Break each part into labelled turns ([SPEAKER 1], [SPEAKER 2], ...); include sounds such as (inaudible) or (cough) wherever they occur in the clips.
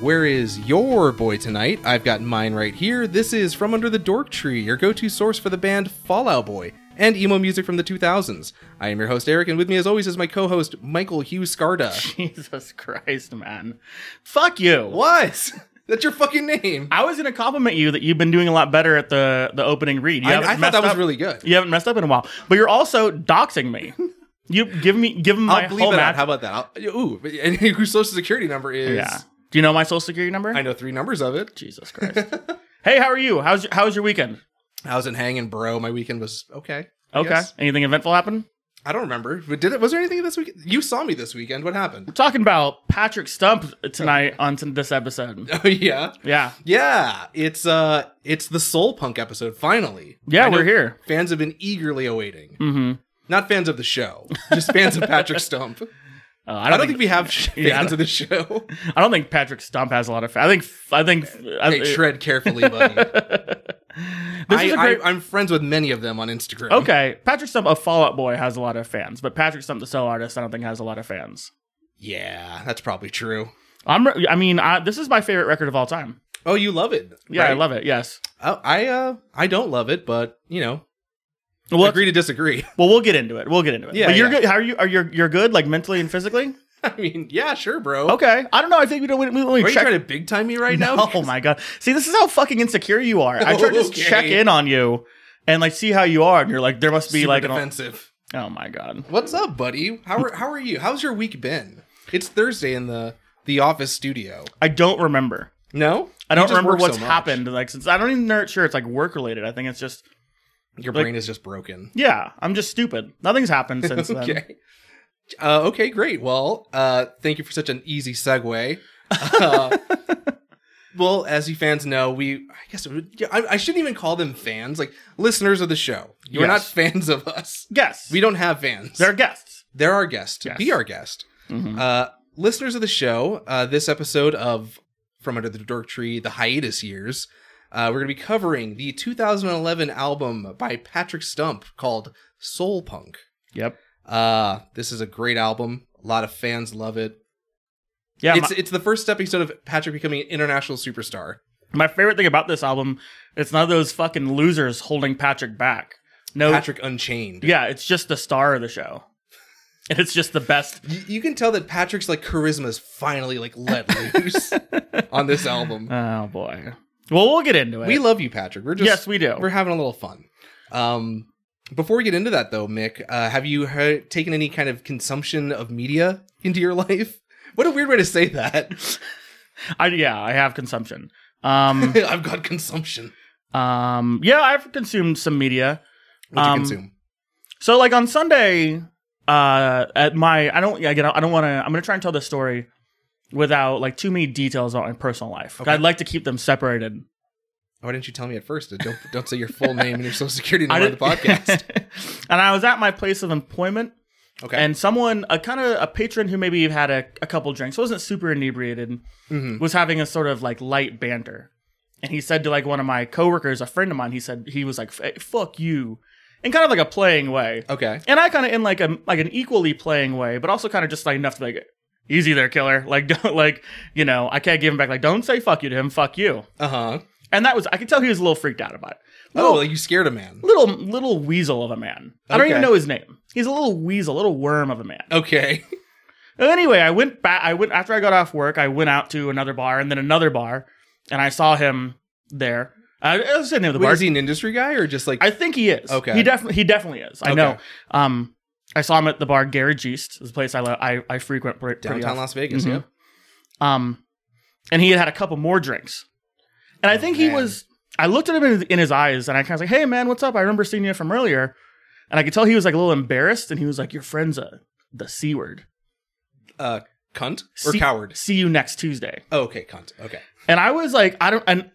[SPEAKER 1] Where is your boy tonight? I've got mine right here. This is From Under the Dork Tree, your go to source for the band Fallout Boy and emo music from the 2000s. I am your host, Eric, and with me, as always, is my co host, Michael Hugh Scarda.
[SPEAKER 2] (laughs) Jesus Christ, man. Fuck you.
[SPEAKER 1] What? (laughs) That's your fucking name.
[SPEAKER 2] I was gonna compliment you that you've been doing a lot better at the the opening read. You
[SPEAKER 1] I,
[SPEAKER 2] haven't
[SPEAKER 1] I thought
[SPEAKER 2] messed
[SPEAKER 1] that was
[SPEAKER 2] up-
[SPEAKER 1] really good.
[SPEAKER 2] You haven't messed up in a while, but you're also
[SPEAKER 1] (laughs)
[SPEAKER 2] doxing me. You give me give him my
[SPEAKER 1] I'll believe
[SPEAKER 2] whole
[SPEAKER 1] it. out.
[SPEAKER 2] match.
[SPEAKER 1] How about that? I'll, ooh, (laughs) and whose social security number is?
[SPEAKER 2] yeah. Do you know my social security number?
[SPEAKER 1] I know three numbers of it.
[SPEAKER 2] (laughs) Jesus Christ.
[SPEAKER 1] (laughs)
[SPEAKER 2] hey, how are you? How's your, how's your weekend?
[SPEAKER 1] I wasn't hanging, bro. My weekend was okay. I
[SPEAKER 2] Okay.
[SPEAKER 1] guess.
[SPEAKER 2] Anything eventful happen?
[SPEAKER 1] I don't remember. But did it? Was there anything this weekend? You saw me this weekend. What happened? (laughs)
[SPEAKER 2] We're talking about Patrick Stump tonight on t- this
[SPEAKER 1] (laughs)
[SPEAKER 2] episode.
[SPEAKER 1] Oh yeah,
[SPEAKER 2] Yeah.
[SPEAKER 1] yeah. It's uh, it's the soul punk episode. Finally,
[SPEAKER 2] Yeah,
[SPEAKER 1] I know
[SPEAKER 2] we're here.
[SPEAKER 1] Fans have been eagerly awaiting.
[SPEAKER 2] Mm-hmm.
[SPEAKER 1] Not fans of the show, just fans of Patrick
[SPEAKER 2] (laughs)
[SPEAKER 1] Stump.
[SPEAKER 2] Uh,
[SPEAKER 1] I don't, think, we have sh-
[SPEAKER 2] Yeah, I
[SPEAKER 1] fans of the
[SPEAKER 2] (laughs)
[SPEAKER 1] show.
[SPEAKER 2] I don't think Patrick Stump has a lot of. Fa- I think. I think. I,
[SPEAKER 1] hey, tread carefully, buddy.
[SPEAKER 2] (laughs) This
[SPEAKER 1] I,
[SPEAKER 2] is a great-
[SPEAKER 1] I, I'm friends with many of them on Instagram.
[SPEAKER 2] Okay, Patrick Stump of Fallout Boy has a lot of fans, but Patrick Stump, the solo artist, I don't think has a lot of fans.
[SPEAKER 1] Yeah, that's probably true.
[SPEAKER 2] I'm, re- I mean, I, this is my favorite record of all time.
[SPEAKER 1] Oh, you love it.
[SPEAKER 2] Yeah, I
[SPEAKER 1] right?
[SPEAKER 2] love it. Yes.
[SPEAKER 1] Oh, I uh, I don't love it, but you know,
[SPEAKER 2] Well,
[SPEAKER 1] agree to disagree. (laughs)
[SPEAKER 2] well, we'll get into it. We'll get into it.
[SPEAKER 1] Yeah,
[SPEAKER 2] but you're
[SPEAKER 1] yeah.
[SPEAKER 2] good. How are you? Are you? You're good, like mentally and physically.
[SPEAKER 1] I mean, yeah, sure, bro.
[SPEAKER 2] Okay. I don't know. I think we don't. We, we, we
[SPEAKER 1] Are you
[SPEAKER 2] check.
[SPEAKER 1] trying to big time me
[SPEAKER 2] (laughs)
[SPEAKER 1] right now?
[SPEAKER 2] Oh my god. See, this is how fucking insecure you are. I try to
[SPEAKER 1] (laughs)
[SPEAKER 2] just
[SPEAKER 1] Okay.
[SPEAKER 2] check in on you and like see how you are, and you're like, there must be
[SPEAKER 1] Super
[SPEAKER 2] like, an,
[SPEAKER 1] defensive.
[SPEAKER 2] oh my god.
[SPEAKER 1] What's up, buddy? How are how are you? How's your week been? It's Thursday in the the office studio.
[SPEAKER 2] I don't remember.
[SPEAKER 1] No,
[SPEAKER 2] I
[SPEAKER 1] You
[SPEAKER 2] don't
[SPEAKER 1] just
[SPEAKER 2] remember
[SPEAKER 1] work so
[SPEAKER 2] what's
[SPEAKER 1] much.
[SPEAKER 2] happened. Like since I don't even know sure it's like work related. I think it's just
[SPEAKER 1] Your
[SPEAKER 2] Like-
[SPEAKER 1] brain is just
[SPEAKER 2] (laughs)
[SPEAKER 1] broken.
[SPEAKER 2] Yeah, I'm just stupid. Nothing's happened
[SPEAKER 1] (laughs)
[SPEAKER 2] since then.
[SPEAKER 1] Okay. Uh, okay, great. Well, uh, thank you for such an easy segue.
[SPEAKER 2] (laughs)
[SPEAKER 1] Uh, well, as you fans know, we I guess it would- yeah, I, I shouldn't even call them fans, like listeners of the show. You're not
[SPEAKER 2] Yes.
[SPEAKER 1] fans of us.
[SPEAKER 2] Guests.
[SPEAKER 1] We don't have fans.
[SPEAKER 2] They're guests.
[SPEAKER 1] They're our guest.
[SPEAKER 2] Yes.
[SPEAKER 1] Be our guest. Uh, listeners of the show, uh, this episode of From Under the Dork Tree, the hiatus years, uh, we're going to be covering the 2011 album by Patrick Stump called Soul Punk.
[SPEAKER 2] Yep.
[SPEAKER 1] Uh, this is a great album. A lot of fans love it.
[SPEAKER 2] Yeah.
[SPEAKER 1] it's it's the first stepping stone of Patrick becoming an international superstar.
[SPEAKER 2] my, my favorite thing about this album, it's none of those fucking losers holding Patrick back. No.
[SPEAKER 1] Patrick Unchained.
[SPEAKER 2] Oh. Yeah, it's just the star of the show. (laughs) And it's just the best.
[SPEAKER 1] Y- you can tell that Patrick's like charisma is finally like let
[SPEAKER 2] (laughs)
[SPEAKER 1] loose on this album.
[SPEAKER 2] Oh boy. Well, we'll get into it.
[SPEAKER 1] We love you, Patrick. We're just
[SPEAKER 2] yes, we do.
[SPEAKER 1] we're having a little fun. Um, before we get into that, though, Mick, uh, have you he- taken any kind of consumption of media into your (laughs) life? What a weird way to say that. (laughs)
[SPEAKER 2] I, yeah, I have consumption. Um, (laughs)
[SPEAKER 1] I've got consumption.
[SPEAKER 2] um, yeah, I've consumed some media.
[SPEAKER 1] What you
[SPEAKER 2] Um,
[SPEAKER 1] consume?
[SPEAKER 2] So like on Sunday, uh, at my I don't again I don't want to I'm gonna try and tell this story without like too many details on my personal life.
[SPEAKER 1] Okay.
[SPEAKER 2] I'd like to keep them separated.
[SPEAKER 1] Why didn't you tell me at first? Don't don't say your full name and your social security
[SPEAKER 2] (laughs) I
[SPEAKER 1] number on the podcast.
[SPEAKER 2] (laughs) and I was at my place of employment,
[SPEAKER 1] Okay.
[SPEAKER 2] and someone a kind of a patron who maybe had a, a couple drinks wasn't super inebriated
[SPEAKER 1] Mhm.
[SPEAKER 2] was having a sort of like light banter, and he said to like one of my coworkers, a friend of mine, he said he was like "F- fuck you, in kind of like a playing way.
[SPEAKER 1] Okay.
[SPEAKER 2] and I kind of in like a like an equally playing way, but also kind of just like enough to be like easy there, killer. (laughs) Like don't like you know I can't give him back. Like don't say fuck you to him, fuck you.
[SPEAKER 1] Uh huh.
[SPEAKER 2] And that was I could tell he was a little freaked out about it.
[SPEAKER 1] Oh,
[SPEAKER 2] Little
[SPEAKER 1] like you scared a man.
[SPEAKER 2] little little weasel of a man. I don't even
[SPEAKER 1] Okay.
[SPEAKER 2] know his name. He's a little weasel, little worm of a man.
[SPEAKER 1] Okay.
[SPEAKER 2] Anyway, I went back. I went after I got off work. I went out to another bar and then another bar, and I saw him there. Uh, it was the name of
[SPEAKER 1] (laughs)
[SPEAKER 2] the
[SPEAKER 1] Wait,
[SPEAKER 2] bar.
[SPEAKER 1] is he an industry guy or just like?
[SPEAKER 2] I think he is.
[SPEAKER 1] Okay.
[SPEAKER 2] He definitely he definitely is. I
[SPEAKER 1] Okay.
[SPEAKER 2] know. Um, I saw him at the bar Gary Geest, is a place I lo- I, I frequent pre- pretty
[SPEAKER 1] downtown
[SPEAKER 2] often.
[SPEAKER 1] Las Vegas.
[SPEAKER 2] Mhm.
[SPEAKER 1] Yep.
[SPEAKER 2] Um, and he had had a couple more drinks, and I
[SPEAKER 1] Oh,
[SPEAKER 2] think he
[SPEAKER 1] man.
[SPEAKER 2] was. I looked at him in, in his eyes, and I kind of was like, "Hey, man, what's up? I remember seeing you from earlier," and I could tell he was like a little embarrassed, and he was like, "Your friend's a the c word.
[SPEAKER 1] Uh, cunt or
[SPEAKER 2] See-
[SPEAKER 1] coward.
[SPEAKER 2] See you next Tuesday."
[SPEAKER 1] Oh, okay, cunt. Okay.
[SPEAKER 2] And I was like, I don't and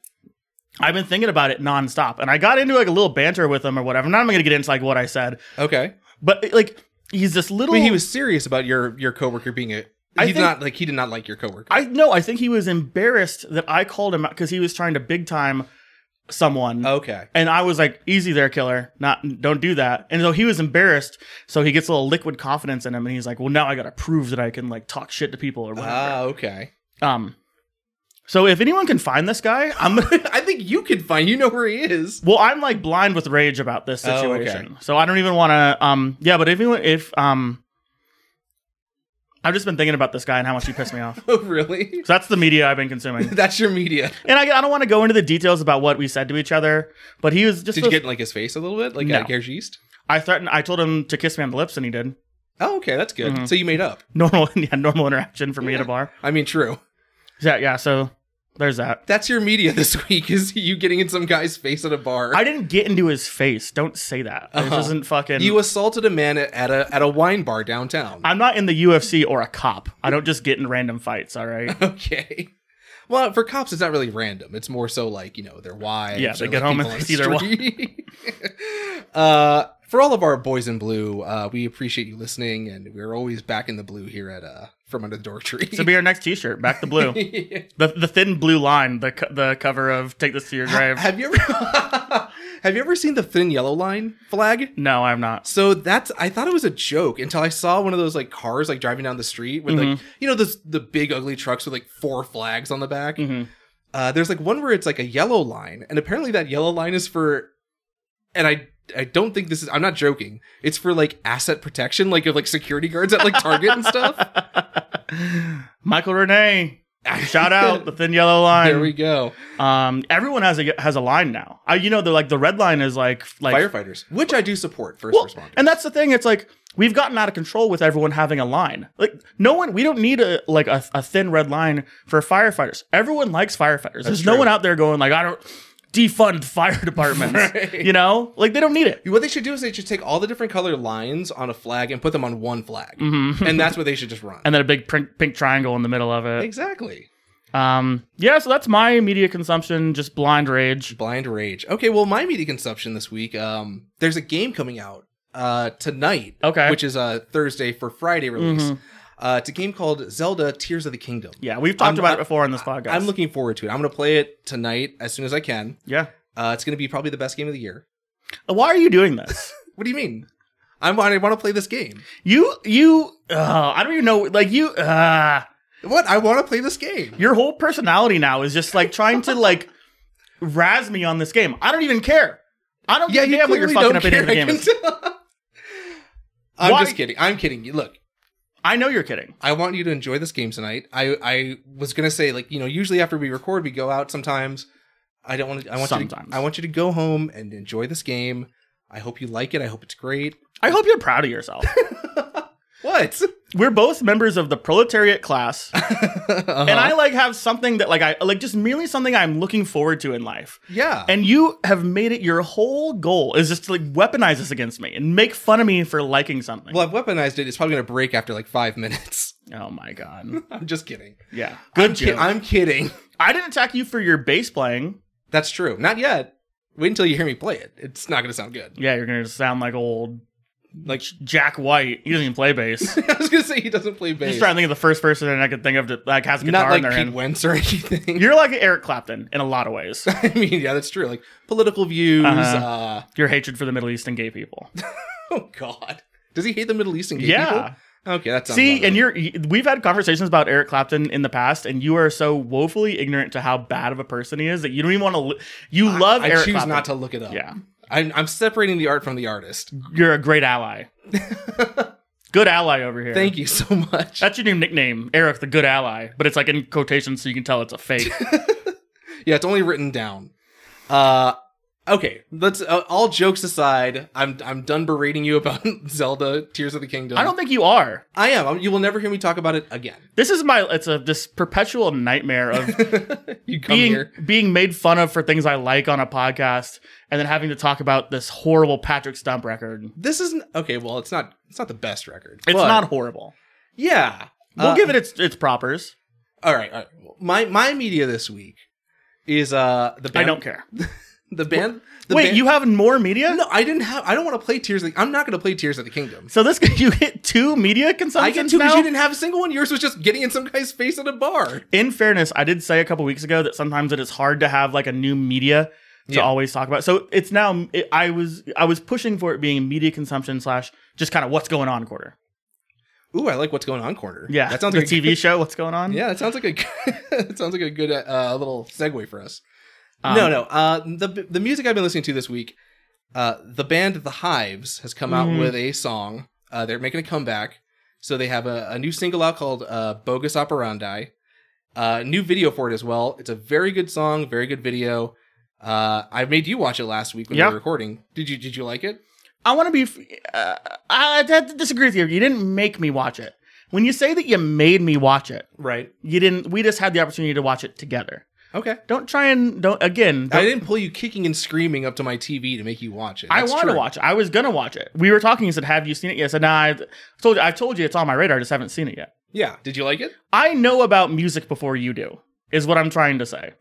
[SPEAKER 2] I've been thinking about it nonstop. And I got into like a little banter with him or whatever. I'm not even gonna get into like what I said,
[SPEAKER 1] Okay.
[SPEAKER 2] but like he's this
[SPEAKER 1] I
[SPEAKER 2] little
[SPEAKER 1] mean, he was serious about your your coworker being a.
[SPEAKER 2] I
[SPEAKER 1] He's
[SPEAKER 2] think-
[SPEAKER 1] not like he did not like your coworker.
[SPEAKER 2] I no, I think he was embarrassed that I called him out because he was trying to big time someone.
[SPEAKER 1] okay.
[SPEAKER 2] And I was like, easy there, killer. Not don't do that. And so he was embarrassed, so he gets a little liquid confidence in him and
[SPEAKER 1] Oh.
[SPEAKER 2] he's like, Well now I gotta prove that I can like talk shit to people or whatever.
[SPEAKER 1] Ah, okay.
[SPEAKER 2] um So if anyone can find this guy, I'm
[SPEAKER 1] I think you can find. You know where he is. (laughs)
[SPEAKER 2] (laughs) well, I'm like blind with rage about this
[SPEAKER 1] Oh, okay.
[SPEAKER 2] situation. So I don't even want to. Um, yeah, but if anyone, if um, I've just been thinking about this guy and how much he pissed me off.
[SPEAKER 1] Oh, really? (laughs)
[SPEAKER 2] So that's the media I've been consuming.
[SPEAKER 1] That's your media.
[SPEAKER 2] And I, I don't want to go into the details about what we said to each other, but he was just.
[SPEAKER 1] Did you get in, like his face a little bit, like
[SPEAKER 2] No.
[SPEAKER 1] out of Garage East?
[SPEAKER 2] I threatened. I told him to kiss me on the lips, and he did.
[SPEAKER 1] Oh, okay, that's good.
[SPEAKER 2] Mhm.
[SPEAKER 1] So you made up.
[SPEAKER 2] Normal, (laughs) yeah, normal interaction for me at a bar.
[SPEAKER 1] I mean, true.
[SPEAKER 2] Yeah, yeah. So there's that.
[SPEAKER 1] That's your media (laughs) this week. Is you getting in some guy's face at a bar?
[SPEAKER 2] I didn't get into his face. Don't say that.
[SPEAKER 1] Uh-huh.
[SPEAKER 2] This isn't fucking.
[SPEAKER 1] you assaulted a man at, at a at a wine bar downtown.
[SPEAKER 2] I'm not in the UFC or a cop. I don't just get in random fights. All right.
[SPEAKER 1] (laughs) okay. Well, for cops, it's not really random. It's more so like you know their wives.
[SPEAKER 2] Yeah, they
[SPEAKER 1] or,
[SPEAKER 2] get
[SPEAKER 1] like,
[SPEAKER 2] home
[SPEAKER 1] people
[SPEAKER 2] and
[SPEAKER 1] on
[SPEAKER 2] they see their
[SPEAKER 1] street. (laughs) uh, for all of our boys in blue, uh, we appreciate you listening, and we're always back in the blue here at uh from under the door tree. (laughs)
[SPEAKER 2] This will be our next T-shirt. Back the blue. the the thin blue line. The co- the cover of Take This to Your Grave.
[SPEAKER 1] have you ever (laughs) have you ever seen the thin yellow line flag?
[SPEAKER 2] No, I'm not.
[SPEAKER 1] So that's I thought it was a joke until I saw one of those like cars like driving down the street with like
[SPEAKER 2] Mm-hmm.
[SPEAKER 1] you know those the big ugly trucks with like four flags on the back.
[SPEAKER 2] Mhm.
[SPEAKER 1] Uh, there's like one where it's like a yellow line, and apparently that yellow line is for, and I I don't think this is I'm not joking. It's for like asset protection, like of like security guards at like Target and stuff.
[SPEAKER 2] (laughs) Michael Renee. Shout out the thin yellow line.
[SPEAKER 1] There we go,
[SPEAKER 2] Um, everyone has a has a line now. I, you know, they're like the red line is like like
[SPEAKER 1] firefighters, which I do support first
[SPEAKER 2] Well,
[SPEAKER 1] responders.
[SPEAKER 2] and that's the thing. It's like we've gotten out of control with everyone having a line. Like no one, we don't need a like a, a thin red line for firefighters. Everyone likes firefighters. There's no
[SPEAKER 1] true.
[SPEAKER 2] one out there going like I don't defund (laughs) fire departments. You know, like they don't need it.
[SPEAKER 1] what they should do is they should take all the different color lines on a flag and put them on one flag, and that's what they should just run.
[SPEAKER 2] Mm-hmm. (laughs) And then a big pink, pink triangle in the middle of it.
[SPEAKER 1] exactly.
[SPEAKER 2] Um, yeah, so that's my media consumption, just blind rage.
[SPEAKER 1] Blind Rage. Okay, well, my media consumption this week. Um, there's a game coming out uh tonight.
[SPEAKER 2] Okay.
[SPEAKER 1] which is uh, Thursday for Friday release. Uh, it's a game called Zelda: Tears of the Kingdom.
[SPEAKER 2] Yeah, we've talked
[SPEAKER 1] I'm-
[SPEAKER 2] about
[SPEAKER 1] I'm-
[SPEAKER 2] it before on this podcast.
[SPEAKER 1] I'm looking forward to it. I'm gonna play it tonight as soon as I can.
[SPEAKER 2] yeah.
[SPEAKER 1] Uh, it's gonna be probably the best game of the year.
[SPEAKER 2] Why are you doing this?
[SPEAKER 1] What do you mean? I'm, I want to play this game.
[SPEAKER 2] You you uh, I don't even know like you uh
[SPEAKER 1] What? I want to play this game.
[SPEAKER 2] your whole personality now is just like trying to like razz me on this game. I don't even care. I don't
[SPEAKER 1] Yeah,
[SPEAKER 2] give a
[SPEAKER 1] you
[SPEAKER 2] damn what you're
[SPEAKER 1] clearly
[SPEAKER 2] fucking
[SPEAKER 1] don't
[SPEAKER 2] up into
[SPEAKER 1] care.
[SPEAKER 2] the game.
[SPEAKER 1] I
[SPEAKER 2] is.
[SPEAKER 1] can tell. (laughs) I'm
[SPEAKER 2] Why-
[SPEAKER 1] just kidding. I'm kidding. You Look,
[SPEAKER 2] I know you're kidding.
[SPEAKER 1] I want you to enjoy this game tonight. I I was gonna say like you know usually after we record we go out sometimes. I don't want to. I want you.
[SPEAKER 2] Sometimes.
[SPEAKER 1] To, I want you to go home and enjoy this game. I hope you like it. I hope it's great.
[SPEAKER 2] I hope you're proud
[SPEAKER 1] (laughs)
[SPEAKER 2] of yourself.
[SPEAKER 1] What? (laughs)
[SPEAKER 2] We're both members of the proletariat class,
[SPEAKER 1] Uh-huh.
[SPEAKER 2] and I like have something that like I like just merely something I'm looking forward to in life.
[SPEAKER 1] yeah.
[SPEAKER 2] And you have made it your whole goal is just to like weaponize this against me and make fun of me for liking something.
[SPEAKER 1] well, I've weaponized it. It's probably gonna break after like five (laughs) minutes.
[SPEAKER 2] Oh
[SPEAKER 1] (laughs)
[SPEAKER 2] my god.
[SPEAKER 1] I'm just kidding.
[SPEAKER 2] Yeah. Good
[SPEAKER 1] I'm, ki-
[SPEAKER 2] joke.
[SPEAKER 1] I'm kidding.
[SPEAKER 2] I didn't attack you for your bass playing.
[SPEAKER 1] That's true. Not yet. Wait until you hear me play it. It's not gonna sound good. (laughs)
[SPEAKER 2] Yeah, you're gonna sound like old
[SPEAKER 1] Like
[SPEAKER 2] Jack White. He doesn't even
[SPEAKER 1] (laughs)
[SPEAKER 2] play bass.
[SPEAKER 1] I was gonna say, he doesn't play
[SPEAKER 2] Just
[SPEAKER 1] bass.
[SPEAKER 2] trying to think of the first person I could think of that like has a guitar
[SPEAKER 1] Not like
[SPEAKER 2] in their
[SPEAKER 1] Pete
[SPEAKER 2] hand.
[SPEAKER 1] Wentz or (laughs) anything.
[SPEAKER 2] You're like Eric Clapton in a lot
[SPEAKER 1] (laughs)
[SPEAKER 2] of ways.
[SPEAKER 1] I mean, yeah, that's true. Like political views.
[SPEAKER 2] Uh-huh.
[SPEAKER 1] uh
[SPEAKER 2] Your hatred for the Middle East and gay
[SPEAKER 1] (laughs)
[SPEAKER 2] people. (laughs)
[SPEAKER 1] Oh God, does he hate the Middle Eastern gay
[SPEAKER 2] yeah.
[SPEAKER 1] people? Okay, that's
[SPEAKER 2] See, and you're y- we've had conversations about Eric Clapton in the past, and you are so woefully ignorant to how bad of a person he is that you don't even want to. Li- you love
[SPEAKER 1] I
[SPEAKER 2] Eric
[SPEAKER 1] choose
[SPEAKER 2] Clapton.
[SPEAKER 1] not to look it up.
[SPEAKER 2] Yeah,
[SPEAKER 1] I'm, I'm separating the art from the artist.
[SPEAKER 2] you're a great ally.
[SPEAKER 1] (laughs)
[SPEAKER 2] good ally over here.
[SPEAKER 1] Thank you so (laughs) much.
[SPEAKER 2] That's your new nickname, Eric the Good Ally, but it's like in quotations so you can tell it's a fake.
[SPEAKER 1] yeah, it's only written down. Uh, okay. Let's. Uh, all jokes aside, I'm I'm done berating you about (laughs) Zelda Tears of the Kingdom.
[SPEAKER 2] I don't think you are.
[SPEAKER 1] I am. I'm- you will never hear me talk about it
[SPEAKER 2] (laughs)
[SPEAKER 1] again.
[SPEAKER 2] This is my it's a this perpetual
[SPEAKER 1] (laughs)
[SPEAKER 2] nightmare of
[SPEAKER 1] you come
[SPEAKER 2] being
[SPEAKER 1] here.
[SPEAKER 2] being made fun of for things I like on a podcast and then having to talk about this horrible Patrick Stump record.
[SPEAKER 1] This isn't okay. Well, it's not. It's not the best record.
[SPEAKER 2] It's
[SPEAKER 1] but-
[SPEAKER 2] not horrible.
[SPEAKER 1] Yeah.
[SPEAKER 2] We'll
[SPEAKER 1] Uh,
[SPEAKER 2] give it its its propers.
[SPEAKER 1] All right. All right. My my media this week is uh the
[SPEAKER 2] I
[SPEAKER 1] band
[SPEAKER 2] don't care.
[SPEAKER 1] The band. The
[SPEAKER 2] Wait,
[SPEAKER 1] band-
[SPEAKER 2] you have more media?
[SPEAKER 1] No, I didn't have. I don't want to play Tears. Of the, I'm not going to play Tears of the Kingdom.
[SPEAKER 2] So this (laughs) you hit two media
[SPEAKER 1] I
[SPEAKER 2] consumptions
[SPEAKER 1] get two because
[SPEAKER 2] now.
[SPEAKER 1] you didn't have a single one. Yours was just getting in some guy's face at a bar.
[SPEAKER 2] in fairness, I did say a couple weeks ago that sometimes it is hard to have like a new media to
[SPEAKER 1] Yeah.
[SPEAKER 2] always talk about. So it's now it, I was I was pushing for it being media consumption slash just kind of what's going on quarter.
[SPEAKER 1] Ooh, I like what's going on corner.
[SPEAKER 2] Yeah,
[SPEAKER 1] that sounds
[SPEAKER 2] the
[SPEAKER 1] like a
[SPEAKER 2] TV
[SPEAKER 1] good-
[SPEAKER 2] show. What's going on?
[SPEAKER 1] yeah, that sounds like a (laughs) that sounds like a good uh, little segue for us.
[SPEAKER 2] Um,
[SPEAKER 1] no, no. Uh, the the music I've been listening to this week, uh, the band The Hives has come out
[SPEAKER 2] Mhm.
[SPEAKER 1] with a song. Uh, they're making a comeback, so they have a, a new single out called uh, "Bogus Operandi." Uh, new video for it as well. It's a very good song, very good video. Uh, I made you watch it last week when
[SPEAKER 2] Yeah.
[SPEAKER 1] we were recording. Did you Did you like it?
[SPEAKER 2] I want to be. f- Uh, I, I have to disagree with you. You didn't make me watch it. When you say that you made me watch it,
[SPEAKER 1] Right.
[SPEAKER 2] you didn't. We just had the opportunity to watch it together.
[SPEAKER 1] Okay.
[SPEAKER 2] Don't try and don't again.
[SPEAKER 1] I
[SPEAKER 2] don't-
[SPEAKER 1] didn't pull you kicking and screaming up to my TV to make you watch it.
[SPEAKER 2] I
[SPEAKER 1] That's
[SPEAKER 2] want to
[SPEAKER 1] true.
[SPEAKER 2] watch it. I was gonna watch it. We were talking. You said, "Have you seen it?" Yes. And I told you. I told you it's on my radar. I just haven't seen it yet.
[SPEAKER 1] Yeah. Did you like it?
[SPEAKER 2] I know about music before you do. Is what I'm trying to say.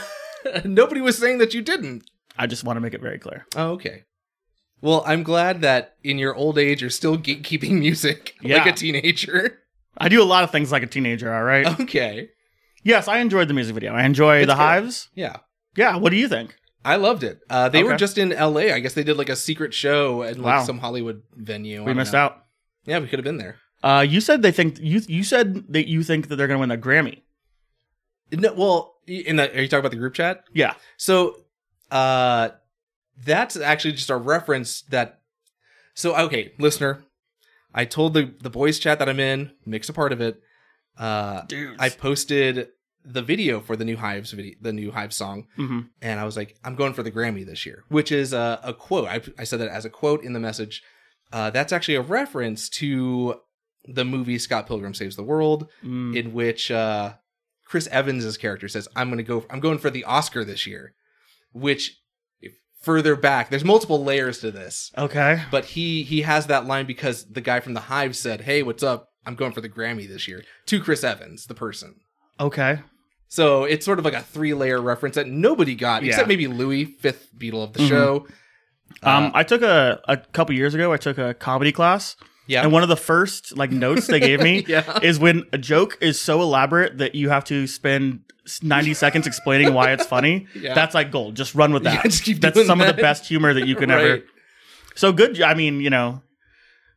[SPEAKER 2] (laughs)
[SPEAKER 1] Nobody was saying that you didn't.
[SPEAKER 2] I just want to make it very clear.
[SPEAKER 1] Oh, okay. Well, I'm glad that in your old age you're still gatekeeping (laughs) music like
[SPEAKER 2] Yeah.
[SPEAKER 1] a teenager. (laughs)
[SPEAKER 2] I do a lot of things like a teenager. All right.
[SPEAKER 1] okay.
[SPEAKER 2] yes, I enjoyed the music video. I
[SPEAKER 1] Oh.
[SPEAKER 2] enjoy
[SPEAKER 1] It's
[SPEAKER 2] the
[SPEAKER 1] good.
[SPEAKER 2] hives.
[SPEAKER 1] Yeah.
[SPEAKER 2] Yeah. What do you think?
[SPEAKER 1] I loved it. Uh, they were
[SPEAKER 2] Okay.
[SPEAKER 1] just in LA. I guess they did like a secret show at like
[SPEAKER 2] Wow.
[SPEAKER 1] some Hollywood venue.
[SPEAKER 2] We missed out.
[SPEAKER 1] Yeah, we could have been there.
[SPEAKER 2] Uh, you said they think you you said that you think that they're gonna win a Grammy.
[SPEAKER 1] No, well, y- in the, are you talking about the group chat?
[SPEAKER 2] Yeah.
[SPEAKER 1] So, uh, that's actually just a reference that. So okay, listener, I told the the boys chat that I'm in, mix a part of it. Uh,
[SPEAKER 2] Dude.
[SPEAKER 1] I posted the video for the new Hives video, the new Hive song,
[SPEAKER 2] mm-hmm.
[SPEAKER 1] and I was like, I'm going for the Grammy this year, which is a, a quote. I, I said that as a quote in the message. Uh, that's actually a reference to the movie Scott Pilgrim Saves the World,
[SPEAKER 2] Mm.
[SPEAKER 1] in which uh, Chris Evans's character says, "I'm going to go. I'm going for the Oscar this year," which if- further back, there's multiple layers to this.
[SPEAKER 2] okay.
[SPEAKER 1] But he he has that line because the guy from the Hive said, "Hey, what's up? I'm going for the Grammy this year." To Chris Evans, the person.
[SPEAKER 2] Okay.
[SPEAKER 1] So it's sort of like a three layer reference that nobody got,
[SPEAKER 2] Yeah.
[SPEAKER 1] except maybe Louis, fifth Beatle of the
[SPEAKER 2] Mhm.
[SPEAKER 1] show.
[SPEAKER 2] Um,
[SPEAKER 1] Uh,
[SPEAKER 2] I took a a couple years ago. I took a comedy class,
[SPEAKER 1] yeah.
[SPEAKER 2] and one of the first like notes they gave me
[SPEAKER 1] (laughs) yeah.
[SPEAKER 2] is when a joke is so elaborate that you have to spend
[SPEAKER 1] (laughs)
[SPEAKER 2] ninety seconds explaining why it's funny.
[SPEAKER 1] Yeah.
[SPEAKER 2] That's like gold. Just run with
[SPEAKER 1] Yeah,
[SPEAKER 2] that.
[SPEAKER 1] just keep
[SPEAKER 2] That's
[SPEAKER 1] doing
[SPEAKER 2] some of
[SPEAKER 1] that.
[SPEAKER 2] the best humor that you can ever.
[SPEAKER 1] Right.
[SPEAKER 2] So good. I mean, you know,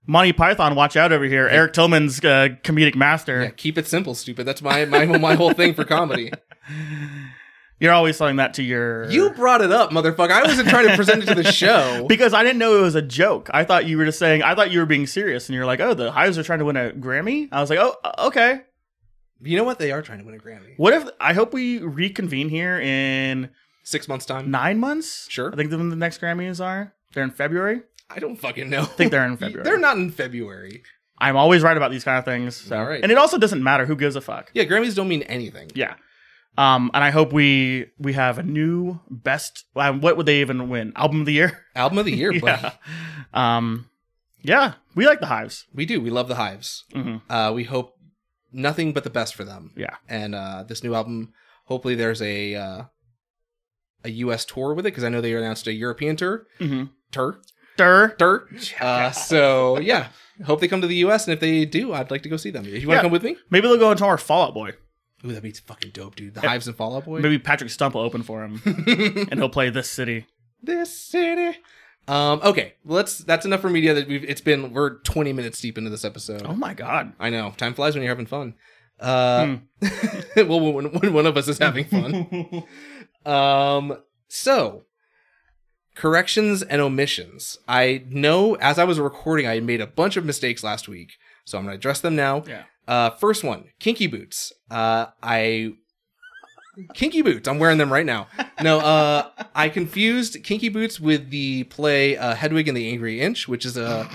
[SPEAKER 2] Monty Python. Watch out over here. Eric Tillman's uh, comedic master.
[SPEAKER 1] Yeah, keep it simple, stupid. That's my my my whole thing for
[SPEAKER 2] (laughs)
[SPEAKER 1] comedy.
[SPEAKER 2] You're always selling that to your
[SPEAKER 1] You brought it up, motherfucker. I wasn't trying to present it to
[SPEAKER 2] (laughs)
[SPEAKER 1] the show.
[SPEAKER 2] because I didn't know it was a joke. I thought you were just saying. I thought you were being serious, and you're like, "Oh, the Hives are trying to win a Grammy." I was like, "Oh, uh, okay."
[SPEAKER 1] You know what? They are trying to win a Grammy.
[SPEAKER 2] What if I hope we reconvene here in
[SPEAKER 1] Six months time.
[SPEAKER 2] nine months?
[SPEAKER 1] Sure.
[SPEAKER 2] I think the, the next Grammys are. They're in February.
[SPEAKER 1] I don't fucking know. (laughs)
[SPEAKER 2] I think they're in February.
[SPEAKER 1] They're not in February.
[SPEAKER 2] I'm always right about these kind of things. So.
[SPEAKER 1] All right.
[SPEAKER 2] And it also doesn't matter who gives a fuck.
[SPEAKER 1] Yeah, Grammys don't mean anything.
[SPEAKER 2] Yeah. Um, and I hope we we have a new best. uh, What would they even win? Album of the year.
[SPEAKER 1] Album of the
[SPEAKER 2] (laughs)
[SPEAKER 1] year, buddy.
[SPEAKER 2] yeah. Um, yeah. We like the Hives.
[SPEAKER 1] We do. We love the Hives.
[SPEAKER 2] hmm
[SPEAKER 1] Uh, we hope nothing but the best for them.
[SPEAKER 2] Yeah.
[SPEAKER 1] And uh, this new album, hopefully, there's a uh, a U.S. tour with it because I know they announced a European tour.
[SPEAKER 2] Mm-hmm.
[SPEAKER 1] Tur.
[SPEAKER 2] Stir.
[SPEAKER 1] Tur. Uh, so yeah, hope they come to the U.S. And if they do, I'd like to go see them. If you want to
[SPEAKER 2] Yeah.
[SPEAKER 1] come with me,
[SPEAKER 2] Maybe they'll go into our Fallout Boy.
[SPEAKER 1] ooh, that'd be fucking dope, dude. The Hives and Fall Out Boy.
[SPEAKER 2] Maybe Patrick Stump will open
[SPEAKER 1] (laughs)
[SPEAKER 2] for him, and he'll play this city.
[SPEAKER 1] this city. Um, okay, let's. That's enough for media. That we've. It's been. We're 20 minutes deep into this episode.
[SPEAKER 2] Oh my God!
[SPEAKER 1] I know. Time flies when you're having fun. Uh, (laughs) well, when, when one of us is having fun. um. So, corrections and omissions. I know as I was recording, I made a bunch of mistakes last week, so I'm gonna address them now.
[SPEAKER 2] Yeah.
[SPEAKER 1] Uh, first one, kinky boots. Uh, I kinky boots. I'm wearing them right now. No, uh, I confused kinky boots with the play uh, Hedwig and the Angry Inch, which is a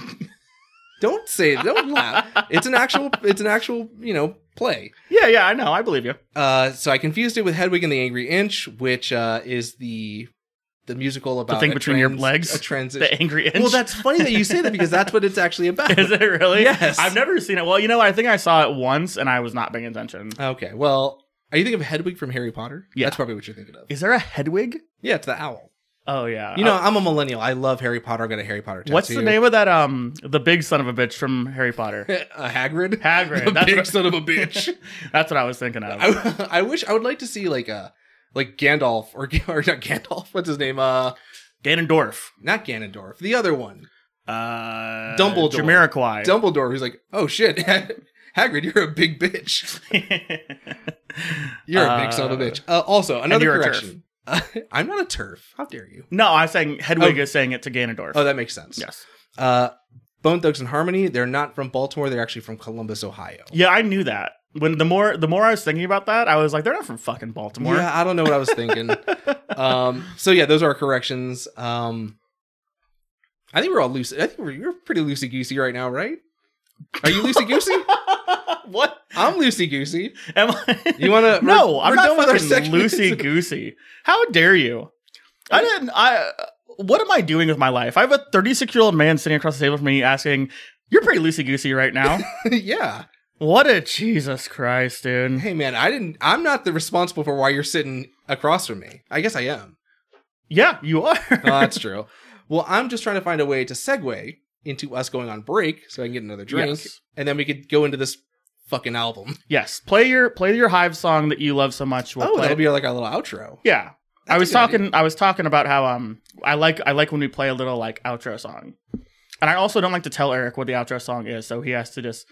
[SPEAKER 1] don't say don't laugh. It's an actual it's an actual you know play.
[SPEAKER 2] Yeah, yeah, I know. I believe you.
[SPEAKER 1] Uh, so I confused it with Hedwig and the Angry Inch, which uh, is the the musical about
[SPEAKER 2] thing
[SPEAKER 1] a
[SPEAKER 2] between your
[SPEAKER 1] trans-
[SPEAKER 2] legs?
[SPEAKER 1] a transition.
[SPEAKER 2] The angry inch.
[SPEAKER 1] well, that's funny that you say that because that's what it's actually about.
[SPEAKER 2] (laughs) is it really?
[SPEAKER 1] Yes.
[SPEAKER 2] I've never seen it. Well, you know, I think I saw it once, and I was not paying attention.
[SPEAKER 1] Okay, well, are you thinking of Hedwig from Harry Potter?
[SPEAKER 2] Yeah.
[SPEAKER 1] that's probably what you're thinking of.
[SPEAKER 2] Is there a Hedwig?
[SPEAKER 1] Yeah, it's the owl.
[SPEAKER 2] Oh yeah.
[SPEAKER 1] You know, I'm a millennial. I love Harry Potter. I got a Harry Potter tattoo.
[SPEAKER 2] what's the name of that? Um, the big son of a bitch from Harry Potter.
[SPEAKER 1] (laughs) a Hagrid.
[SPEAKER 2] Hagrid.
[SPEAKER 1] The
[SPEAKER 2] That's
[SPEAKER 1] big
[SPEAKER 2] what-
[SPEAKER 1] son of (laughs) a
[SPEAKER 2] (laughs)
[SPEAKER 1] bitch.
[SPEAKER 2] That's what I was thinking of.
[SPEAKER 1] I, (laughs) I wish I would like to see like a like Gandalf (laughs) or or not Gandalf. What's his name? Uh,
[SPEAKER 2] Ganondorf.
[SPEAKER 1] not Ganondorf. The other one.
[SPEAKER 2] uh,
[SPEAKER 1] Dumbledore.
[SPEAKER 2] Jamiroquai.
[SPEAKER 1] Dumbledore, who's like, oh shit, (laughs) Hagrid, you're a big bitch. You're a big son of a
[SPEAKER 2] Uh,
[SPEAKER 1] bitch. Uh, also, another
[SPEAKER 2] you're a
[SPEAKER 1] correction. (laughs) I'm not a turf. How dare you?
[SPEAKER 2] (laughs) No, I'm saying Hedwig
[SPEAKER 1] Oh.
[SPEAKER 2] is saying it to Ganondorf.
[SPEAKER 1] Oh, that makes sense.
[SPEAKER 2] yes.
[SPEAKER 1] Uh, Bone Thugs and Harmony, they're not from Baltimore. They're actually from Columbus, Ohio.
[SPEAKER 2] Yeah, I knew that. When the more the more I was thinking about that, I was like, they're not from fucking Baltimore.
[SPEAKER 1] Yeah, I don't know what I was
[SPEAKER 2] (laughs)
[SPEAKER 1] thinking. um, so yeah, those are our corrections. Um, I think we're all loose. I think we're, you're pretty loosey goosey right now, right? Are you loosey
[SPEAKER 2] (laughs)
[SPEAKER 1] goosey?
[SPEAKER 2] what
[SPEAKER 1] I'm loosey goosey.
[SPEAKER 2] am I?
[SPEAKER 1] (laughs) You want to?
[SPEAKER 2] no, I'm not fucking
[SPEAKER 1] second.
[SPEAKER 2] loosey goosey. How dare you? I didn't. I. What am I doing with my life? I have a 36 year old man sitting across the table from me asking, "You're pretty loosey goosey
[SPEAKER 1] (laughs)
[SPEAKER 2] right now."
[SPEAKER 1] (laughs) yeah.
[SPEAKER 2] what a Jesus Christ, dude!
[SPEAKER 1] Hey man, I didn't. I'm not the responsible for why you're sitting across from me. I guess I am.
[SPEAKER 2] Yeah, you are. (laughs)
[SPEAKER 1] Oh, that's true. Well, I'm just trying to find a way to segue into us going on break so I can get another drink,
[SPEAKER 2] Yes.
[SPEAKER 1] and then we could go into this fucking album.
[SPEAKER 2] Yes, play your play your Hive song that you love so much. (laughs) We'll
[SPEAKER 1] oh,
[SPEAKER 2] play
[SPEAKER 1] that'll
[SPEAKER 2] it.
[SPEAKER 1] be like our little outro.
[SPEAKER 2] yeah. I
[SPEAKER 1] That's a
[SPEAKER 2] was
[SPEAKER 1] good idea.
[SPEAKER 2] talking. I was talking about how um I like I like when we play a little like outro song, and I also don't like to tell Eric what the outro song is, so he has to just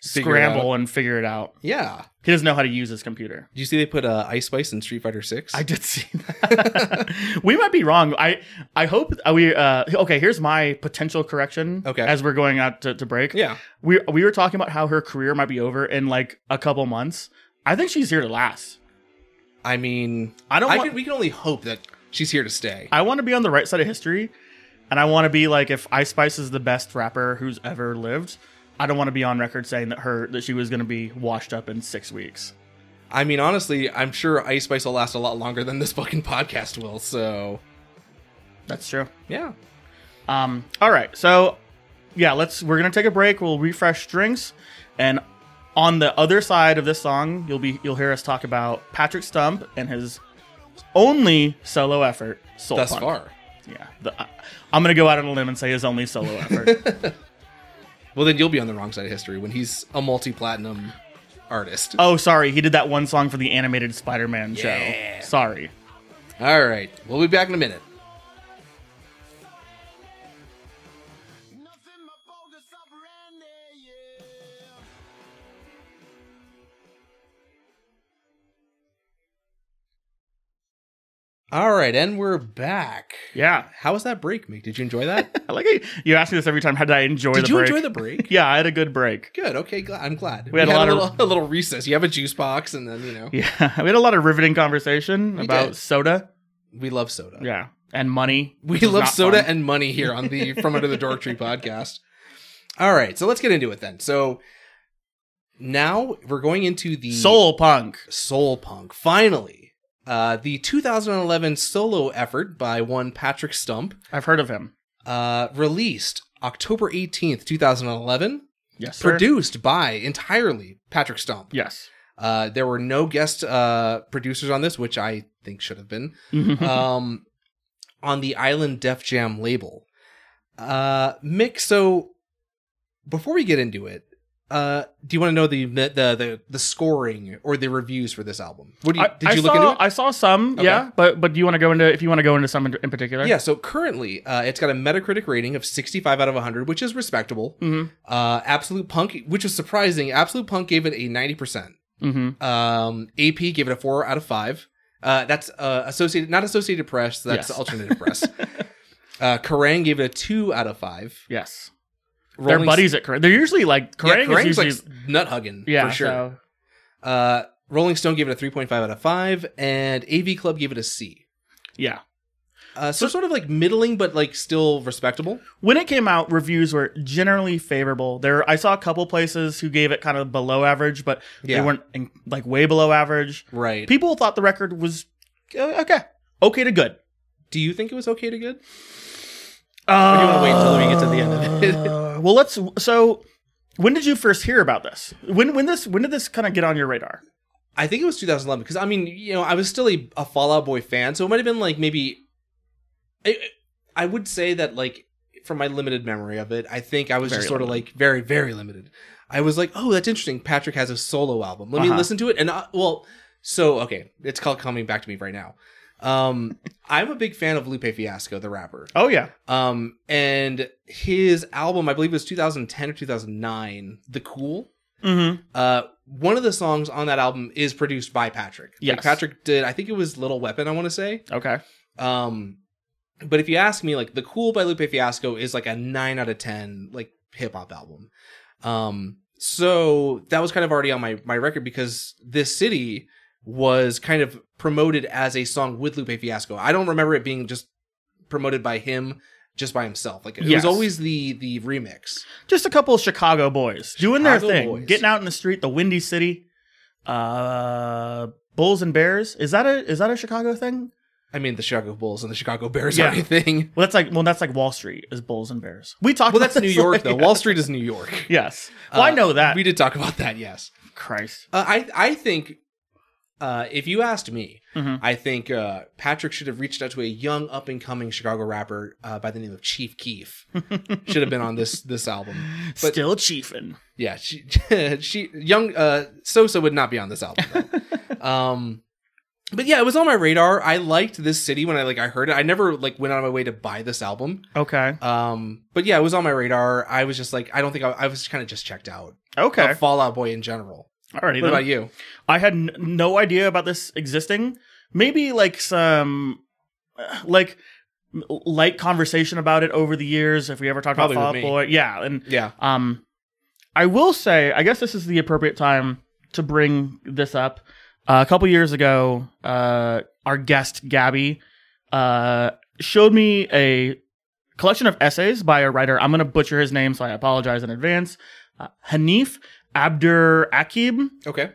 [SPEAKER 1] Figure it
[SPEAKER 2] scramble and figure it out.
[SPEAKER 1] Yeah.
[SPEAKER 2] He doesn't know how to use his computer.
[SPEAKER 1] Did you see they put uh, Ice Spice in Street Fighter Six?
[SPEAKER 2] I did (laughs) see that. we might be wrong. I I hope uh, we uh okay, here's my potential correction
[SPEAKER 1] Okay.
[SPEAKER 2] as we're going out to, to break.
[SPEAKER 1] Yeah.
[SPEAKER 2] We we were talking about how her career might be over in like a couple months. I think she's here to last.
[SPEAKER 1] I mean,
[SPEAKER 2] I don't
[SPEAKER 1] I
[SPEAKER 2] want
[SPEAKER 1] can, we can only hope that she's here to stay.
[SPEAKER 2] I want to be on the right side of history and I want to be like if Ice Spice is the best rapper who's ever lived, I don't want to be on record saying that her that she was going to be washed up in 6 weeks.
[SPEAKER 1] I mean, honestly, I'm sure Ice Spice will last a lot longer than this fucking podcast will. So,
[SPEAKER 2] That's true.
[SPEAKER 1] yeah.
[SPEAKER 2] Um, all right, so yeah, let's. We're gonna take a break. We'll refresh drinks, and on the other side of this song, you'll be you'll hear us talk about Patrick Stump and his only solo effort, Soul
[SPEAKER 1] Thus
[SPEAKER 2] Punk.
[SPEAKER 1] far.
[SPEAKER 2] Yeah, the, I- I'm gonna go out on a limb and say his only
[SPEAKER 1] (laughs)
[SPEAKER 2] solo effort.
[SPEAKER 1] Well, then you'll be on the wrong side of history when he's a multi-platinum artist.
[SPEAKER 2] oh, sorry, he did that one song for the animated Spider-Man
[SPEAKER 1] Yeah.
[SPEAKER 2] show. Sorry.
[SPEAKER 1] All right. We'll be back in a minute.
[SPEAKER 3] Nothing but bogus operandi, yeah.
[SPEAKER 1] All right, and we're back.
[SPEAKER 2] Yeah,
[SPEAKER 1] How was that break, Meek? Did you enjoy that?
[SPEAKER 2] I like how you- you ask me this every time. How did I (laughs) enjoy
[SPEAKER 1] Did
[SPEAKER 2] the
[SPEAKER 1] you
[SPEAKER 2] break?
[SPEAKER 1] enjoy the
[SPEAKER 2] (laughs)
[SPEAKER 1] break?
[SPEAKER 2] yeah, I had a good break. (laughs)
[SPEAKER 1] Good. Okay. Glad. I'm glad. We,
[SPEAKER 2] had a lot of-
[SPEAKER 1] little, (laughs) a little recess. You have a juice box, and then you know
[SPEAKER 2] Yeah, we had a lot of riveting conversation
[SPEAKER 1] We
[SPEAKER 2] about
[SPEAKER 1] did.
[SPEAKER 2] soda.
[SPEAKER 1] we love soda.
[SPEAKER 2] Yeah, and money.
[SPEAKER 1] We
[SPEAKER 2] which is
[SPEAKER 1] love
[SPEAKER 2] not
[SPEAKER 1] soda
[SPEAKER 2] fun.
[SPEAKER 1] and money here on the From Under the Dork
[SPEAKER 2] (laughs)
[SPEAKER 1] Tree podcast. All right, so let's get into it then. So now we're going into the
[SPEAKER 2] soul punk.
[SPEAKER 1] soul punk. Finally, uh, the 2011 solo effort by one Patrick Stump,
[SPEAKER 2] I've heard of him.
[SPEAKER 1] uh, released October 18th, 2011.
[SPEAKER 2] Yes, sir.
[SPEAKER 1] Produced by entirely Patrick Stump.
[SPEAKER 2] Yes.
[SPEAKER 1] Uh, there were no guest uh, producers on this, which I think should have been. um, on the Island Def Jam label. Uh, Mick, so before we get into it, uh, do you want to know the, the the the scoring or the reviews for this album? What do you,
[SPEAKER 2] I,
[SPEAKER 1] did you
[SPEAKER 2] I
[SPEAKER 1] look
[SPEAKER 2] saw,
[SPEAKER 1] into it?
[SPEAKER 2] I saw some.
[SPEAKER 1] Okay.
[SPEAKER 2] Yeah, but but do you want to go into if you want to go into some in, in particular?
[SPEAKER 1] yeah, so currently uh, it's got a Metacritic rating of 65 out of 100, which is respectable.
[SPEAKER 2] Mm-hmm.
[SPEAKER 1] Uh, Absolute Punk, which is surprising, Absolute Punk gave it a 90%.
[SPEAKER 2] Mm-hmm.
[SPEAKER 1] Um, AP gave it a four out of five. Uh, that's uh, associated, not Associated Press. That's
[SPEAKER 2] Yes.
[SPEAKER 1] alternative
[SPEAKER 2] (laughs)
[SPEAKER 1] press. uh, Kerrang gave it a two out of five.
[SPEAKER 2] Yes.
[SPEAKER 1] Rolling
[SPEAKER 2] They're buddies at Kerrang. They're usually like
[SPEAKER 1] Yeah,
[SPEAKER 2] Kerrang
[SPEAKER 1] Kerrang's
[SPEAKER 2] is usually
[SPEAKER 1] like nut hugging
[SPEAKER 2] yeah
[SPEAKER 1] for sure.
[SPEAKER 2] so-
[SPEAKER 1] Uh, Rolling Stone gave it a three point five out of five, and AV Club gave it a C.
[SPEAKER 2] yeah.
[SPEAKER 1] Uh, so,
[SPEAKER 2] So-
[SPEAKER 1] sort of like middling, but like still respectable.
[SPEAKER 2] When it came out, reviews were generally favorable. There, I saw a couple places who gave it kind of below average, but
[SPEAKER 1] Yeah.
[SPEAKER 2] they weren't in, like way below average.
[SPEAKER 1] Right.
[SPEAKER 2] People thought the record was uh, okay, okay to good.
[SPEAKER 1] Do you think it was okay to good?
[SPEAKER 2] Uh,
[SPEAKER 1] do you wanna wait till we get to the end of it?
[SPEAKER 2] Uh, (laughs) well, let's. So, when did you first hear about this? When when this when did this kind of get on your radar?
[SPEAKER 1] I think it was 2011 because I mean, you know, I was still a, a Fallout Boy fan, so it might have been like maybe. I, I would say that like from my limited memory of it, I think I was
[SPEAKER 2] Very
[SPEAKER 1] just sort
[SPEAKER 2] limited.
[SPEAKER 1] of like very very limited. I was like, oh, that's interesting. Patrick has a solo album. Let me
[SPEAKER 2] Uh-huh.
[SPEAKER 1] uh, listen to it. And I, well, so okay, it's called coming back to me right now. Um, (laughs) I'm a big fan of Lupe Fiasco, the rapper.
[SPEAKER 2] Oh yeah.
[SPEAKER 1] Um, and his album, I believe it was 2010 or 2009, The Cool.
[SPEAKER 2] Mm-hmm.
[SPEAKER 1] Uh, one of the songs on that album is produced by Patrick. Like,
[SPEAKER 2] Yes.
[SPEAKER 1] Patrick did. I think it was Little Weapon. I want to say.
[SPEAKER 2] Okay.
[SPEAKER 1] Um, but if you ask me, like the Cool by Lupe Fiasco is like a nine out of ten like hip hop album. Um, so that was kind of already on my my record because this city was kind of promoted as a song with Lupe Fiasco. I don't remember it being just promoted by him just by himself. Like it was
[SPEAKER 2] Yes.
[SPEAKER 1] always the the remix.
[SPEAKER 2] Just a couple of Chicago boys doing
[SPEAKER 1] Chicago
[SPEAKER 2] their thing,
[SPEAKER 1] boys.
[SPEAKER 2] getting out in the street, the windy city. Uh, Bulls and Bears. Is that a is that a Chicago thing?
[SPEAKER 1] I mean, the Chicago Bulls and the Chicago Bears
[SPEAKER 2] Yeah.
[SPEAKER 1] are anything.
[SPEAKER 2] Well, that's like well, that's like Wall Street is Bulls and Bears. We talked.
[SPEAKER 1] (laughs) Well,
[SPEAKER 2] about
[SPEAKER 1] that's New
[SPEAKER 2] this
[SPEAKER 1] York
[SPEAKER 2] like-
[SPEAKER 1] though. Wall Street is New York.
[SPEAKER 2] (laughs) Yes. Well, I
[SPEAKER 1] Uh,
[SPEAKER 2] know that.
[SPEAKER 1] We did talk about that. Yes.
[SPEAKER 2] Christ.
[SPEAKER 1] Uh, I I think uh, if you asked me,
[SPEAKER 2] Mhm.
[SPEAKER 1] I think uh, Patrick should have reached out to a young up and coming Chicago rapper uh, by the name of Chief Keef. should have been on this this album. But-
[SPEAKER 2] Still chiefing.
[SPEAKER 1] Yeah, she, (laughs) she young uh, Sosa would not be on this album. though. um, but yeah, it was on my radar. I liked this city when I like I heard it. I never like went out of my way to buy this album.
[SPEAKER 2] Okay.
[SPEAKER 1] Um, but yeah, it was on my radar. I was just like, I don't think I, I was kind of just checked out.
[SPEAKER 2] Okay.
[SPEAKER 1] of Fallout Boy in general.
[SPEAKER 2] Alrighty.
[SPEAKER 1] Oh, What
[SPEAKER 2] then.
[SPEAKER 1] about you?
[SPEAKER 2] I had n- no idea about this existing. Maybe like some uh, like m- light conversation about it over the years if we ever talked
[SPEAKER 1] Probably with
[SPEAKER 2] about Fall
[SPEAKER 1] me.
[SPEAKER 2] Out Boy. Yeah, and
[SPEAKER 1] Yeah.
[SPEAKER 2] um I will say, I guess this is the appropriate time to bring this up. Uh, a couple years ago, uh our guest Gabby uh showed me a collection of essays by a writer. I'm going to butcher his name, so I apologize in advance. Uh, Hanif Abdur Akib.
[SPEAKER 1] Okay.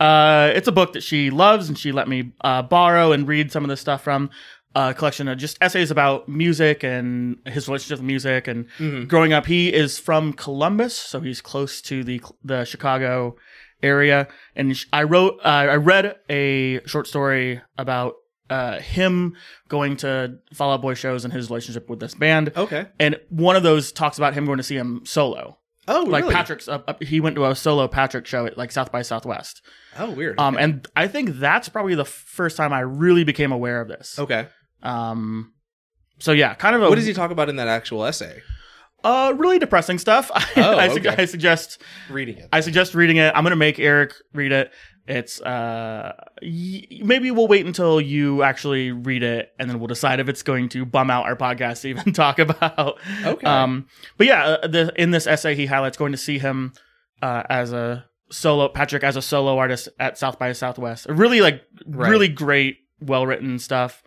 [SPEAKER 2] Uh, it's a book that she loves, and she let me uh, borrow and read some of this stuff from uh, a collection of just essays about music and his relationship with music and
[SPEAKER 1] hmm
[SPEAKER 2] growing up. He is from Columbus, so he's close to the the Chicago area. And sh- I wrote, uh, I read a short story about uh, him going to Fall Out Boy shows and his relationship with this band.
[SPEAKER 1] Okay.
[SPEAKER 2] And one of those talks about him going to see him solo,
[SPEAKER 1] Oh,
[SPEAKER 2] like
[SPEAKER 1] really?
[SPEAKER 2] Patrick's. Up, up, he went to a solo Patrick show at like South by Southwest.
[SPEAKER 1] Oh, weird.
[SPEAKER 2] Um, and I think that's probably the first time I really became aware of this.
[SPEAKER 1] okay.
[SPEAKER 2] Um, so yeah, kind of a
[SPEAKER 1] Oh. What does he talk about in that actual essay?
[SPEAKER 2] uh really depressing stuff. (laughs)
[SPEAKER 1] Oh,
[SPEAKER 2] I, sug-
[SPEAKER 1] okay.
[SPEAKER 2] I suggest
[SPEAKER 1] Reading it.
[SPEAKER 2] I suggest reading it. I'm gonna make Eric read it. It's uh y- maybe we'll wait until you actually read it and then we'll decide if it's going to bum out our podcast to even (laughs) talk about.
[SPEAKER 1] Okay.
[SPEAKER 2] Um, but yeah, uh, the, in this essay he highlights going to see him uh, as a solo Patrick as a solo artist at South by Southwest. Really like
[SPEAKER 1] Right.
[SPEAKER 2] really great, well written stuff.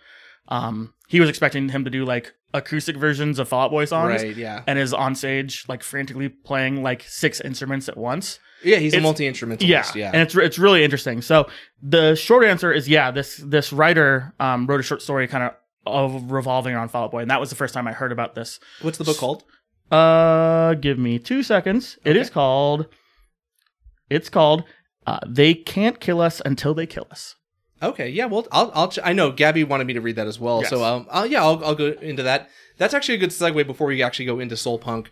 [SPEAKER 2] Um, he was expecting him to do like acoustic versions of Fall Out Boy songs.
[SPEAKER 1] right. Yeah.
[SPEAKER 2] And is on stage like frantically playing like six instruments at once.
[SPEAKER 1] Yeah. He's a
[SPEAKER 2] it's-
[SPEAKER 1] multi instrumentalist. Yeah.
[SPEAKER 2] and it's re- it's really interesting. So the short answer is yeah. This this writer um, wrote a short story kind of of revolving around Fall Out Boy, and that was the first time I heard about this.
[SPEAKER 1] What's the book called?
[SPEAKER 2] Uh, give me two seconds. It is called. It's called. Uh, they can't kill us until they kill us.
[SPEAKER 1] Okay. Yeah. Well, I'll. I'll. Ch- I know Gabby wanted me to read that as well.
[SPEAKER 2] Yes.
[SPEAKER 1] So um. I'll, yeah. I'll. I'll go into that. That's actually a good segue before we actually go into soul punk.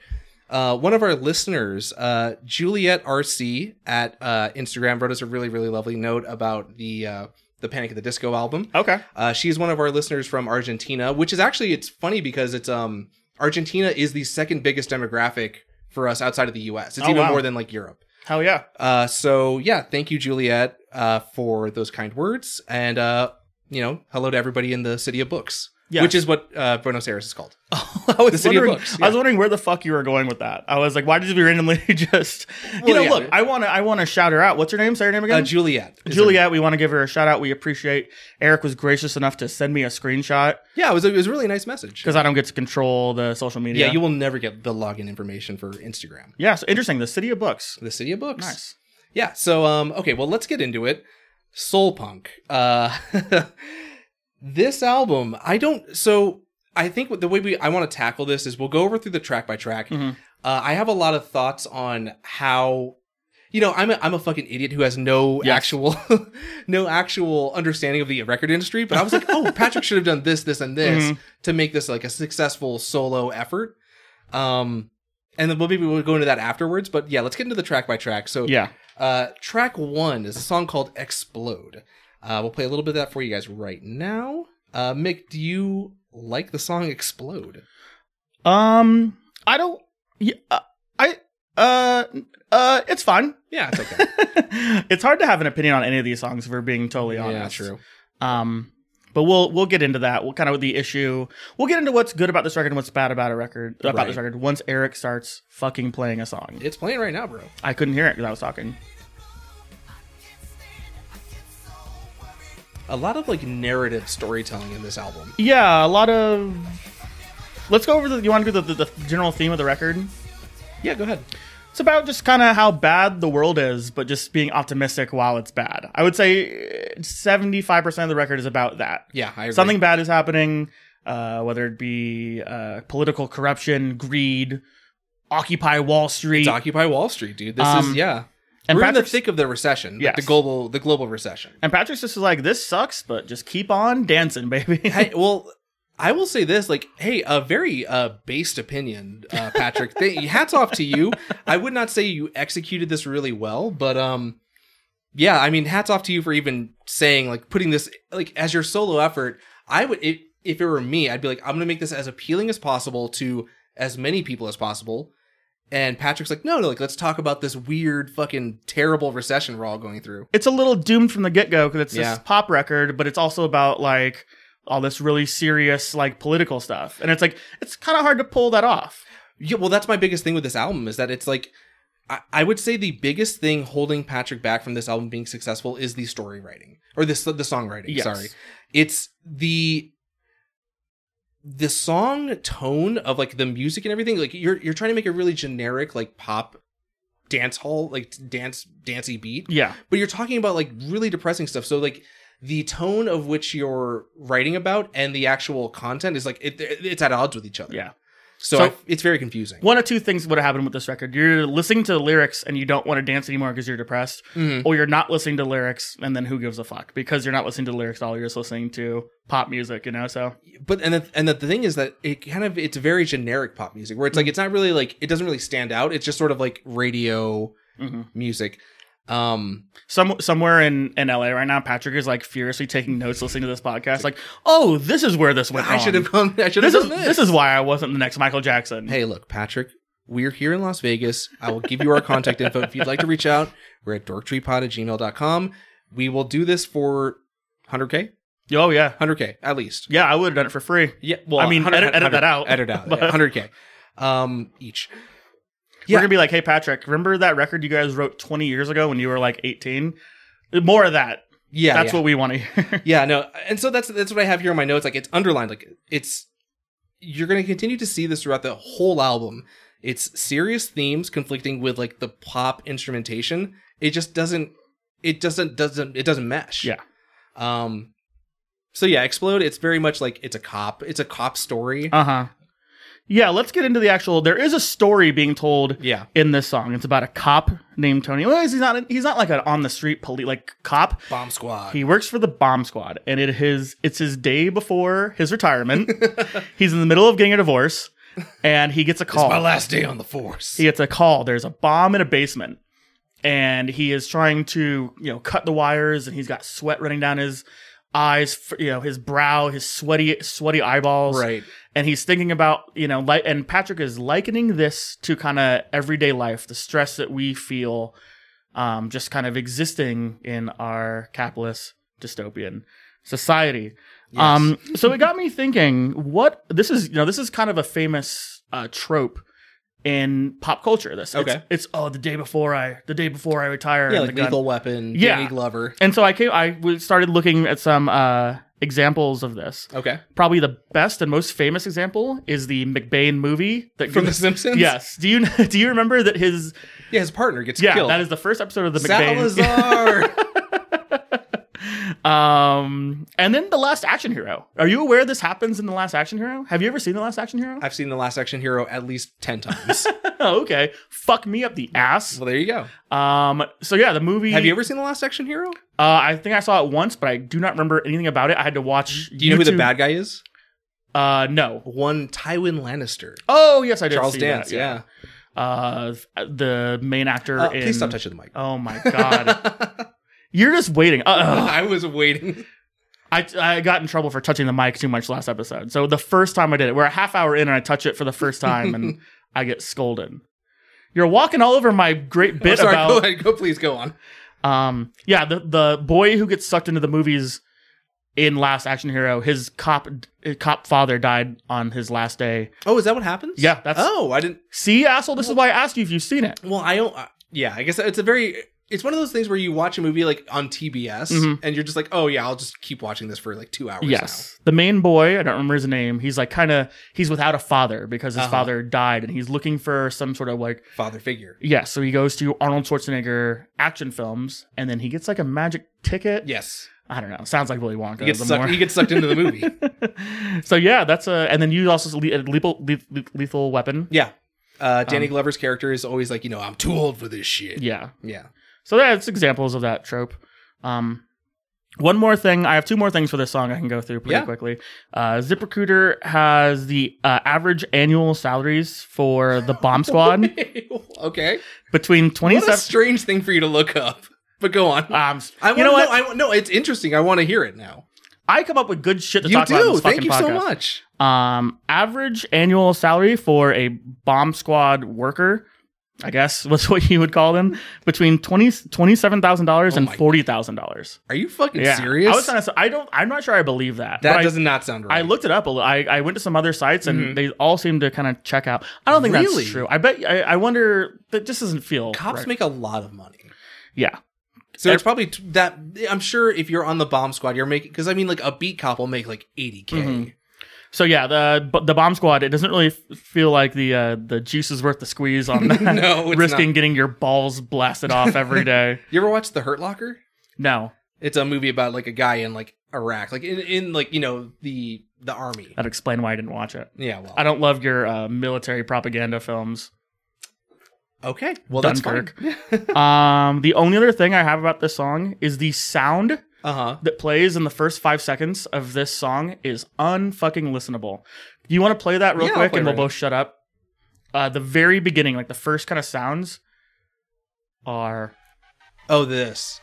[SPEAKER 1] Uh, one of our listeners, uh, Juliet RC at uh, Instagram, wrote us a really, really lovely note about the uh, the Panic at the Disco album.
[SPEAKER 2] Okay.
[SPEAKER 1] Uh, she's one of our listeners from Argentina, which is actually it's funny because it's um Argentina is the second biggest demographic for us outside of the U.S. It's
[SPEAKER 2] Oh,
[SPEAKER 1] even
[SPEAKER 2] wow.
[SPEAKER 1] more than like Europe.
[SPEAKER 2] Hell yeah.
[SPEAKER 1] Uh, so yeah, thank you, Juliet, uh, for those kind words, and uh, you know, hello to everybody in the city of books,
[SPEAKER 2] Yes.
[SPEAKER 1] which is what uh, Buenos Aires is called.
[SPEAKER 2] (laughs) I was
[SPEAKER 1] The City of
[SPEAKER 2] wondering-
[SPEAKER 1] Books,
[SPEAKER 2] I was
[SPEAKER 1] yeah.
[SPEAKER 2] wondering where the fuck you were going with that. I was like, why did you randomly (laughs) just? you
[SPEAKER 1] Well,
[SPEAKER 2] know,
[SPEAKER 1] yeah.
[SPEAKER 2] look, I wanna, I wanna shout her out. What's her name? Say her name
[SPEAKER 1] Uh,
[SPEAKER 2] again.
[SPEAKER 1] Juliet, is her-
[SPEAKER 2] Juliet, we want to give her a shout out. We appreciate Eric was gracious enough to send me a screenshot
[SPEAKER 1] yeah, it was, a, it was a really nice message.
[SPEAKER 2] because I don't get to control the social media.
[SPEAKER 1] yeah, you will never get the login information for Instagram.
[SPEAKER 2] yeah, so interesting. The City of Books.
[SPEAKER 1] The city of books.
[SPEAKER 2] Nice.
[SPEAKER 1] Yeah. So, um, okay, well, let's get into it. Soul punk. Uh, (laughs) this album, I don't. So, I think the way we I want to tackle this is we'll go over through the track by track.
[SPEAKER 2] Mhm.
[SPEAKER 1] Uh, I have a lot of thoughts on how, you know, I'm a, I'm a fucking idiot who has no
[SPEAKER 2] Yes.
[SPEAKER 1] actual, (laughs) no actual understanding of the record industry. But I was like, oh, Patrick should have done this, this, and this
[SPEAKER 2] Mhm.
[SPEAKER 1] to make this like a successful solo effort. Um, and then we'll maybe we'll go into that afterwards. But yeah, let's get into the track by track. So
[SPEAKER 2] Yeah.
[SPEAKER 1] uh, track one is a song called Explode. Uh, we'll play a little bit of that for you guys right now. Uh, Mick, do you like the song "Explode"?
[SPEAKER 2] Um, I don't. Yeah, uh, I uh uh, it's fun.
[SPEAKER 1] Yeah, it's okay.
[SPEAKER 2] (laughs) it's hard to have an opinion on any of these songs if we're being totally
[SPEAKER 1] (laughs)
[SPEAKER 2] honest.
[SPEAKER 1] yeah, true.
[SPEAKER 2] Um, but we'll we'll get into that. We'll kind of the issue. We'll get into what's good about this record and what's bad about a record about this
[SPEAKER 1] Right.
[SPEAKER 2] record once Eric starts fucking playing a song.
[SPEAKER 1] It's playing right now, bro.
[SPEAKER 2] I couldn't hear it because I was talking.
[SPEAKER 1] A lot of like narrative storytelling in this album.
[SPEAKER 2] Yeah, a lot of. Let's go over the. You want to do the, the, the general theme of the record?
[SPEAKER 1] Yeah, go ahead.
[SPEAKER 2] It's about just kind of how bad the world is, but just being optimistic while it's bad. I would say seventy five percent of the record is about that.
[SPEAKER 1] Yeah, I agree.
[SPEAKER 2] something bad is happening, uh, whether it be uh, political corruption, greed, Occupy Wall Street.
[SPEAKER 1] It's Occupy Wall Street, dude. This
[SPEAKER 2] Um,
[SPEAKER 1] is yeah.
[SPEAKER 2] and
[SPEAKER 1] We're in the
[SPEAKER 2] Patrick's-
[SPEAKER 1] thick of the recession. Yeah,
[SPEAKER 2] Yes.
[SPEAKER 1] the global the global recession.
[SPEAKER 2] and Patrick's just is like, this sucks, but just keep on dancing, (laughs) baby.
[SPEAKER 1] (laughs) hey, well, I will say this: like, hey, a very uh, based opinion, uh, Patrick. Th- (laughs) hats off to you. I would not say you executed this really well, but um, yeah, I mean, hats off to you for even saying like putting this like as your solo effort. I would if if it were me, I'd be like, I'm gonna make this as appealing as possible to as many people as possible. And Patrick's like, no, no, like let's talk about this weird, fucking terrible recession we're all going through.
[SPEAKER 2] it's a little doomed from the get go because it's
[SPEAKER 1] Yeah.
[SPEAKER 2] this pop record, but it's also about like all this really serious like political stuff, and it's like it's kind of hard to pull that off.
[SPEAKER 1] Yeah, well, that's my biggest thing with this album is that it's like, I, I would say the biggest thing holding Patrick back from this album being successful is the story writing or this the songwriting.
[SPEAKER 2] Yes.
[SPEAKER 1] Sorry, it's the the song tone of like the music and everything. Like you're you're trying to make a really generic like pop dance hall like dance dancey beat,
[SPEAKER 2] Yeah,
[SPEAKER 1] but you're talking about like really depressing stuff. So like the tone of which you're writing about and the actual content is like it, it's at odds with each other.
[SPEAKER 2] yeah.
[SPEAKER 1] So,
[SPEAKER 2] So-
[SPEAKER 1] I- it's very confusing.
[SPEAKER 2] One of two things would have happened with this record: you're listening to the lyrics and you don't want to dance anymore because you're depressed,
[SPEAKER 1] Mhm.
[SPEAKER 2] or you're not listening to lyrics, and then who gives a fuck because you're not listening to lyrics at all. You're just listening to pop music, you know. So
[SPEAKER 1] but and the, and the thing is that it kind of it's very generic pop music where it's
[SPEAKER 2] Mm-hmm.
[SPEAKER 1] like it's not really like it doesn't really stand out it's just sort of like radio
[SPEAKER 2] Mhm.
[SPEAKER 1] music um
[SPEAKER 2] some somewhere in in LA right now, Patrick is like furiously taking notes, listening to this podcast. Like, oh, this is where this went.
[SPEAKER 1] i should
[SPEAKER 2] wrong.
[SPEAKER 1] have gone i should have
[SPEAKER 2] This is
[SPEAKER 1] done
[SPEAKER 2] this is why I wasn't the next Michael Jackson.
[SPEAKER 1] hey look patrick we're here in las vegas i will give you our contact info if you'd like to reach out we're at dorktreepod at gmail.com we will do this for 100k
[SPEAKER 2] Oh yeah,
[SPEAKER 1] 100k at least
[SPEAKER 2] yeah. I would have done it for free.
[SPEAKER 1] yeah well
[SPEAKER 2] I mean,
[SPEAKER 1] 100
[SPEAKER 2] edit- edit that out.
[SPEAKER 1] edit out
[SPEAKER 2] (laughs) But-
[SPEAKER 1] yeah, 100k um each Yeah.
[SPEAKER 2] We're gonna be like, hey Patrick, remember that record you guys wrote 20 years ago when you were like 18? More of that.
[SPEAKER 1] yeah
[SPEAKER 2] That's
[SPEAKER 1] yeah.
[SPEAKER 2] what we want to hear. (laughs)
[SPEAKER 1] yeah no and so that's that's what i have here on my notes like it's underlined like it's you're going to continue to see this throughout the whole album it's serious themes conflicting with like the pop instrumentation it just doesn't it doesn't doesn't it doesn't mesh
[SPEAKER 2] Yeah.
[SPEAKER 1] um so yeah explode it's very much like it's a cop it's a cop story
[SPEAKER 2] uh huh. Yeah, let's get into the actual. There is a story being told
[SPEAKER 1] yeah
[SPEAKER 2] in this song. It's about a cop named Tony. Well, he's not. He's not like an on the street police like cop.
[SPEAKER 1] bomb squad
[SPEAKER 2] He works for the bomb squad, and it his it's his day before his retirement. he's in the middle of getting a divorce, and he gets a call.
[SPEAKER 1] it's my last day on the force
[SPEAKER 2] he gets a call. There's a bomb in a basement, and he is trying to you know cut the wires, and he's got sweat running down his eyes, f- you know his brow, his sweaty sweaty eyeballs,
[SPEAKER 1] right
[SPEAKER 2] and he's thinking about you know like, and Patrick is likening this to kind of everyday life, the stress that we feel, um, just kind of existing in our capitalist dystopian society.
[SPEAKER 1] Yes.
[SPEAKER 2] Um, so it got me thinking. What this is, you know, this is kind of a famous uh, trope in pop culture. This, It's-
[SPEAKER 1] Okay.
[SPEAKER 2] it's, oh, the day before I, the day before I retire,
[SPEAKER 1] yeah
[SPEAKER 2] and
[SPEAKER 1] like
[SPEAKER 2] the gun-
[SPEAKER 1] lethal weapon
[SPEAKER 2] Yeah.
[SPEAKER 1] Danny glover
[SPEAKER 2] And so I came, I w- started looking at some uh, examples of this.
[SPEAKER 1] okay
[SPEAKER 2] Probably the best and most famous example is the McBain movie that
[SPEAKER 1] from the simpsons
[SPEAKER 2] Yes. Do you (laughs) do you remember that his
[SPEAKER 1] yeah his partner gets
[SPEAKER 2] yeah
[SPEAKER 1] killed
[SPEAKER 2] that is the first episode of the McBain
[SPEAKER 1] salazar
[SPEAKER 2] (laughs) um and then the Last Action Hero. Are you aware this happens in the Last Action Hero? Have you ever seen the Last Action Hero?
[SPEAKER 1] I've seen The Last Action Hero at least 10 times.
[SPEAKER 2] Oh, (laughs) okay. Fuck me up the ass.
[SPEAKER 1] well, there you go.
[SPEAKER 2] Um. So yeah, the movie.
[SPEAKER 1] Have you ever seen The Last Action Hero?
[SPEAKER 2] Uh, I think I saw it once, but I do not remember anything about it. I had to watch.
[SPEAKER 1] Do you know who the
[SPEAKER 2] YouTube-
[SPEAKER 1] bad guy is?
[SPEAKER 2] Uh, no.
[SPEAKER 1] One Tywin Lannister.
[SPEAKER 2] Oh yes, I did.
[SPEAKER 1] Charles
[SPEAKER 2] see
[SPEAKER 1] Dance,
[SPEAKER 2] that,
[SPEAKER 1] yeah.
[SPEAKER 2] Uh, the main actor.
[SPEAKER 1] Uh,
[SPEAKER 2] in...
[SPEAKER 1] Please (laughs) stop touching the mic. (laughs)
[SPEAKER 2] Oh my god, you're just waiting. Uh,
[SPEAKER 1] I was waiting.
[SPEAKER 2] I, I got in trouble for touching the mic too much last episode. So the first time I did it, we're a half hour in and I touch it for the first time
[SPEAKER 1] (laughs)
[SPEAKER 2] and I get scolded. You're walking all over my great
[SPEAKER 1] I'm
[SPEAKER 2] bit
[SPEAKER 1] sorry,
[SPEAKER 2] about
[SPEAKER 1] go ahead. Go, please go on.
[SPEAKER 2] um yeah, the the boy who gets sucked into the movies in Last Action Hero, his cop his cop father died on his last day.
[SPEAKER 1] Oh, is that what happens?
[SPEAKER 2] Yeah, that's
[SPEAKER 1] Oh, I didn't.
[SPEAKER 2] See, asshole, this is why I asked you if you've seen it.
[SPEAKER 1] Well, I don't. Uh, yeah, I guess it's a very. It's one of those things where you watch a movie like on TBS
[SPEAKER 2] Mhm.
[SPEAKER 1] and you're just like, oh yeah, I'll just keep watching this for like two hours.
[SPEAKER 2] Yes. The main boy, I don't remember his name, he's like kind of he's without a father because his
[SPEAKER 1] Uh-huh.
[SPEAKER 2] father died and he's looking for some sort of like
[SPEAKER 1] now. father figure.
[SPEAKER 2] Yeah, so he goes to Arnold Schwarzenegger action films, and then he gets like a magic ticket.
[SPEAKER 1] Yes,
[SPEAKER 2] I don't know. Sounds like Willy Wonka.
[SPEAKER 1] he gets
[SPEAKER 2] the
[SPEAKER 1] sucked.
[SPEAKER 2] more-
[SPEAKER 1] He gets sucked into the (laughs) movie.
[SPEAKER 2] (laughs) so yeah, that's a. And then you also le- a lethal, le- le- lethal weapon.
[SPEAKER 1] yeah, uh, Danny Glover's character is always like, you know, I'm too old for this shit.
[SPEAKER 2] Yeah.
[SPEAKER 1] yeah.
[SPEAKER 2] So that's examples of that trope. Um, one more thing. I have two more things for this song I can go through pretty
[SPEAKER 1] Yeah.
[SPEAKER 2] quickly. Uh, ZipRecruiter has the uh, average annual salaries for
[SPEAKER 1] (laughs)
[SPEAKER 2] the Bomb Squad
[SPEAKER 1] okay.
[SPEAKER 2] between twenty
[SPEAKER 1] What a
[SPEAKER 2] seven.
[SPEAKER 1] strange thing for you to look up. But go on.
[SPEAKER 2] Um,
[SPEAKER 1] I
[SPEAKER 2] you know what?
[SPEAKER 1] I, wa- no, it's interesting. I want to hear it now.
[SPEAKER 2] I come up with good shit to
[SPEAKER 1] You
[SPEAKER 2] talk about. in
[SPEAKER 1] do.
[SPEAKER 2] this
[SPEAKER 1] Thank
[SPEAKER 2] fucking
[SPEAKER 1] you so
[SPEAKER 2] podcast.
[SPEAKER 1] much.
[SPEAKER 2] Um, average annual salary for a bomb squad worker, I guess (laughs) was what you would call them, between twenty twenty seven thousand dollars
[SPEAKER 1] Oh
[SPEAKER 2] and
[SPEAKER 1] my-
[SPEAKER 2] forty thousand dollars.
[SPEAKER 1] Are you fucking
[SPEAKER 2] Yeah,
[SPEAKER 1] serious?
[SPEAKER 2] I was trying to. I don't. I'm not sure. I believe that.
[SPEAKER 1] that
[SPEAKER 2] but
[SPEAKER 1] does not sound right.
[SPEAKER 2] I, I looked it up. A little. I I went to some other sites and
[SPEAKER 1] Mhm.
[SPEAKER 2] they all seem to kind of check out. I don't think
[SPEAKER 1] Really?
[SPEAKER 2] that's true. I bet. I, I wonder. That just doesn't feel.
[SPEAKER 1] Cops
[SPEAKER 2] right.
[SPEAKER 1] make a lot of money.
[SPEAKER 2] Yeah.
[SPEAKER 1] So
[SPEAKER 2] Ev-
[SPEAKER 1] it's probably t- that. I'm sure if you're on the bomb squad, you're making because I mean, like a beat cop will make like 80k.
[SPEAKER 2] Mhm. So yeah, the b- the bomb squad. It doesn't really f- feel like the uh, the juice is worth the squeeze
[SPEAKER 1] (laughs)
[SPEAKER 2] on that.
[SPEAKER 1] No, it's
[SPEAKER 2] (laughs) risking
[SPEAKER 1] not.
[SPEAKER 2] getting your balls blasted off
[SPEAKER 1] (laughs)
[SPEAKER 2] every day.
[SPEAKER 1] You ever watch The Hurt Locker?
[SPEAKER 2] No,
[SPEAKER 1] It's a movie about like a guy in like Iraq, like in, in like you know the the army.
[SPEAKER 2] That'd explain why I didn't watch it.
[SPEAKER 1] Yeah. Well.
[SPEAKER 2] Uh, I don't love your uh, military propaganda films. (laughs)
[SPEAKER 1] okay. Well,
[SPEAKER 2] Dunkirk.
[SPEAKER 1] that's
[SPEAKER 2] um, the only other thing I have about this song is the sound
[SPEAKER 1] Uh huh.
[SPEAKER 2] that plays in the first five seconds of this song is unfucking listenable. You want to play that real
[SPEAKER 1] Yeah, I'll
[SPEAKER 2] quick,
[SPEAKER 1] play
[SPEAKER 2] and we'll
[SPEAKER 1] right
[SPEAKER 2] both shut up. Uh, the very beginning, like the first kind of sounds, are
[SPEAKER 1] Oh, this.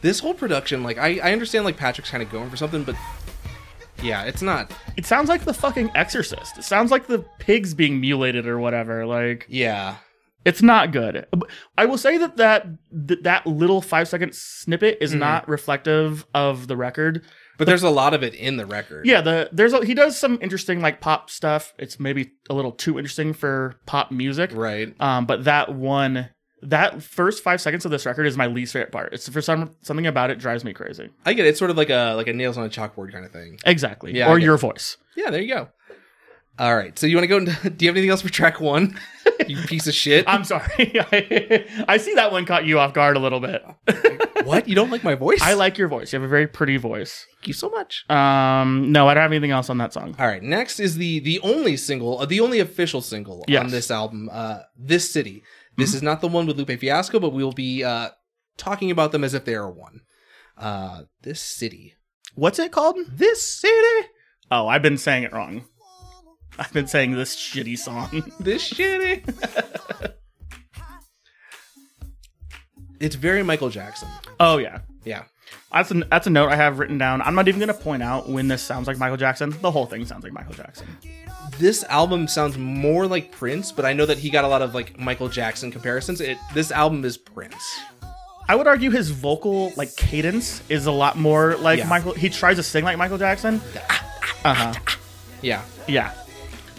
[SPEAKER 1] This whole production, like I, I understand, like Patrick's kind of going for something, but yeah, it's not.
[SPEAKER 2] it sounds like the fucking Exorcist. It sounds like the pigs being mutilated or whatever. Like
[SPEAKER 1] Yeah.
[SPEAKER 2] It's not good. But I will say that that that, that little five second snippet is
[SPEAKER 1] Mhm.
[SPEAKER 2] not reflective of the record.
[SPEAKER 1] But there's a lot of it in the record.
[SPEAKER 2] Yeah, the there's a, he does some interesting like pop stuff. It's maybe a little too interesting for pop music.
[SPEAKER 1] Right.
[SPEAKER 2] Um, but that one, that first five seconds of this record is my least favorite part. It's for some something about it drives me crazy.
[SPEAKER 1] I get it. It's sort of like a like a nails on a chalkboard kind of thing.
[SPEAKER 2] Exactly.
[SPEAKER 1] Yeah, I
[SPEAKER 2] or
[SPEAKER 1] get
[SPEAKER 2] your voice.
[SPEAKER 1] Yeah, there you go. All right. So you want to go into? (laughs) Do you have anything else for track one? (laughs) you piece of shit.
[SPEAKER 2] I'm sorry. (laughs) I, I see that one caught you off guard a little bit.
[SPEAKER 1] what? You don't like my voice?
[SPEAKER 2] I like your voice. You have a very pretty voice.
[SPEAKER 1] Thank you so much.
[SPEAKER 2] Um, no, I don't have anything else on that song.
[SPEAKER 1] All right. Next is the the only single, uh, the only official single
[SPEAKER 2] Yes. Mm-hmm.
[SPEAKER 1] on this album. Uh, this city. This is not the one with Lupe Fiasco, but we will be uh, talking about them as if they are one. Uh, this city.
[SPEAKER 2] What's it called?
[SPEAKER 1] This city.
[SPEAKER 2] Oh, I've been saying it wrong. I've been saying this shitty song. (laughs)
[SPEAKER 1] This city. (laughs) it's very Michael Jackson.
[SPEAKER 2] Oh yeah.
[SPEAKER 1] Yeah.
[SPEAKER 2] That's a, that's a note I have written down. I'm not even going to point out when this sounds like Michael Jackson. The whole thing sounds like Michael Jackson.
[SPEAKER 1] this album sounds more like Prince, but I know that he got a lot of like Michael Jackson comparisons. It this album is Prince.
[SPEAKER 2] I would argue his vocal like cadence is a lot more like
[SPEAKER 1] Yeah.
[SPEAKER 2] Michael. He tries to sing like Michael Jackson. Uh huh.
[SPEAKER 1] Yeah.
[SPEAKER 2] Yeah.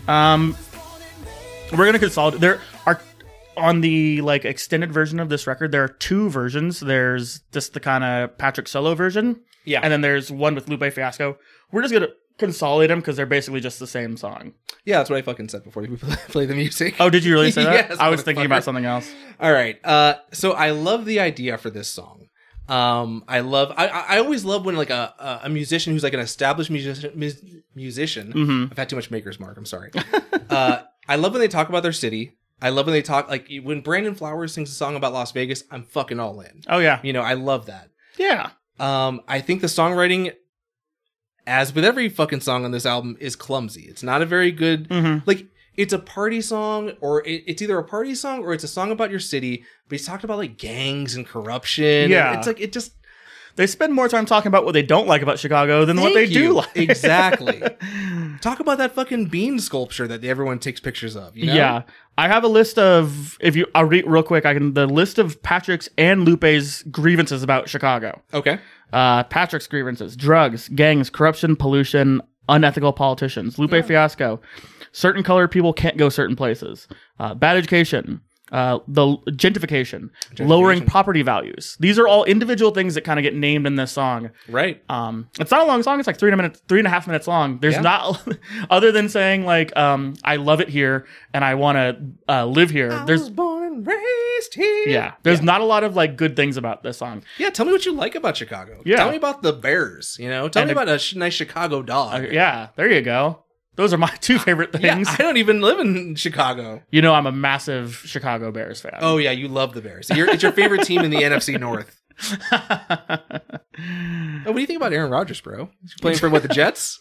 [SPEAKER 2] Um, we're gonna consolidate. There are on the like extended version of this record. There are two versions. There's just the kind of Patrick solo version.
[SPEAKER 1] Yeah.
[SPEAKER 2] And then there's one with Lupe Fiasco. We're just gonna consolidate them because they're basically just the same song.
[SPEAKER 1] Yeah, that's what I fucking said before we play (laughs) play the music.
[SPEAKER 2] Oh, did you really say
[SPEAKER 1] (laughs)
[SPEAKER 2] that?
[SPEAKER 1] Yes,
[SPEAKER 2] I was thinking
[SPEAKER 1] motherfucker.
[SPEAKER 2] about something else.
[SPEAKER 1] All right. Uh, so I love the idea for this song. Um, I love. I, I I always love when like a a- a musician who's like an established musician mus- musician.
[SPEAKER 2] Mhm.
[SPEAKER 1] I've had too much maker's mark. I'm sorry. (laughs) uh, I love when they talk about their city. I love when they talk like when Brandon Flowers sings a song about Las Vegas. I'm fucking all in.
[SPEAKER 2] Oh yeah,
[SPEAKER 1] You know, I love that.
[SPEAKER 2] yeah.
[SPEAKER 1] Um, I think the songwriting, as with every fucking song on this album, is clumsy. It's not a very good.
[SPEAKER 2] hmm
[SPEAKER 1] Like, it's a party song, or it, it's either a party song or it's a song about your city. But he's talked about like gangs and corruption. and
[SPEAKER 2] Yeah.
[SPEAKER 1] it's like it just.
[SPEAKER 2] they spend more time talking about what they don't like about Chicago than what they
[SPEAKER 1] Thank
[SPEAKER 2] do
[SPEAKER 1] you.
[SPEAKER 2] like.
[SPEAKER 1] exactly.
[SPEAKER 2] (laughs)
[SPEAKER 1] Talk about that fucking bean sculpture that everyone takes pictures of. You know?
[SPEAKER 2] Yeah, I have a list of if you I'll read real quick. I can the list of Patrick's and Lupe's grievances about Chicago.
[SPEAKER 1] Okay.
[SPEAKER 2] Uh, Patrick's grievances: drugs, gangs, corruption, pollution, unethical politicians. Lupe fiasco. Certain colored people can't go certain places. Uh, bad education. Uh, the gentrification, lowering property values. These are all individual things that kind of get named in this song.
[SPEAKER 1] Right.
[SPEAKER 2] Um, it's not a long song. It's like three and a minute, three and a half minutes long. There's
[SPEAKER 1] Yeah.
[SPEAKER 2] not (laughs) other than saying like, um, I love it here and I want to uh, live here.
[SPEAKER 1] I was
[SPEAKER 2] there's
[SPEAKER 1] born and raised here.
[SPEAKER 2] yeah, there's not a lot of like good things about this song.
[SPEAKER 1] Yeah. Tell me what you like about Chicago.
[SPEAKER 2] Yeah.
[SPEAKER 1] Tell me about the Bears. You know. Tell
[SPEAKER 2] And
[SPEAKER 1] me
[SPEAKER 2] the- Uh,
[SPEAKER 1] about a sh- nice Chicago dog.
[SPEAKER 2] Yeah, there you go. Those are my (laughs) two favorite
[SPEAKER 1] Uh, Yeah,
[SPEAKER 2] things.
[SPEAKER 1] I don't even live in Chicago.
[SPEAKER 2] You know, I'm a massive Chicago Bears fan.
[SPEAKER 1] Oh yeah, you love the Bears. You're, it's your favorite team in the NFC North. Oh, what do you think about Aaron Rodgers, bro? He's playing for what the Jets?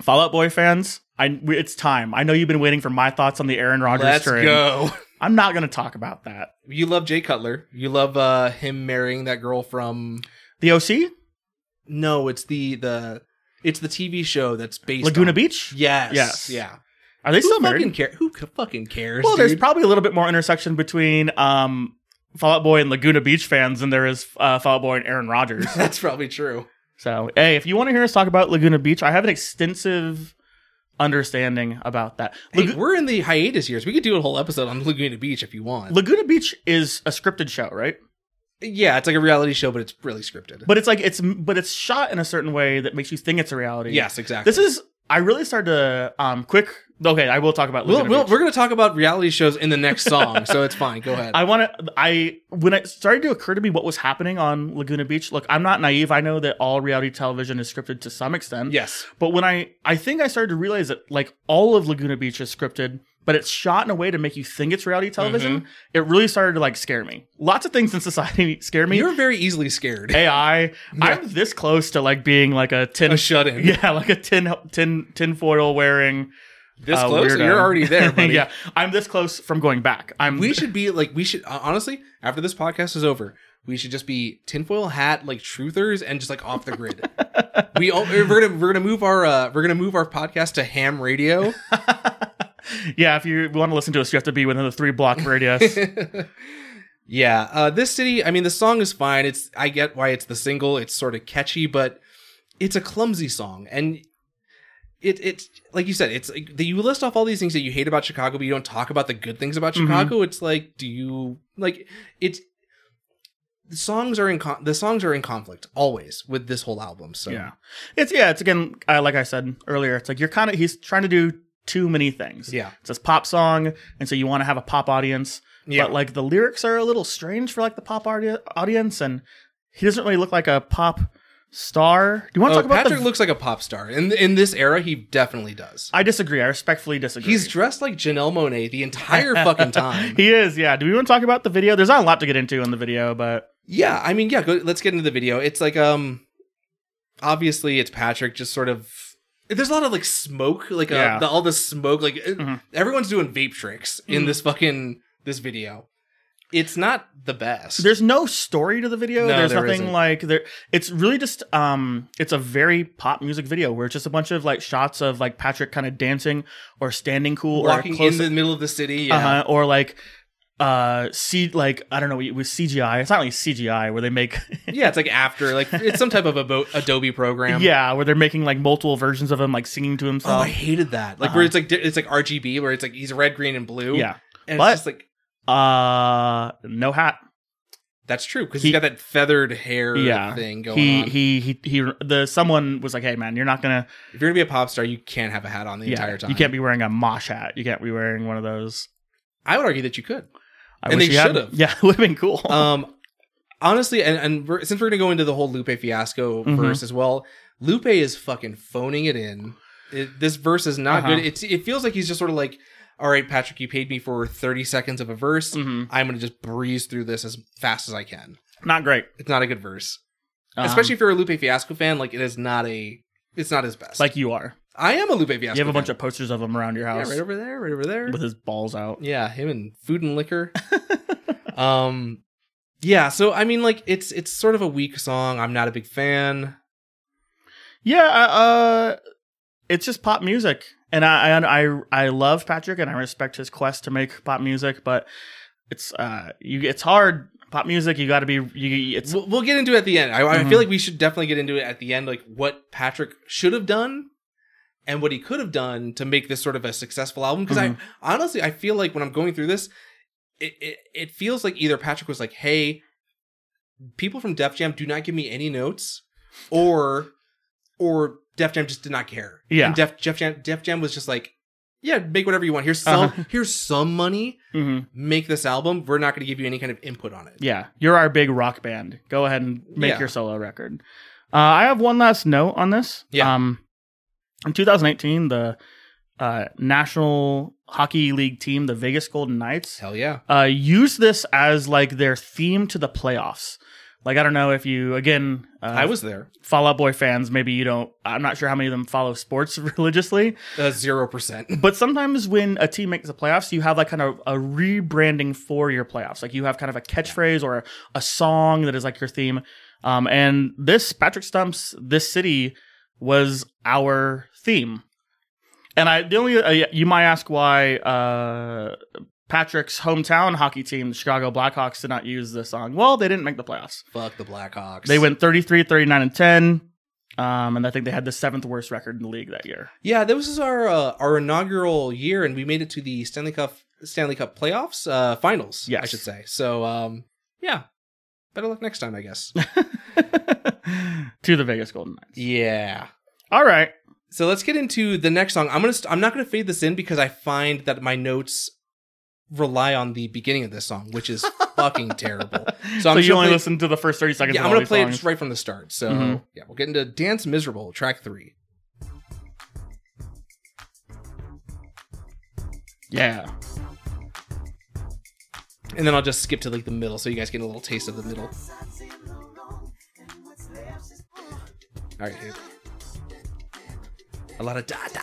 [SPEAKER 2] Fallout Boy fans, I we- it's time. I know you've been waiting for my thoughts on the Aaron Rodgers
[SPEAKER 1] Let's
[SPEAKER 2] train.
[SPEAKER 1] go.
[SPEAKER 2] I'm not going to talk about that.
[SPEAKER 1] You love Jay Cutler. You love uh, him marrying that girl from
[SPEAKER 2] The OC,
[SPEAKER 1] No, it's the the it's the TV show that's based
[SPEAKER 2] Laguna
[SPEAKER 1] on-
[SPEAKER 2] Beach.
[SPEAKER 1] Yes,
[SPEAKER 2] Yes.
[SPEAKER 1] yeah.
[SPEAKER 2] Are they
[SPEAKER 1] Who
[SPEAKER 2] still married?
[SPEAKER 1] fucking care? Who c- fucking cares?
[SPEAKER 2] Well, there's
[SPEAKER 1] dude? (laughs)
[SPEAKER 2] probably a little bit more intersection between um, Fallout Boy and Laguna Beach fans than there is uh, Fallout Boy and
[SPEAKER 1] (laughs)
[SPEAKER 2] Aaron Rodgers.
[SPEAKER 1] that's probably true.
[SPEAKER 2] so, hey, if you want to hear us talk about Laguna Beach, I have an extensive understanding about that.
[SPEAKER 1] Hey,
[SPEAKER 2] Lagu-
[SPEAKER 1] we're in the hiatus years. We could do a whole episode on Laguna Beach if you want.
[SPEAKER 2] Laguna Beach is a scripted show, right?
[SPEAKER 1] yeah, it's like a reality show, but it's really scripted.
[SPEAKER 2] But it's like it's but it's shot in a certain way that makes you think it's a reality.
[SPEAKER 1] yes, exactly.
[SPEAKER 2] This is I really started to um quick okay, I will talk about
[SPEAKER 1] we'll,
[SPEAKER 2] Laguna
[SPEAKER 1] we'll,
[SPEAKER 2] Beach.
[SPEAKER 1] we're going to talk about reality shows in the next song, so it's fine. Go ahead.
[SPEAKER 2] (laughs) I want to. I when it started to occur to me what was happening on Laguna Beach. Look, I'm not naive. I know that all reality television is scripted to some extent.
[SPEAKER 1] yes,
[SPEAKER 2] But when I, I think I started to realize that like all of Laguna Beach is scripted, but it's shot in a way to make you think it's reality television.
[SPEAKER 1] Mm-hmm.
[SPEAKER 2] It really started to like scare me. Lots of things in society (laughs) scare me.
[SPEAKER 1] you're very easily scared.
[SPEAKER 2] (laughs) AI. I'm this close to like being like a tin.
[SPEAKER 1] a shut in.
[SPEAKER 2] (laughs) yeah, like a tin tin tin foil wearing.
[SPEAKER 1] this
[SPEAKER 2] uh,
[SPEAKER 1] close,
[SPEAKER 2] weirdo.
[SPEAKER 1] you're already
[SPEAKER 2] (laughs)
[SPEAKER 1] there. Buddy.
[SPEAKER 2] yeah, I'm this close from going back. I'm
[SPEAKER 1] We should be like we should uh, honestly after this podcast is over, we should just be tinfoil hat like truthers and just like off the (laughs) grid. we all, we're gonna we're gonna move our uh, we're gonna move our podcast to ham radio.
[SPEAKER 2] Yeah, if you want to listen to us, you have to be within the
[SPEAKER 1] (laughs)
[SPEAKER 2] three block radius.
[SPEAKER 1] yeah, uh, this city. I mean, the song is fine. It's I get why it's the single. It's sort of catchy, but it's a clumsy song and. It, it's like you said it's like you list off all these things that you hate about chicago but you don't talk about the good things about
[SPEAKER 2] Mhm.
[SPEAKER 1] chicago it's like do you like it's the songs are in con- the songs are in conflict always with this whole album so
[SPEAKER 2] Yeah, it's yeah, it's again uh, like I said earlier. It's like you're kind of he's trying to do too many things.
[SPEAKER 1] yeah
[SPEAKER 2] it's this pop song, and so you want to have a pop audience.
[SPEAKER 1] Yeah.
[SPEAKER 2] But like the lyrics are a little strange for like the pop audi- audience, and he doesn't really look like a pop star. Do you want to
[SPEAKER 1] Oh,
[SPEAKER 2] talk about
[SPEAKER 1] patrick
[SPEAKER 2] the?
[SPEAKER 1] looks like a pop star in in this era he definitely does
[SPEAKER 2] I disagree. I respectfully disagree.
[SPEAKER 1] he's dressed like janelle monet the entire
[SPEAKER 2] (laughs)
[SPEAKER 1] fucking time
[SPEAKER 2] he is. Yeah. Do we want to talk about the video? There's not a lot to get into in the video, but
[SPEAKER 1] Yeah, I mean, yeah, go, let's get into the video. It's like um obviously it's Patrick just sort of there's a lot of like smoke, like uh
[SPEAKER 2] Yeah.
[SPEAKER 1] the, all the smoke like uh,
[SPEAKER 2] Mhm.
[SPEAKER 1] everyone's doing vape tricks
[SPEAKER 2] Mm-hmm.
[SPEAKER 1] in this fucking this video. It's not the best.
[SPEAKER 2] There's no story to the video.
[SPEAKER 1] No,
[SPEAKER 2] There's
[SPEAKER 1] there
[SPEAKER 2] nothing
[SPEAKER 1] isn't.
[SPEAKER 2] like there. It's really just um, it's a very pop music video where it's just a bunch of like shots of like Patrick kind of dancing or standing cool
[SPEAKER 1] walking
[SPEAKER 2] or close,
[SPEAKER 1] in the middle of the city. Yeah.
[SPEAKER 2] uh-huh, or like uh, see like I don't know with CGI. It's not like CGI where they make (laughs)
[SPEAKER 1] Yeah, it's like after like it's some type of a bo- Adobe program.
[SPEAKER 2] yeah where they're making like multiple versions of him like singing to
[SPEAKER 1] Oh,
[SPEAKER 2] himself.
[SPEAKER 1] I hated that. Like
[SPEAKER 2] Uh-huh.
[SPEAKER 1] where it's like di- it's like RGB where it's like he's red, green and blue.
[SPEAKER 2] yeah.
[SPEAKER 1] And
[SPEAKER 2] But-
[SPEAKER 1] it's just like
[SPEAKER 2] Uh, no hat.
[SPEAKER 1] that's true because
[SPEAKER 2] He-
[SPEAKER 1] he's got that feathered hair
[SPEAKER 2] Yeah.
[SPEAKER 1] thing going
[SPEAKER 2] He,
[SPEAKER 1] on.
[SPEAKER 2] he he he The someone was like, "Hey man, you're not gonna
[SPEAKER 1] If you're gonna be a pop star, you can't have a hat on the
[SPEAKER 2] yeah,
[SPEAKER 1] entire time.
[SPEAKER 2] you can't be wearing a mosh hat. You can't be wearing one of those."
[SPEAKER 1] I would argue that you could.
[SPEAKER 2] I
[SPEAKER 1] And
[SPEAKER 2] wish
[SPEAKER 1] they
[SPEAKER 2] you had-
[SPEAKER 1] should've.
[SPEAKER 2] (laughs) Yeah, it would have been cool. (laughs)
[SPEAKER 1] Um, honestly, and, and we're, since we're gonna go into the whole Lupe fiasco
[SPEAKER 2] Mhm.
[SPEAKER 1] verse as well, Lupe is fucking phoning it in. It, this verse is not
[SPEAKER 2] Uh-huh.
[SPEAKER 1] good. It's it feels like he's just sort of like, all right, Patrick, you paid me for thirty seconds of a verse.
[SPEAKER 2] Mhm.
[SPEAKER 1] I'm gonna just breeze through this as fast as I can.
[SPEAKER 2] Not great,
[SPEAKER 1] It's not a good verse,
[SPEAKER 2] Um,
[SPEAKER 1] especially if you're a Lupe fiasco fan. Like it is not a. It's not his best.
[SPEAKER 2] like you are.
[SPEAKER 1] I am a Lupe fiasco.
[SPEAKER 2] You have a bunch
[SPEAKER 1] fan.
[SPEAKER 2] of posters of him around your house
[SPEAKER 1] yeah, right over there, right over there.
[SPEAKER 2] with his balls out.
[SPEAKER 1] Yeah, him and food and liquor. um, Yeah, so I mean, like it's it's sort of a weak song. I'm not a big fan.
[SPEAKER 2] Yeah, uh, it's just pop music, and I, I I I love Patrick, and I respect his quest to make pop music, but it's uh, you it's hard pop music. You got to be you. It's
[SPEAKER 1] We'll, we'll get into it at the end. I, I
[SPEAKER 2] Mhm.
[SPEAKER 1] feel like we should definitely get into it at the end, like what Patrick should have done and what he could have done to make this sort of a successful album. Because
[SPEAKER 2] Mhm.
[SPEAKER 1] I honestly, I feel like when I'm going through this, it, it it feels like either Patrick was like, "Hey, people from Def Jam do not give me any notes," or or Def Jam just did not care.
[SPEAKER 2] Yeah.
[SPEAKER 1] and Def, Def Jam Def Jam was just like, "Yeah, make whatever you want. Here's some
[SPEAKER 2] Uh-huh.
[SPEAKER 1] here's some money.
[SPEAKER 2] mhm.
[SPEAKER 1] Make this album. We're not going to give you any kind of input on it."
[SPEAKER 2] yeah, you're our big rock band. Go ahead and make
[SPEAKER 1] Yeah.
[SPEAKER 2] your solo record. Uh, I have one last note on this.
[SPEAKER 1] Yeah.
[SPEAKER 2] Um, in 2018, the uh, National Hockey League team, the Vegas Golden Knights,
[SPEAKER 1] Hell yeah.
[SPEAKER 2] uh, use this as like their theme to the playoffs. Like I don't know if you again, uh,
[SPEAKER 1] I was there.
[SPEAKER 2] Fall Out Boy fans. Maybe you don't. I'm not sure how many of them follow sports (laughs) religiously,
[SPEAKER 1] Uh, Zero percent. (laughs)
[SPEAKER 2] but sometimes when a team makes the playoffs, you have like kind of a rebranding for your playoffs. Like you have kind of a catchphrase or a, a song that is like your theme. Um, and this Patrick Stumps, this city was our theme. And I, the only uh, you might ask why uh, Patrick's hometown hockey team, the Chicago Blackhawks, did not use this song. Well, they didn't make the playoffs.
[SPEAKER 1] Fuck the Blackhawks.
[SPEAKER 2] They went 33, 39, and 10. Um, and I think they had the seventh worst record in the league that year. (laughs)
[SPEAKER 1] Yeah, this was our uh, our inaugural year, and we made it to the Stanley Cup Stanley Cup playoffs uh, finals. I
[SPEAKER 2] Yes.
[SPEAKER 1] should say. So um, yeah, better luck next time, I
[SPEAKER 2] (laughs)
[SPEAKER 1] guess.
[SPEAKER 2] to the Vegas Golden Knights.
[SPEAKER 1] yeah.
[SPEAKER 2] All right.
[SPEAKER 1] So let's get into the next song. I'm gonna st- I'm not gonna fade this in because I find that my notes rely on the beginning of this song, which is fucking
[SPEAKER 2] (laughs)
[SPEAKER 1] terrible.
[SPEAKER 2] So,
[SPEAKER 1] I'm
[SPEAKER 2] you
[SPEAKER 1] sure
[SPEAKER 2] only
[SPEAKER 1] play-
[SPEAKER 2] listen to the first 30 seconds
[SPEAKER 1] Yeah,
[SPEAKER 2] of
[SPEAKER 1] I'm
[SPEAKER 2] all
[SPEAKER 1] gonna
[SPEAKER 2] these
[SPEAKER 1] play it
[SPEAKER 2] songs.
[SPEAKER 1] just right from the start. So
[SPEAKER 2] Mhm.
[SPEAKER 1] yeah, we'll get into Dance Miserable, track three.
[SPEAKER 2] Yeah.
[SPEAKER 1] and then I'll just skip to like the middle so you guys get a little taste of the middle. All right, here. a lot of da da.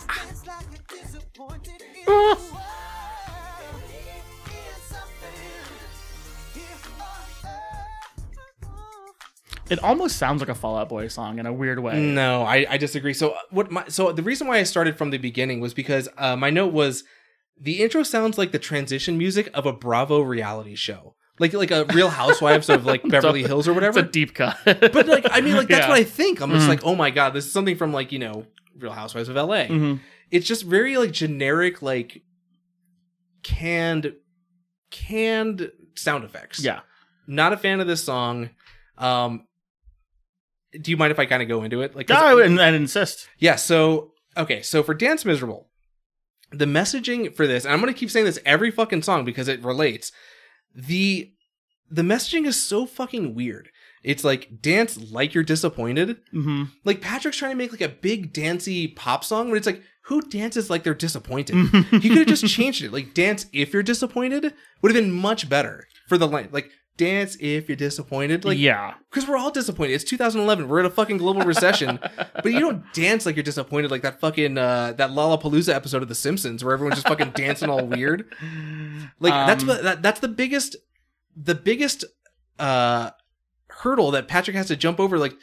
[SPEAKER 2] It almost sounds like a Fallout Boy song in a weird way.
[SPEAKER 1] No, I, I disagree. So uh, what my so the reason why I started from the beginning was because uh, my note was the intro sounds like the transition music of a Bravo reality show, like like a Real Housewives of like Beverly Hills or
[SPEAKER 2] It's a
[SPEAKER 1] whatever.
[SPEAKER 2] deep cut.
[SPEAKER 1] But
[SPEAKER 2] (laughs)
[SPEAKER 1] like I mean, like that's
[SPEAKER 2] Yeah.
[SPEAKER 1] what I think. I'm just
[SPEAKER 2] Mhm.
[SPEAKER 1] like, oh my god, this is something from like you know Real Housewives of L.A.
[SPEAKER 2] Mhm.
[SPEAKER 1] it's just very like generic like canned canned sound effects
[SPEAKER 2] Yeah.
[SPEAKER 1] not a fan of this song um do you mind if i kind of go into it like 'cause-
[SPEAKER 2] No, and, and insist.
[SPEAKER 1] yeah so okay so for dance miserable the messaging for this and i'm gonna keep saying this every fucking song because it relates the the messaging is so fucking weird it's like dance like you're disappointed
[SPEAKER 2] hmm
[SPEAKER 1] like patrick's trying to make like a big dancey pop song but it's like who dances like they're disappointed he could have just changed it. Like dance if you're disappointed would have been much better for the line. Like dance if you're disappointed. Like
[SPEAKER 2] yeah.
[SPEAKER 1] because we're all disappointed. It's 2011. We're in a fucking global
[SPEAKER 2] (laughs)
[SPEAKER 1] recession. but you don't dance like you're disappointed. Like that fucking uh, that Lollapalooza episode of The Simpsons where everyone's just fucking dancing all weird. Like that's
[SPEAKER 2] Um,
[SPEAKER 1] what that, that's the biggest the biggest uh hurdle that Patrick has to jump over. Like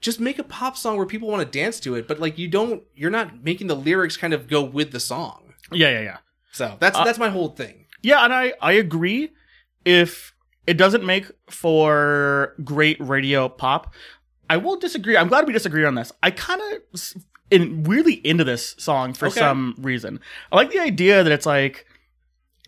[SPEAKER 1] just make a pop song where people want to dance to it, but like you don't. You're not making the lyrics kind of go with the song.
[SPEAKER 2] Yeah, yeah, yeah.
[SPEAKER 1] So that's
[SPEAKER 2] Uh,
[SPEAKER 1] that's my whole thing.
[SPEAKER 2] Yeah, and I I agree. If it doesn't make for great radio pop, I will disagree. I'm glad we disagree on this. I kind of in really into this song for
[SPEAKER 1] Okay.
[SPEAKER 2] some reason. I like the idea that it's like.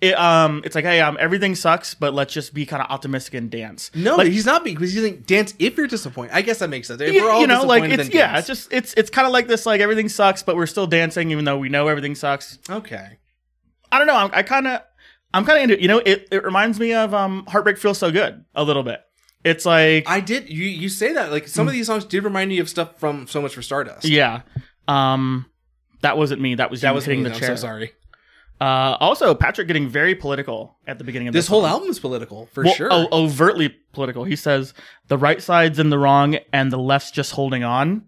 [SPEAKER 2] It, um, it's like, hey, um, everything sucks, but let's just be kind of optimistic and dance.
[SPEAKER 1] No,
[SPEAKER 2] Like-
[SPEAKER 1] he's not being because he's like dance if you're disappointed. I guess that makes sense. If
[SPEAKER 2] Yeah,
[SPEAKER 1] we're all
[SPEAKER 2] you know, like
[SPEAKER 1] disappointed,
[SPEAKER 2] it's
[SPEAKER 1] then
[SPEAKER 2] yeah, it's
[SPEAKER 1] dance.
[SPEAKER 2] just it's it's kind of like this, like everything sucks, but we're still dancing, even though we know everything sucks.
[SPEAKER 1] okay.
[SPEAKER 2] I don't know. I'm, I kind of, I'm kind of into. it. You know, it, it reminds me of um, "Heartbreak Feels So Good" a little bit. It's like,
[SPEAKER 1] I did you you say that like some of these songs did remind me of stuff from So Much for Stardust.
[SPEAKER 2] yeah, um, that wasn't me. That was
[SPEAKER 1] that
[SPEAKER 2] you
[SPEAKER 1] was
[SPEAKER 2] hitting
[SPEAKER 1] me.
[SPEAKER 2] the
[SPEAKER 1] I'm
[SPEAKER 2] chair.
[SPEAKER 1] so sorry.
[SPEAKER 2] Uh, also, Patrick getting very political at the beginning of
[SPEAKER 1] This
[SPEAKER 2] this
[SPEAKER 1] whole
[SPEAKER 2] song.
[SPEAKER 1] album is political for
[SPEAKER 2] Well, oh,
[SPEAKER 1] sure.
[SPEAKER 2] o- overtly political. He says the right side's in the wrong and the left's just holding on.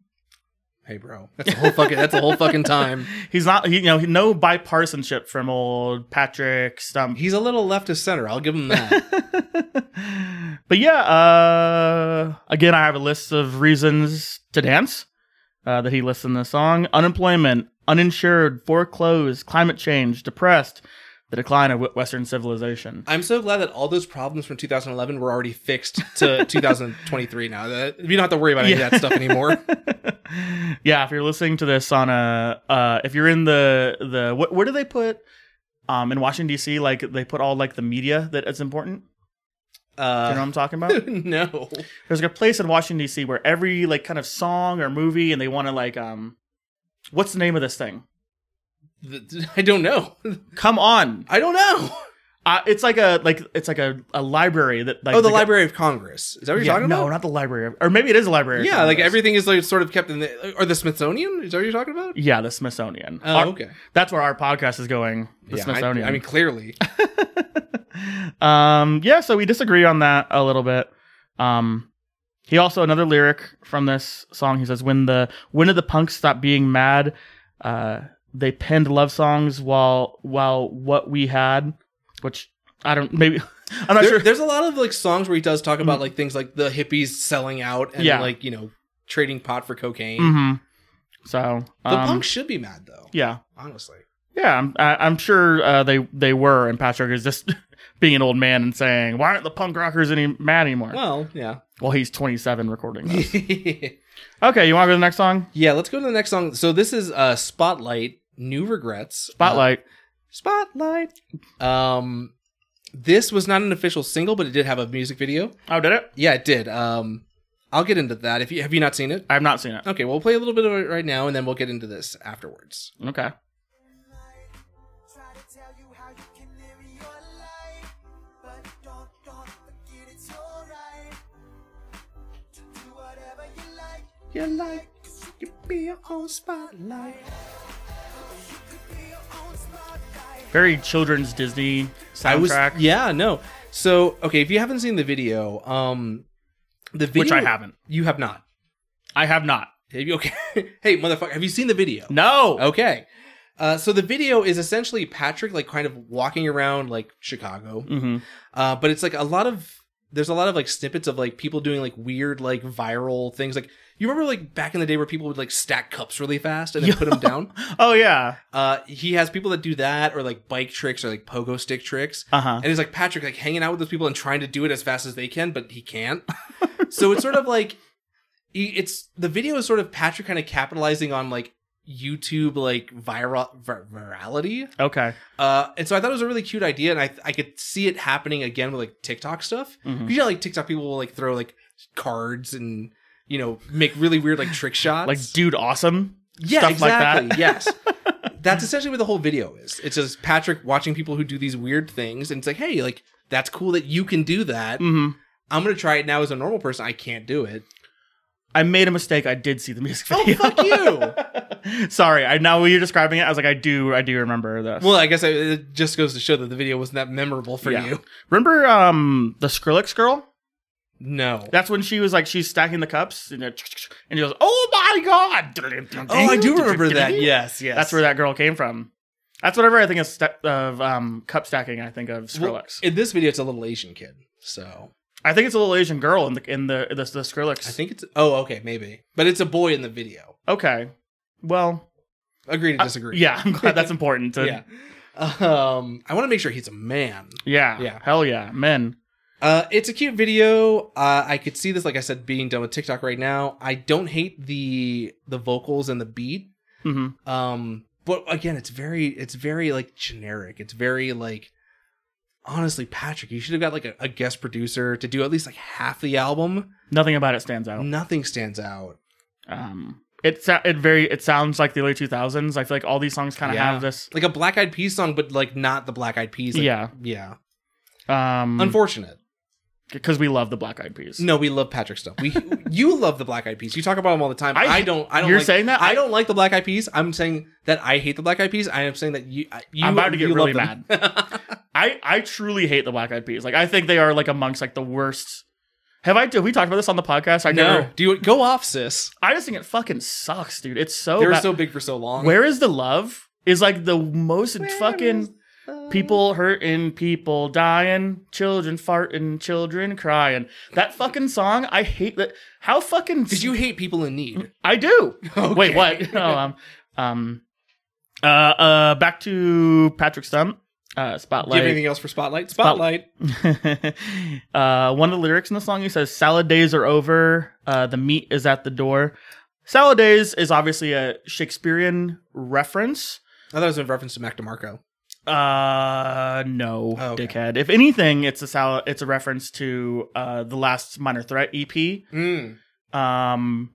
[SPEAKER 1] Hey, bro, that's a whole fucking that's a whole fucking (laughs) time.
[SPEAKER 2] He's not, he, you know, he- no bipartisanship from old Patrick Stump.
[SPEAKER 1] He's a little left of center. I'll give him that.
[SPEAKER 2] but But yeah, uh, again, I have a list of reasons to dance uh, that he lists in the song: unemployment, uninsured, foreclosed, climate change, depressed, the decline of Western civilization.
[SPEAKER 1] I'm so glad that all those problems from 2011 were already fixed to 2023 now. That we don't have to worry about any
[SPEAKER 2] Yeah.
[SPEAKER 1] of that stuff anymore.
[SPEAKER 2] yeah, if you're listening to this on a, uh, if you're in the the what, where do they put? Um, in Washington D.C., like they put all like the media that is important. Do you know what
[SPEAKER 1] Uh,
[SPEAKER 2] I'm talking
[SPEAKER 1] (laughs)
[SPEAKER 2] about?
[SPEAKER 1] no.
[SPEAKER 2] there's like a place in Washington D.C. where every like kind of song or movie, and they want to like um, what's the name of this thing?
[SPEAKER 1] Th- I don't know.
[SPEAKER 2] Come on,
[SPEAKER 1] I don't know.
[SPEAKER 2] uh, it's like a like it's like a, a library that like
[SPEAKER 1] oh, the
[SPEAKER 2] like-
[SPEAKER 1] Library of Congress. Is that what you're
[SPEAKER 2] Yeah,
[SPEAKER 1] talking
[SPEAKER 2] No,
[SPEAKER 1] about?
[SPEAKER 2] not the library, of- or maybe it is a library.
[SPEAKER 1] yeah, like
[SPEAKER 2] everything.
[SPEAKER 1] everything is like sort of kept in the or the Smithsonian. Is that what you're talking about?
[SPEAKER 2] Yeah, the Smithsonian.
[SPEAKER 1] Oh,
[SPEAKER 2] Our-
[SPEAKER 1] okay.
[SPEAKER 2] That's where our podcast is going. The
[SPEAKER 1] Yeah, I-
[SPEAKER 2] Smithsonian.
[SPEAKER 1] I, mean,
[SPEAKER 2] (laughs)
[SPEAKER 1] clearly.
[SPEAKER 2] um, yeah, so we disagree on that a little bit. Um, he also another lyric from this song. He says, "When the when did the punks stop being mad? Uh, they penned love songs while while what we had, which I don't maybe (laughs) I'm not
[SPEAKER 1] There-
[SPEAKER 2] sure. Mm.
[SPEAKER 1] There's a lot of like songs where he does talk about like things like the hippies selling out and
[SPEAKER 2] Yeah.
[SPEAKER 1] like you know trading pot for cocaine.
[SPEAKER 2] Mhm. So
[SPEAKER 1] The
[SPEAKER 2] um,
[SPEAKER 1] punks should be mad though.
[SPEAKER 2] yeah,
[SPEAKER 1] Honestly,
[SPEAKER 2] yeah. I'm I, I'm sure uh, they they were, and Patrick is just (laughs) being an old man and saying, "Why aren't the punk rockers any mad anymore?"
[SPEAKER 1] well, yeah. (laughs)
[SPEAKER 2] Well, he's 27 recording this. okay, you want to go to the next song?
[SPEAKER 1] Yeah, let's go to the next song. So this is uh Spotlight, New Regrets. Uh,
[SPEAKER 2] Spotlight.
[SPEAKER 1] Spotlight. Um this was not an official single, but it did have a music video.
[SPEAKER 2] oh, did it?
[SPEAKER 1] Yeah, it did. Um I'll get into that. If you have you not seen it?
[SPEAKER 2] I've not seen it.
[SPEAKER 1] Okay, we'll play a little bit of it right now and then we'll get into this afterwards.
[SPEAKER 2] Okay.
[SPEAKER 3] Try to tell you how you can live your life, but don't, don't forget it's your right to do whatever you like.
[SPEAKER 1] Your life you be your own spotlight.
[SPEAKER 3] You could be your own spotlight.
[SPEAKER 2] Very children's Disney soundtrack.
[SPEAKER 1] I was Yeah, no. So, okay, if you haven't seen the video, um the video
[SPEAKER 2] Which I haven't.
[SPEAKER 1] You have not.
[SPEAKER 2] I have not.
[SPEAKER 1] Have you- Okay. (laughs) hey, motherfucker, have you seen the video?
[SPEAKER 2] No.
[SPEAKER 1] Okay. Uh, so the video is essentially Patrick like kind of walking around like Chicago,
[SPEAKER 2] hmm
[SPEAKER 1] uh, but it's like a lot of there's a lot of like snippets of like people doing like weird like viral things. Like you remember like back in the day where people would like stack cups really fast and then
[SPEAKER 2] (laughs)
[SPEAKER 1] put them down.
[SPEAKER 2] Oh yeah.
[SPEAKER 1] Uh, he has people that do that or like bike tricks or like pogo stick tricks,
[SPEAKER 2] Uh huh.
[SPEAKER 1] and it's like Patrick like hanging out with those people and trying to do it as fast as they can, but he can't. (laughs) so it's sort of like he- it's the video is sort of Patrick kind of capitalizing on like YouTube like viral vir- virality.
[SPEAKER 2] Okay.
[SPEAKER 1] Uh, and so I thought it was a really cute idea, and I I could see it happening again with like TikTok stuff.
[SPEAKER 2] Mhm.
[SPEAKER 1] Usually, like TikTok people will like throw like cards and you know make really weird like trick shots,
[SPEAKER 2] Like dude, awesome.
[SPEAKER 1] yeah,
[SPEAKER 2] stuff like that.
[SPEAKER 1] exactly.
[SPEAKER 2] (laughs)
[SPEAKER 1] yes, that's essentially what the whole video is. It's just Patrick watching people who do these weird things, and it's like, hey, like that's cool that you can do that.
[SPEAKER 2] hmm
[SPEAKER 1] I'm gonna try it now as a normal person. I can't do it.
[SPEAKER 2] I made a mistake. I did see the music
[SPEAKER 1] Oh,
[SPEAKER 2] video.
[SPEAKER 1] fuck you!
[SPEAKER 2] (laughs) Sorry. I now when you're describing it, I was like, I do, I do remember this.
[SPEAKER 1] Well, I guess I, it just goes to show that the video wasn't that memorable for
[SPEAKER 2] Yeah.
[SPEAKER 1] you.
[SPEAKER 2] remember um the Skrillex girl?
[SPEAKER 1] No.
[SPEAKER 2] That's when she was like she's stacking the cups and, it- and she goes, "Oh my god!"
[SPEAKER 1] oh, I do remember that. Yes, yes.
[SPEAKER 2] That's where that girl came from. That's whatever I think of, sta of um, cup stacking. I think of
[SPEAKER 1] Well,
[SPEAKER 2] Skrillex.
[SPEAKER 1] in this video, it's a little Asian kid. So
[SPEAKER 2] I think it's a little Asian girl in the in the the, the Skrillex.
[SPEAKER 1] I think it's. Oh, okay, maybe. But it's a boy in the video.
[SPEAKER 2] Okay. Well,
[SPEAKER 1] Agree to disagree.
[SPEAKER 2] Uh, yeah, I'm
[SPEAKER 1] (laughs)
[SPEAKER 2] glad that's important. To,
[SPEAKER 1] yeah. Um, I want to make sure he's a man.
[SPEAKER 2] yeah,
[SPEAKER 1] Yeah.
[SPEAKER 2] hell yeah, men.
[SPEAKER 1] Uh, it's a cute video. Uh, I could see this, like I said, being done with TikTok right now. I don't hate the the vocals and the beat.
[SPEAKER 2] hmm
[SPEAKER 1] Um, but again, it's very it's very like generic. It's very like honestly, Patrick, you should have got like a, a guest producer to do at least like half the album.
[SPEAKER 2] Nothing about it stands out.
[SPEAKER 1] Nothing stands out.
[SPEAKER 2] Um, it sa- it very it sounds like the early 2000s. I feel like all these songs kind of
[SPEAKER 1] Yeah.
[SPEAKER 2] have this.
[SPEAKER 1] Like a Black Eyed Peas song, but like not the Black Eyed Peas. Like,
[SPEAKER 2] Yeah.
[SPEAKER 1] yeah.
[SPEAKER 2] Um,
[SPEAKER 1] Unfortunate.
[SPEAKER 2] because we love the Black Eyed Peas.
[SPEAKER 1] No, we love Patrick stuff. We (laughs) you love the Black Eyed Peas. You talk about them all the time.
[SPEAKER 2] I-
[SPEAKER 1] I, don't. I don't.
[SPEAKER 2] you're
[SPEAKER 1] like-
[SPEAKER 2] saying that?
[SPEAKER 1] I,
[SPEAKER 2] I-
[SPEAKER 1] don't like the Black Eyed Peas. I'm saying that I hate the Black Eyed Peas. I am saying that you. I- you
[SPEAKER 2] I'm about to get
[SPEAKER 1] you
[SPEAKER 2] really
[SPEAKER 1] love (laughs) them.
[SPEAKER 2] I I truly hate the Black Eyed Peas. Like I think they are like amongst like the worst. Have I? Have we talked about this on the podcast? I
[SPEAKER 1] no,
[SPEAKER 2] never.
[SPEAKER 1] do you go off, sis?
[SPEAKER 2] I just think it fucking sucks, dude. It's so.
[SPEAKER 1] they were
[SPEAKER 2] bad.
[SPEAKER 1] so big for so long.
[SPEAKER 2] Where is the love? Is like the most
[SPEAKER 1] Where
[SPEAKER 2] fucking.
[SPEAKER 1] is-
[SPEAKER 2] People hurting, people dying, children farting, children crying. That fucking song, I hate that. How fucking
[SPEAKER 1] Did you hate people in need? (laughs)
[SPEAKER 2] I do.
[SPEAKER 1] Okay.
[SPEAKER 2] Wait, what? No, um, um, uh, uh, back to Patrick Stump. Uh,
[SPEAKER 1] Do you have
[SPEAKER 2] spotlight.
[SPEAKER 1] anything else for Spotlight? Spotlight.
[SPEAKER 2] (laughs) uh, one of the lyrics in the song, he says, "Salad days are over. Uh, the meat is at the door." Salad days is obviously a Shakespearean reference.
[SPEAKER 1] I thought it was in reference to Mac DeMarco.
[SPEAKER 2] Uh, no,
[SPEAKER 1] Oh, okay.
[SPEAKER 2] dickhead. If anything, it's a salad. It's a reference to uh the last Minor Threat EP.
[SPEAKER 1] Mm.
[SPEAKER 2] Um,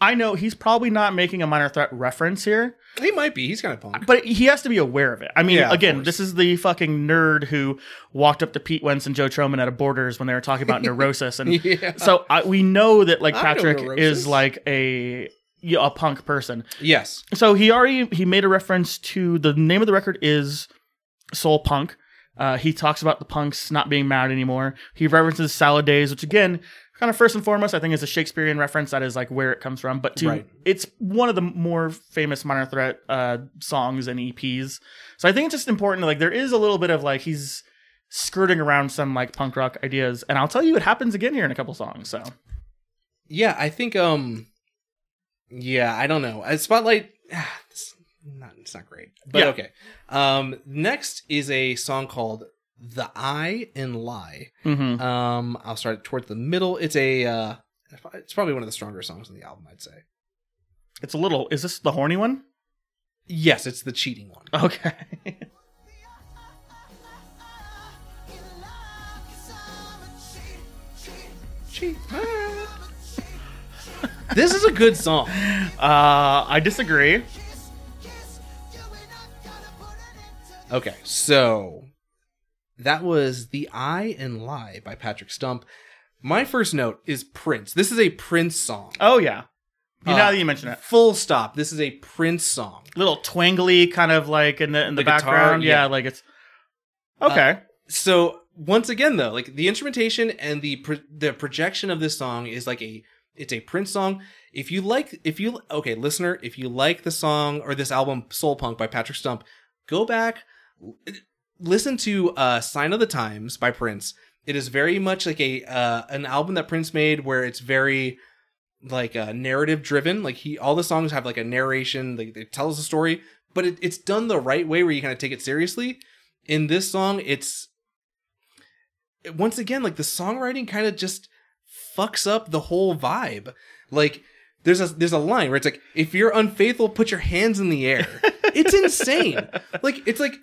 [SPEAKER 2] I know he's probably not making a Minor Threat reference here.
[SPEAKER 1] He might be. He's kind of (laughs) punk.
[SPEAKER 2] But he has to be aware of it. I mean,
[SPEAKER 1] Yeah, of
[SPEAKER 2] again,
[SPEAKER 1] course.
[SPEAKER 2] this is the fucking nerd who walked up to Pete Wentz and Joe Troman at a Borders when they were
[SPEAKER 1] (laughs)
[SPEAKER 2] talking about neurosis, and
[SPEAKER 1] yeah.
[SPEAKER 2] so I, we know that like
[SPEAKER 1] I know
[SPEAKER 2] Patrick
[SPEAKER 1] Neurosis.
[SPEAKER 2] is like a yeah, a punk person.
[SPEAKER 1] Yes.
[SPEAKER 2] So he already he made a reference to the name of the record is Soul Punk. Uh, he talks about the punks not being mad anymore. He references Salad Days, which again, kind of first and foremost, I think is a Shakespearean reference. That is like where it comes from. But to,
[SPEAKER 1] Right.
[SPEAKER 2] it's one of the more famous Minor Threat uh, songs and EPs. So I think it's just important. to, Like there is a little bit of like he's skirting around some like punk rock ideas, and I'll tell you it happens again here in a couple songs. So
[SPEAKER 1] Yeah, I think. Um. Yeah, I don't know. Uh, Spotlight. (sighs) ah, It's not. It's not great. But
[SPEAKER 2] Yeah.
[SPEAKER 1] okay. Um. Next is a song called "The Eye and Lie."
[SPEAKER 2] Mhm.
[SPEAKER 1] Um. I'll start toward the middle. It's a. uh It's probably one of the stronger songs on the album. I'd say.
[SPEAKER 2] it's a little. Is this the horny one? (laughs)
[SPEAKER 1] Yes, it's the cheating one.
[SPEAKER 2] Okay.
[SPEAKER 3] In love, 'cause I'm a cheat, cheat,
[SPEAKER 1] Cheat. (laughs) Ah.
[SPEAKER 3] I'm a cheat, cheat.
[SPEAKER 1] this is a good song.
[SPEAKER 2] Uh, I disagree.
[SPEAKER 3] Kiss, kiss, you and I gotta put an end to
[SPEAKER 1] Okay, so that was The Eye and Lie by Patrick Stump. My first note is Prince. This is a Prince song.
[SPEAKER 2] Oh yeah. You
[SPEAKER 1] Uh,
[SPEAKER 2] now that you mention it,
[SPEAKER 1] Full stop. This is a Prince song.
[SPEAKER 2] little twangly kind of like in the in the,
[SPEAKER 1] The guitar,
[SPEAKER 2] background. yeah. Uh,
[SPEAKER 1] yeah.
[SPEAKER 2] like it's okay.
[SPEAKER 1] So once again though, like the instrumentation and the pro- the projection of this song is like a it's a Prince song. If you like if you okay, listener, if you like the song or this album Soul Punk by Patrick Stump, go back l- listen to uh Sign of the Times by Prince. It is very much like a uh an album that Prince made where it's very like uh narrative driven. Like he all the songs have like a narration, like it tells a story, but it, it's done the right way where you kind of take it seriously. In this song, it's once again like the songwriting kind of just fucks up the whole vibe. Like there's a there's a line where it's like if you're unfaithful, put your hands in the air. it's insane. Like it's like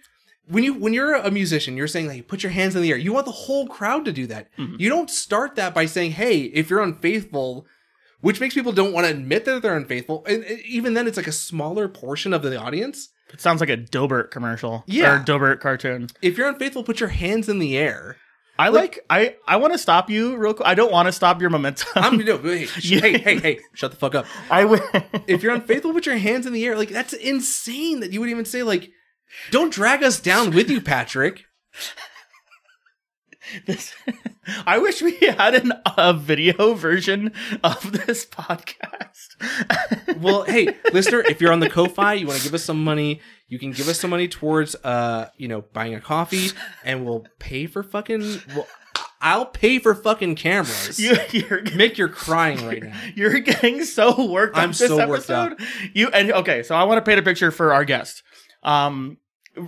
[SPEAKER 1] when you when you're a musician, you're saying like put your hands in the air. You want the whole crowd to do that.
[SPEAKER 2] Mhm.
[SPEAKER 1] You don't start that by saying hey if you're unfaithful. Which makes people don't want to admit that they're unfaithful, and and even then, it's like a smaller portion of the audience.
[SPEAKER 2] It sounds like a Dilbert commercial
[SPEAKER 1] Yeah.
[SPEAKER 2] or Dilbert cartoon.
[SPEAKER 1] If you're unfaithful, put your hands in the air.
[SPEAKER 2] I like, I I want to stop you real quick. I don't want to stop your momentum.
[SPEAKER 1] I'm no, hey, sh-
[SPEAKER 2] Yeah.
[SPEAKER 1] hey, hey, hey, shut the fuck up.
[SPEAKER 2] (laughs) I will.
[SPEAKER 1] If you're unfaithful, put your hands in the air. Like that's insane that you would even say like, don't drag us down with you, Patrick.
[SPEAKER 2] This- (laughs) I wish we had an, a video version of this podcast. (laughs)
[SPEAKER 1] Well, hey, listener, if you're on the Ko-fi, you want to give us some money, you can give us some money towards uh, you know, buying a coffee, and we'll pay for fucking. Well, I'll pay for fucking cameras.
[SPEAKER 2] you, you're
[SPEAKER 1] Mick, you're crying right now.
[SPEAKER 2] You're (laughs) getting so worked
[SPEAKER 1] I'm
[SPEAKER 2] up this
[SPEAKER 1] so worked
[SPEAKER 2] episode. You and okay, so I want to paint a picture for our guest. Um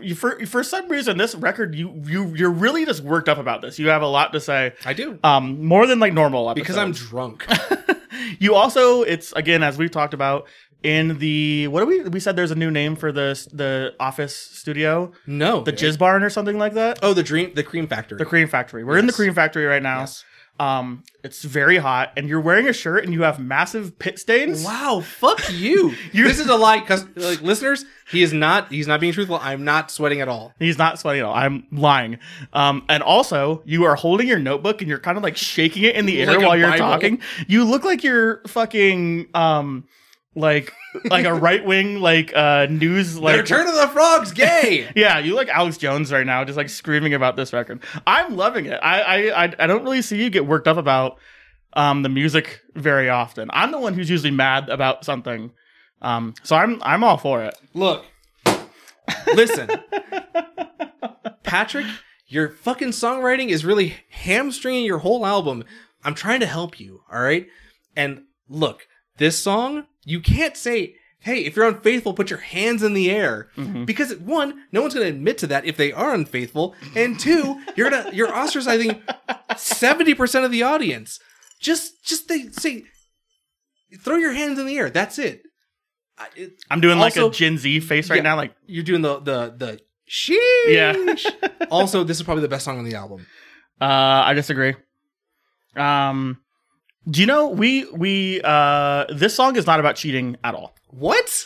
[SPEAKER 2] you- for for some reason this record you you you're really just worked up about this. You have a lot to say.
[SPEAKER 1] I do
[SPEAKER 2] Um more than like normal
[SPEAKER 1] because I'm
[SPEAKER 2] episodes. (laughs)
[SPEAKER 1] drunk.
[SPEAKER 2] you also it's again as we've talked about in the what do we we said there's a new name for the the office studio,
[SPEAKER 1] No,
[SPEAKER 2] the
[SPEAKER 1] dude.
[SPEAKER 2] Jizz Barn or something like that.
[SPEAKER 1] Oh, the dream, the cream factory.
[SPEAKER 2] The Cream Factory. We're in the
[SPEAKER 1] Yes.
[SPEAKER 2] Cream Factory right now.
[SPEAKER 1] Yes.
[SPEAKER 2] Um it's very hot and you're wearing a shirt and you have massive pit stains.
[SPEAKER 1] Wow, fuck you.
[SPEAKER 2] (laughs) You-
[SPEAKER 1] This is a lie, cause like listeners, he is not. He's not being truthful. I'm not sweating at all.
[SPEAKER 2] He's not sweating at all. I'm lying. Um, and also, you are holding your notebook and you're kind of like shaking it in the air
[SPEAKER 1] Like a
[SPEAKER 2] while you're
[SPEAKER 1] Bible.
[SPEAKER 2] talking. You look like you're fucking um, like like a right wing like uh news
[SPEAKER 1] The
[SPEAKER 2] like.
[SPEAKER 1] Return of the Frogs, gay.
[SPEAKER 2] Yeah, you look Alex Jones right now, just like screaming about this record. I'm loving it. I I I, I don't really see you get worked up about um, the music very often. I'm the one who's usually mad about something. Um, so I'm I'm all for it.
[SPEAKER 1] Look, listen. Patrick, your fucking songwriting is really hamstringing your whole album. I'm trying to help you, all right? And look, this song, you can't say, hey, if you're unfaithful, put your hands in the air. Because one, no one's gonna admit to that if they are unfaithful, and two, you're gonna you're ostracizing 70% of the audience. Just just they say throw your hands in the air. That's it. I- it
[SPEAKER 2] I'm doing
[SPEAKER 1] Also-
[SPEAKER 2] like a Gen Z face right
[SPEAKER 1] Yeah.
[SPEAKER 2] now. Like,
[SPEAKER 1] you're doing the the the sheesh.
[SPEAKER 2] Yeah.
[SPEAKER 1] also, this is probably the best song on the album.
[SPEAKER 2] uh, I disagree. Um, do you know we we uh this song is not about cheating at all.
[SPEAKER 1] What?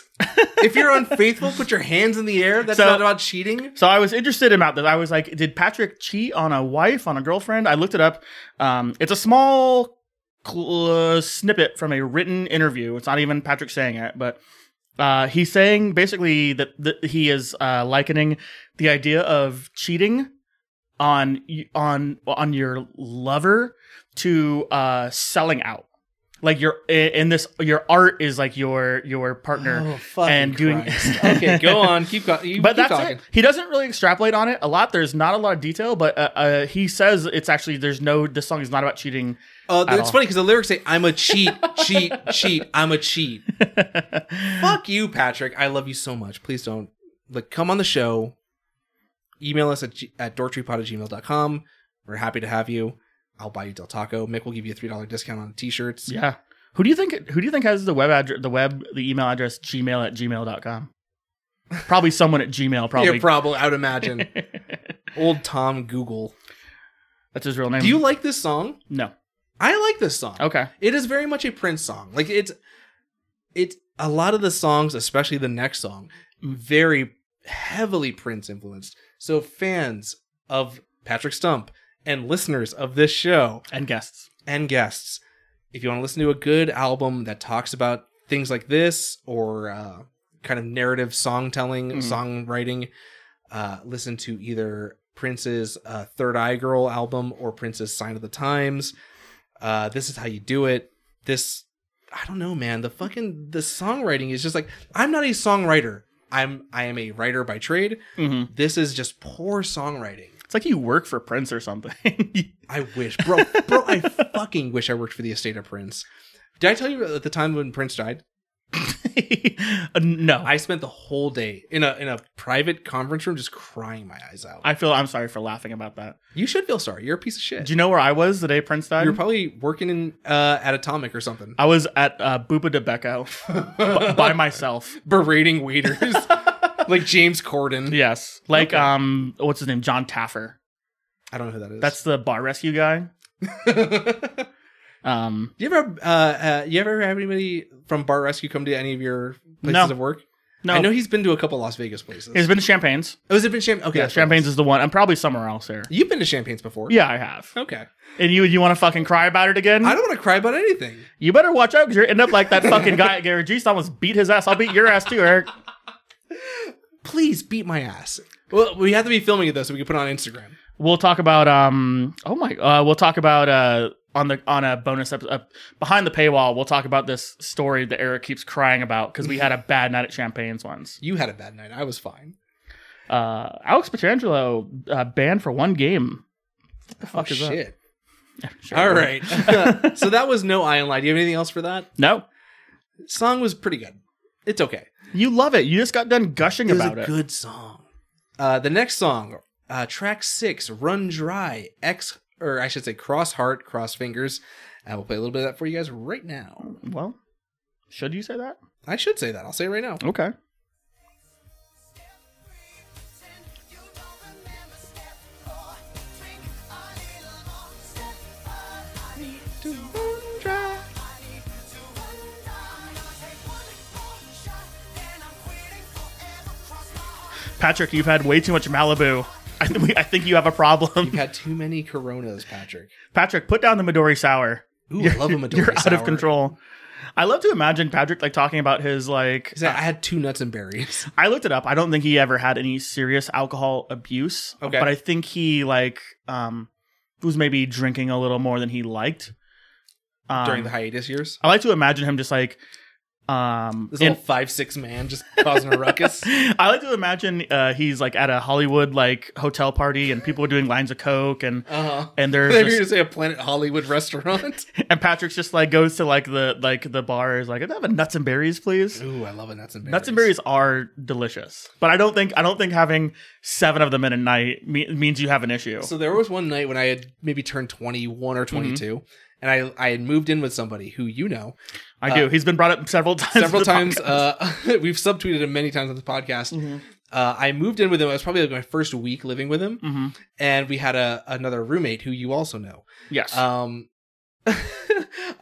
[SPEAKER 1] if you're unfaithful, put your hands in the air. That's
[SPEAKER 2] So-
[SPEAKER 1] not about cheating.
[SPEAKER 2] So I was interested about this. I was like, did Patrick cheat on a wife, on a girlfriend? I looked it up. Um, it's a small cl- uh, snippet from a written interview. It's not even Patrick saying it, but uh, he's saying basically that, that he is uh, likening the idea of cheating on y- on on your lover to uh, selling out. Like your in this, your art is like your your partner
[SPEAKER 1] Oh, fucking
[SPEAKER 2] and doing.
[SPEAKER 1] Christ. okay, (laughs) go on. Keep going.
[SPEAKER 2] but that's it. He doesn't really extrapolate on it a lot. There's not a lot of detail, but uh, uh, he says it's actually there's no. This song is not about
[SPEAKER 1] (laughs)
[SPEAKER 2] cheating.
[SPEAKER 1] Uh,
[SPEAKER 2] At
[SPEAKER 1] it's
[SPEAKER 2] all.
[SPEAKER 1] funny because the lyrics say, "I'm a cheat, cheat, cheat. I'm a cheat." Fuck you, Patrick. I love you so much. Please don't like come on the show. Email us at, g- at dorktreepod at gmail.com. We're happy to have you. I'll buy you Del Taco. Mick will give you a three dollar discount on t-shirts.
[SPEAKER 2] Yeah. Who do you think? Who do you think has the web address? The web, the email address, Gmail at gmail.com? Probably someone
[SPEAKER 1] (laughs)
[SPEAKER 2] at Gmail. Probably.
[SPEAKER 1] Yeah, probably. I would imagine old Tom Google.
[SPEAKER 2] That's his real name.
[SPEAKER 1] Do you like this song?
[SPEAKER 2] No.
[SPEAKER 1] I like this song.
[SPEAKER 2] Okay.
[SPEAKER 1] It is very much a Prince song. Like it's it's a lot of the songs, especially the next song, very heavily Prince influenced. So fans of Patrick Stump and listeners of this show
[SPEAKER 2] And guests.
[SPEAKER 1] and guests, if you want to listen to a good album that talks about things like this or uh, kind of narrative song telling, songwriting, uh, listen to either Prince's uh, Third Eye Girl album or Prince's Sign of the Times. Uh, this is how you do it. This, I don't know, man. The fucking the songwriting is just like I'm not a songwriter. I'm I am a writer by trade.
[SPEAKER 2] hmm
[SPEAKER 1] This is just poor songwriting.
[SPEAKER 2] It's like you work for Prince or something. (laughs)
[SPEAKER 1] I wish, bro, bro. I fucking wish I worked for the estate of Prince. Did I tell you at the time when Prince died?
[SPEAKER 2] Uh, no. I,
[SPEAKER 1] I spent the whole day in a in a private conference room just crying my eyes out.
[SPEAKER 2] I feel I'm sorry for laughing about that.
[SPEAKER 1] you should feel sorry. You're a piece of shit.
[SPEAKER 2] Do you know where I was the day Prince died?
[SPEAKER 1] You're probably working in uh, at Atomic or something,
[SPEAKER 2] I was at uh, Bupa
[SPEAKER 1] (laughs)
[SPEAKER 2] de Becco b- by myself.
[SPEAKER 1] berating
[SPEAKER 2] (laughs)
[SPEAKER 1] waiters like James Corden.
[SPEAKER 2] Yes, like
[SPEAKER 1] Okay.
[SPEAKER 2] um, what's his name? John Taffer.
[SPEAKER 1] I don't know who that is.
[SPEAKER 2] That's the bar rescue guy. Um,
[SPEAKER 1] (laughs) you ever uh, uh, you ever have anybody from Bar Rescue come to any of your places
[SPEAKER 2] No.
[SPEAKER 1] of work?
[SPEAKER 2] no,
[SPEAKER 1] I know he's been to a couple Las Vegas places.
[SPEAKER 2] it's been to Champagne's.
[SPEAKER 1] oh, has it been Champagne? Okay,
[SPEAKER 2] Yeah,
[SPEAKER 1] that's what it
[SPEAKER 2] Champagne's
[SPEAKER 1] was.
[SPEAKER 2] is the one. I'm probably somewhere else there.
[SPEAKER 1] You've been to Champagne's before.
[SPEAKER 2] Yeah, I have.
[SPEAKER 1] Okay.
[SPEAKER 2] And you, you want to fucking cry about it again?
[SPEAKER 1] I don't want to cry about anything.
[SPEAKER 2] You better watch out because you're end up like that fucking guy at Gary G. Almost beat his ass. I'll beat your ass too, Eric.
[SPEAKER 1] Please beat my ass. Well, we have to be filming it though, so we can put it on Instagram.
[SPEAKER 2] We'll talk about um. Oh my. Uh, we'll talk about uh on the on a bonus episode uh, behind the paywall. We'll talk about this story that Eric keeps crying about because we had a bad night at Champagne's once.
[SPEAKER 1] You had a bad night. I was fine.
[SPEAKER 2] uh, Alex Petrangelo uh, banned for one game. What the fuck is that?
[SPEAKER 1] Oh, Shit.
[SPEAKER 2] Sure.
[SPEAKER 1] All right. (laughs) so that was no iron lie. Do you have anything else for that?
[SPEAKER 2] No,
[SPEAKER 1] Song was pretty good. It's okay.
[SPEAKER 2] you love it. You just got done gushing
[SPEAKER 1] It was
[SPEAKER 2] about
[SPEAKER 1] a
[SPEAKER 2] it.
[SPEAKER 1] good song. Uh, the next song, uh, track six, "Run Dry." X, or I should say, cross heart, cross fingers. I will play a little bit of that for you guys right now.
[SPEAKER 2] Well, should you say that?
[SPEAKER 1] I should say that. I'll say it right now.
[SPEAKER 2] Okay. Patrick, you've had way too much Malibu. (laughs) I, th- we- I think you have a problem.
[SPEAKER 1] You've had too many Coronas, Patrick.
[SPEAKER 2] Patrick, put down the Midori Sour.
[SPEAKER 1] Ooh, I
[SPEAKER 2] You're- (laughs)
[SPEAKER 1] love a Midori
[SPEAKER 2] You're out of
[SPEAKER 1] sour.
[SPEAKER 2] control. I love to imagine Patrick like talking about his like.
[SPEAKER 1] Is that- I had two nuts and berries. (laughs)
[SPEAKER 2] I looked it up. I don't think he ever had any serious alcohol abuse.
[SPEAKER 1] Okay.
[SPEAKER 2] But I think he like um was maybe drinking a little more than he liked um,
[SPEAKER 1] during the hiatus years.
[SPEAKER 2] I like to imagine him just like Um,
[SPEAKER 1] This
[SPEAKER 2] and-
[SPEAKER 1] little five six man just causing a
[SPEAKER 2] (laughs)
[SPEAKER 1] ruckus.
[SPEAKER 2] I like to imagine uh, he's like at a Hollywood like hotel party and people are doing lines of coke and
[SPEAKER 1] Uh-huh.
[SPEAKER 2] and
[SPEAKER 1] I (laughs)
[SPEAKER 2] there's
[SPEAKER 1] thought you were gonna
[SPEAKER 2] just-
[SPEAKER 1] say a Planet Hollywood
[SPEAKER 2] (laughs)
[SPEAKER 1] restaurant.
[SPEAKER 2] and Patrick's just like goes to like the like the bar is like I have a nuts and berries please.
[SPEAKER 1] Ooh, I love a nuts and berries.
[SPEAKER 2] Nuts and berries are delicious, but I don't think I don't think having seven of them in a night me- means you have an issue.
[SPEAKER 1] So there was one night when I had maybe turned twenty one
[SPEAKER 2] Mm-hmm.
[SPEAKER 1] or twenty and I I had moved in with somebody who you
[SPEAKER 2] (laughs)
[SPEAKER 1] know
[SPEAKER 2] I do. He's been brought up several times. in
[SPEAKER 1] uh, several
[SPEAKER 2] the
[SPEAKER 1] times.
[SPEAKER 2] podcast. Mm-hmm.
[SPEAKER 1] Uh, (laughs) we've subtweeted him many times on this podcast. Uh, I moved in with him. It was probably like my first week living with him,
[SPEAKER 2] Mhm.
[SPEAKER 1] and we had a another roommate who you also know.
[SPEAKER 2] Yes.
[SPEAKER 1] Um, (laughs)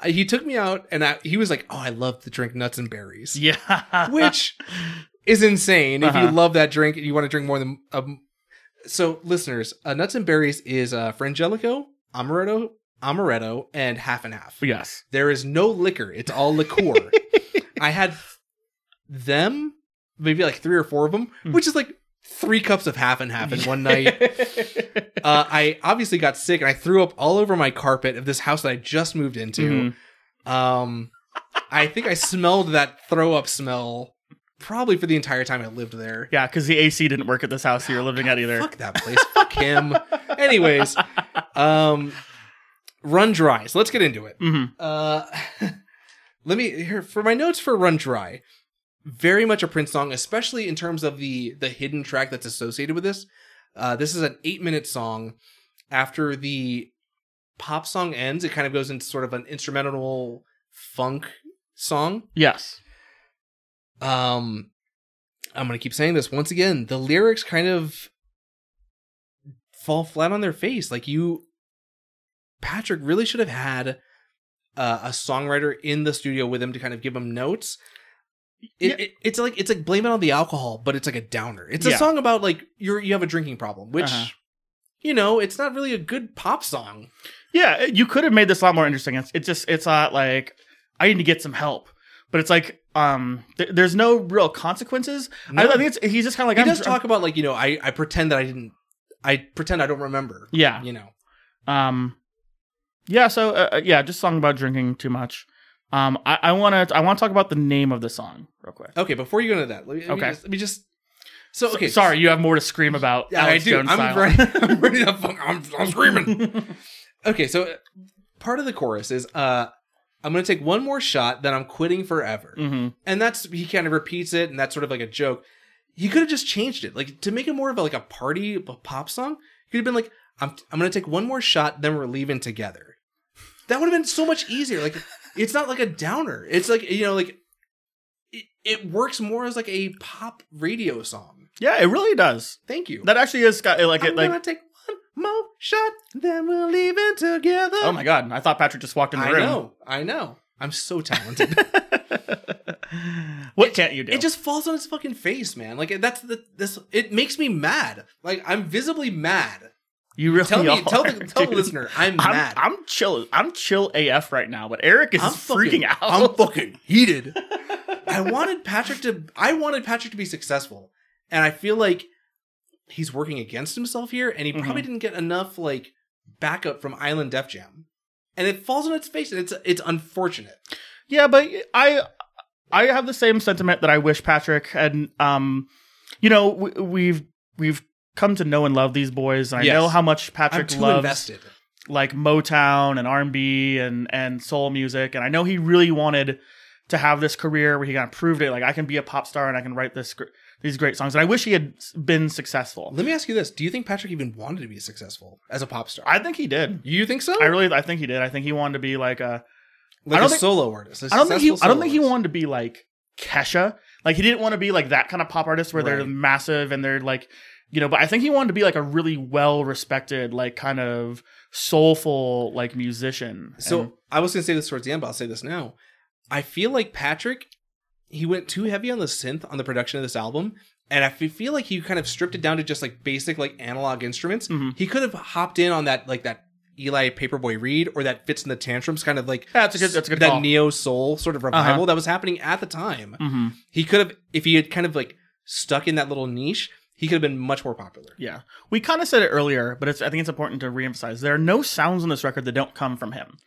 [SPEAKER 1] he took me out, and I, he was like, "Oh, I love to drink nuts and berries,"
[SPEAKER 2] yeah. (laughs)
[SPEAKER 1] which is insane. If
[SPEAKER 2] Uh-huh.
[SPEAKER 1] you love that drink, you want to drink more than um. So, listeners, uh, nuts and berries is uh, frangelico, amaretto, amaretto, and half and half. (laughs)
[SPEAKER 2] yes.
[SPEAKER 1] There is no liquor; it's all
[SPEAKER 2] (laughs)
[SPEAKER 1] liqueur. I had them, maybe like three or four of them,
[SPEAKER 2] Mm.
[SPEAKER 1] which is like three cups of half and half in one night
[SPEAKER 2] Mm-hmm.
[SPEAKER 1] uh, I obviously got sick and I threw up all over my carpet of this house that I just moved into. Um, I think I smelled that throw up smell probably for the entire time I lived there.
[SPEAKER 2] yeah, because the AC didn't work at this house you were living at either.
[SPEAKER 1] Fuck that place. Fuck him. Anyways, um, run dry. So let's get into it.
[SPEAKER 2] hmm
[SPEAKER 1] Uh, (laughs) let me here for my notes for Run Dry. Very much a Prince song, especially in terms of the the hidden track that's associated with this. Uh, this is an eight minute song. After the pop song ends, it kind of goes into sort of an instrumental funk song.
[SPEAKER 2] Yes.
[SPEAKER 1] Um, I'm gonna keep saying this once again. The lyrics kind of fall flat on their face. Like you, Patrick really should have had uh, a songwriter in the studio with him to kind of give him notes. It,
[SPEAKER 2] Yeah.
[SPEAKER 1] it- it's like it's like blame it on the alcohol, but it's like a downer. It's a
[SPEAKER 2] Yeah.
[SPEAKER 1] song about like you're you have a drinking problem, which
[SPEAKER 2] Uh-huh.
[SPEAKER 1] you know it's not really a good pop song.
[SPEAKER 2] Yeah, you could have made this a lot more interesting. It's, it's just it's not like I need to get some help, but it's like um, th- there's no real consequences. I, I
[SPEAKER 1] No.
[SPEAKER 2] think it's he's just kind of like
[SPEAKER 1] He
[SPEAKER 2] I'm
[SPEAKER 1] does
[SPEAKER 2] dr-
[SPEAKER 1] talk about like you know I I pretend that I didn't I pretend I don't remember.
[SPEAKER 2] Yeah,
[SPEAKER 1] You know.
[SPEAKER 2] um, yeah. So uh, uh, yeah, just song about drinking too much. Um, I, I wanna I want to talk about the name of the song real quick.
[SPEAKER 1] Okay, before you go into that, let me, let me
[SPEAKER 2] Okay.
[SPEAKER 1] just, let me just. So okay,
[SPEAKER 2] Sorry, you have more to scream about.
[SPEAKER 1] yeah, I
[SPEAKER 2] Alex
[SPEAKER 1] do.
[SPEAKER 2] Jones
[SPEAKER 1] I'm
[SPEAKER 2] style.
[SPEAKER 1] ready. I'm ready to fuck. I'm, I'm screaming.
[SPEAKER 2] (laughs)
[SPEAKER 1] Okay, so uh, part of the chorus is, uh, I'm gonna take one more shot, then I'm quitting forever,
[SPEAKER 2] Mhm.
[SPEAKER 1] and that's he kind of repeats it, and that's sort of like a joke. He could have just changed it, like to make it more of a, like a party p- pop song. He could have been like, I'm I'm gonna take one more shot, then we're leaving together. That would have been so much easier.
[SPEAKER 2] (laughs)
[SPEAKER 1] Like, it's not like a downer. It's like you know, like it, it works more as like a pop radio song.
[SPEAKER 2] Yeah, it really does.
[SPEAKER 1] Thank you.
[SPEAKER 2] That actually is got like
[SPEAKER 1] I'm
[SPEAKER 2] it like.
[SPEAKER 1] gonna take one more shot, then we'll leave it together.
[SPEAKER 2] Oh my god! I thought Patrick just walked in the
[SPEAKER 1] I
[SPEAKER 2] room.
[SPEAKER 1] know, I know. I'm so talented.
[SPEAKER 2] (laughs) what can't you do?
[SPEAKER 1] it just falls on his fucking face, man. Like that's the this. It makes me mad. Like I'm visibly mad.
[SPEAKER 2] You really
[SPEAKER 1] Tell me,
[SPEAKER 2] are,
[SPEAKER 1] tell
[SPEAKER 2] (laughs)
[SPEAKER 1] the tell the
[SPEAKER 2] dude.
[SPEAKER 1] listener, I'm,
[SPEAKER 2] I'm,
[SPEAKER 1] mad.
[SPEAKER 2] I'm chill. I'm chill AF right now, but Eric is
[SPEAKER 1] I'm
[SPEAKER 2] freaking
[SPEAKER 1] fucking-
[SPEAKER 2] out.
[SPEAKER 1] I'm fucking heated. I wanted Patrick to. I wanted Patrick to be successful, and I feel like he's working against himself here, and he probably
[SPEAKER 2] Mm-hmm.
[SPEAKER 1] didn't get enough like backup from Island Def Jam, and it falls on its face, and it's it's unfortunate.
[SPEAKER 2] (laughs) yeah, but I I have the same sentiment that I wish Patrick and um, you know, we, we've we've come to know and love these boys. And I
[SPEAKER 1] Yes.
[SPEAKER 2] know how much
[SPEAKER 1] I'm
[SPEAKER 2] Patrick
[SPEAKER 1] too
[SPEAKER 2] loves
[SPEAKER 1] invested.
[SPEAKER 2] like Motown and R and B and and soul music, and I know he really wanted to have this career where he kind of proved it. Like I can be a pop star and I can write this gr- these great songs. And I wish he had s- been successful.
[SPEAKER 1] Let me ask you this: Do you think Patrick even wanted to be successful as a pop star?
[SPEAKER 2] I think he did.
[SPEAKER 1] you think so?
[SPEAKER 2] I really, I think he did. I think he wanted to be like a.
[SPEAKER 1] like
[SPEAKER 2] I
[SPEAKER 1] a
[SPEAKER 2] don't think-
[SPEAKER 1] solo artist. I
[SPEAKER 2] I don't think he. I don't think he wanted to be like Kesha. Like he didn't want to be like that kind of pop artist where they're
[SPEAKER 1] Right.
[SPEAKER 2] massive and they're like, you know. But I think he wanted to be like a really well respected, like kind of soulful, like musician.
[SPEAKER 1] So
[SPEAKER 2] And-
[SPEAKER 1] I was gonna say this towards the end, but I'll say this now. I feel like Patrick, he went too heavy on the synth on the production of this album, and I f- feel like he kind of stripped it down to just like basic like analog instruments.
[SPEAKER 2] Mhm.
[SPEAKER 1] He could have hopped in on that like that Eli Paperboy Reed or that Fits in the Tantrums kind of like
[SPEAKER 2] that's a good. That's a good
[SPEAKER 1] that
[SPEAKER 2] call. Uh-huh.
[SPEAKER 1] neo soul sort of revival that was happening at the time.
[SPEAKER 2] Mhm.
[SPEAKER 1] He could have if he had kind of like stuck in that little niche, he could have been much more popular.
[SPEAKER 2] Yeah, we kind of said it earlier, but it's, I think it's important to reemphasize. There are no sounds on this record that don't come from him.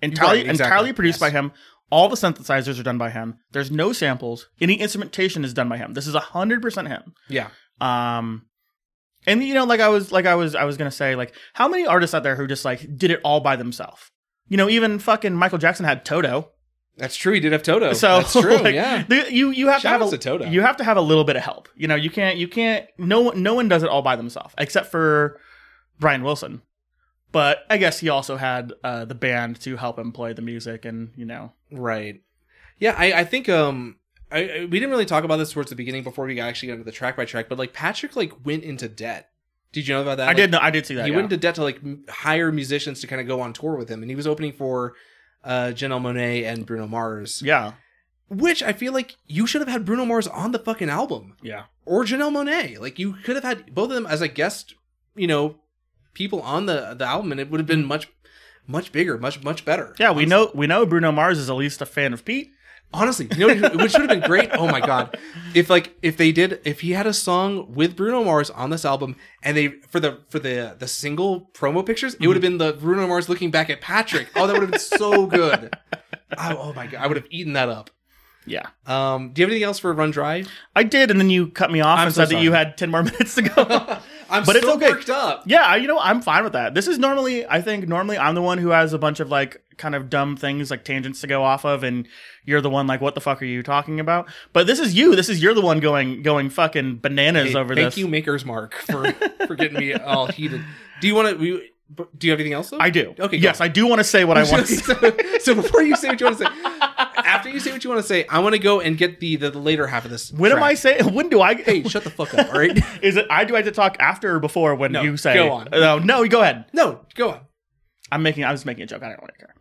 [SPEAKER 2] Entirely,
[SPEAKER 1] Right, exactly.
[SPEAKER 2] entirely produced
[SPEAKER 1] Yes.
[SPEAKER 2] by him. All the synthesizers are done by him. There's no samples. Any instrumentation is done by him. This is 100% him.
[SPEAKER 1] Yeah.
[SPEAKER 2] Um and you know like I was like I was I was going to say like how many artists out there who just like did it all by themselves? You know, even fucking Michael Jackson had Toto.
[SPEAKER 1] That's true. He did have Toto.
[SPEAKER 2] So
[SPEAKER 1] Oh, that's true.
[SPEAKER 2] (laughs) like,
[SPEAKER 1] yeah.
[SPEAKER 2] the- you you have
[SPEAKER 1] Shout
[SPEAKER 2] to
[SPEAKER 1] outs
[SPEAKER 2] have
[SPEAKER 1] to
[SPEAKER 2] a
[SPEAKER 1] Toto.
[SPEAKER 2] you have to have a little bit of help. You know, you can't you can't no one no one does it all by themselves except for Brian Wilson. But I guess he also had uh, the band to help him play the music, and you know,
[SPEAKER 1] Right. Yeah, I, I think um I, I- we didn't really talk about this towards the beginning before we got actually got into the track by track, but like Patrick like went into debt. Did you know about that?
[SPEAKER 2] I
[SPEAKER 1] Like,
[SPEAKER 2] did know I did see that.
[SPEAKER 1] He
[SPEAKER 2] yeah.
[SPEAKER 1] went into debt to like m- hire musicians to kind of go on tour with him, and he was opening for uh Janelle Monet and Bruno Mars,
[SPEAKER 2] yeah,
[SPEAKER 1] which I feel like you should have had Bruno Mars on the fucking album
[SPEAKER 2] yeah,
[SPEAKER 1] or Janelle Monet. Like you could have had both of them as a guest, you know, people on the the album, and it would have been much much bigger, much much better.
[SPEAKER 2] yeah. We know we know Bruno Mars is at least a fan of Pete.
[SPEAKER 1] Honestly, you know, which would have been great. Oh my god, if like if they did, if he had a song with Bruno Mars on this album, and they for the for the the single promo pictures, it would have
[SPEAKER 2] Mm-hmm.
[SPEAKER 1] been the Bruno Mars looking back at Patrick. Oh, that would have been so good. I, oh my god, I would have eaten that up.
[SPEAKER 2] Yeah,
[SPEAKER 1] Um, do you have anything else for Run Dry?
[SPEAKER 2] I did, and then you cut me off
[SPEAKER 1] I'm
[SPEAKER 2] and
[SPEAKER 1] so
[SPEAKER 2] said that you
[SPEAKER 1] sorry.
[SPEAKER 2] had ten more (laughs) minutes to go.
[SPEAKER 1] (laughs) I'm
[SPEAKER 2] But
[SPEAKER 1] so
[SPEAKER 2] it's okay.
[SPEAKER 1] worked up.
[SPEAKER 2] Yeah, I- you know, I'm fine with that. This is normally, I think, normally I'm the one who has a bunch of like kind of dumb things, like tangents to go off of, and you're the one like, what the fuck are you talking about? But this is you. This is you're the one going going fucking bananas
[SPEAKER 1] Hey,
[SPEAKER 2] over
[SPEAKER 1] thank
[SPEAKER 2] this.
[SPEAKER 1] you, Maker's Mark, for for getting me all heated. Do you want to? Do you have anything else? Though?
[SPEAKER 2] I do.
[SPEAKER 1] Okay, go
[SPEAKER 2] Yes,
[SPEAKER 1] on.
[SPEAKER 2] I do want to
[SPEAKER 1] (laughs)
[SPEAKER 2] say what I want. to say.
[SPEAKER 1] so, so before you say what you want to say, after you say what you want to say, I want to go and get the the, the later half of this.
[SPEAKER 2] When am I
[SPEAKER 1] track.
[SPEAKER 2] saying? When do I? get (laughs)
[SPEAKER 1] Hey, shut the fuck up! All right.
[SPEAKER 2] is it? I do. I have to talk after or before when
[SPEAKER 1] No,
[SPEAKER 2] you say.
[SPEAKER 1] go on.
[SPEAKER 2] No, no, you go ahead.
[SPEAKER 1] (laughs) No, go on.
[SPEAKER 2] I'm making. I was making a joke. I don't really care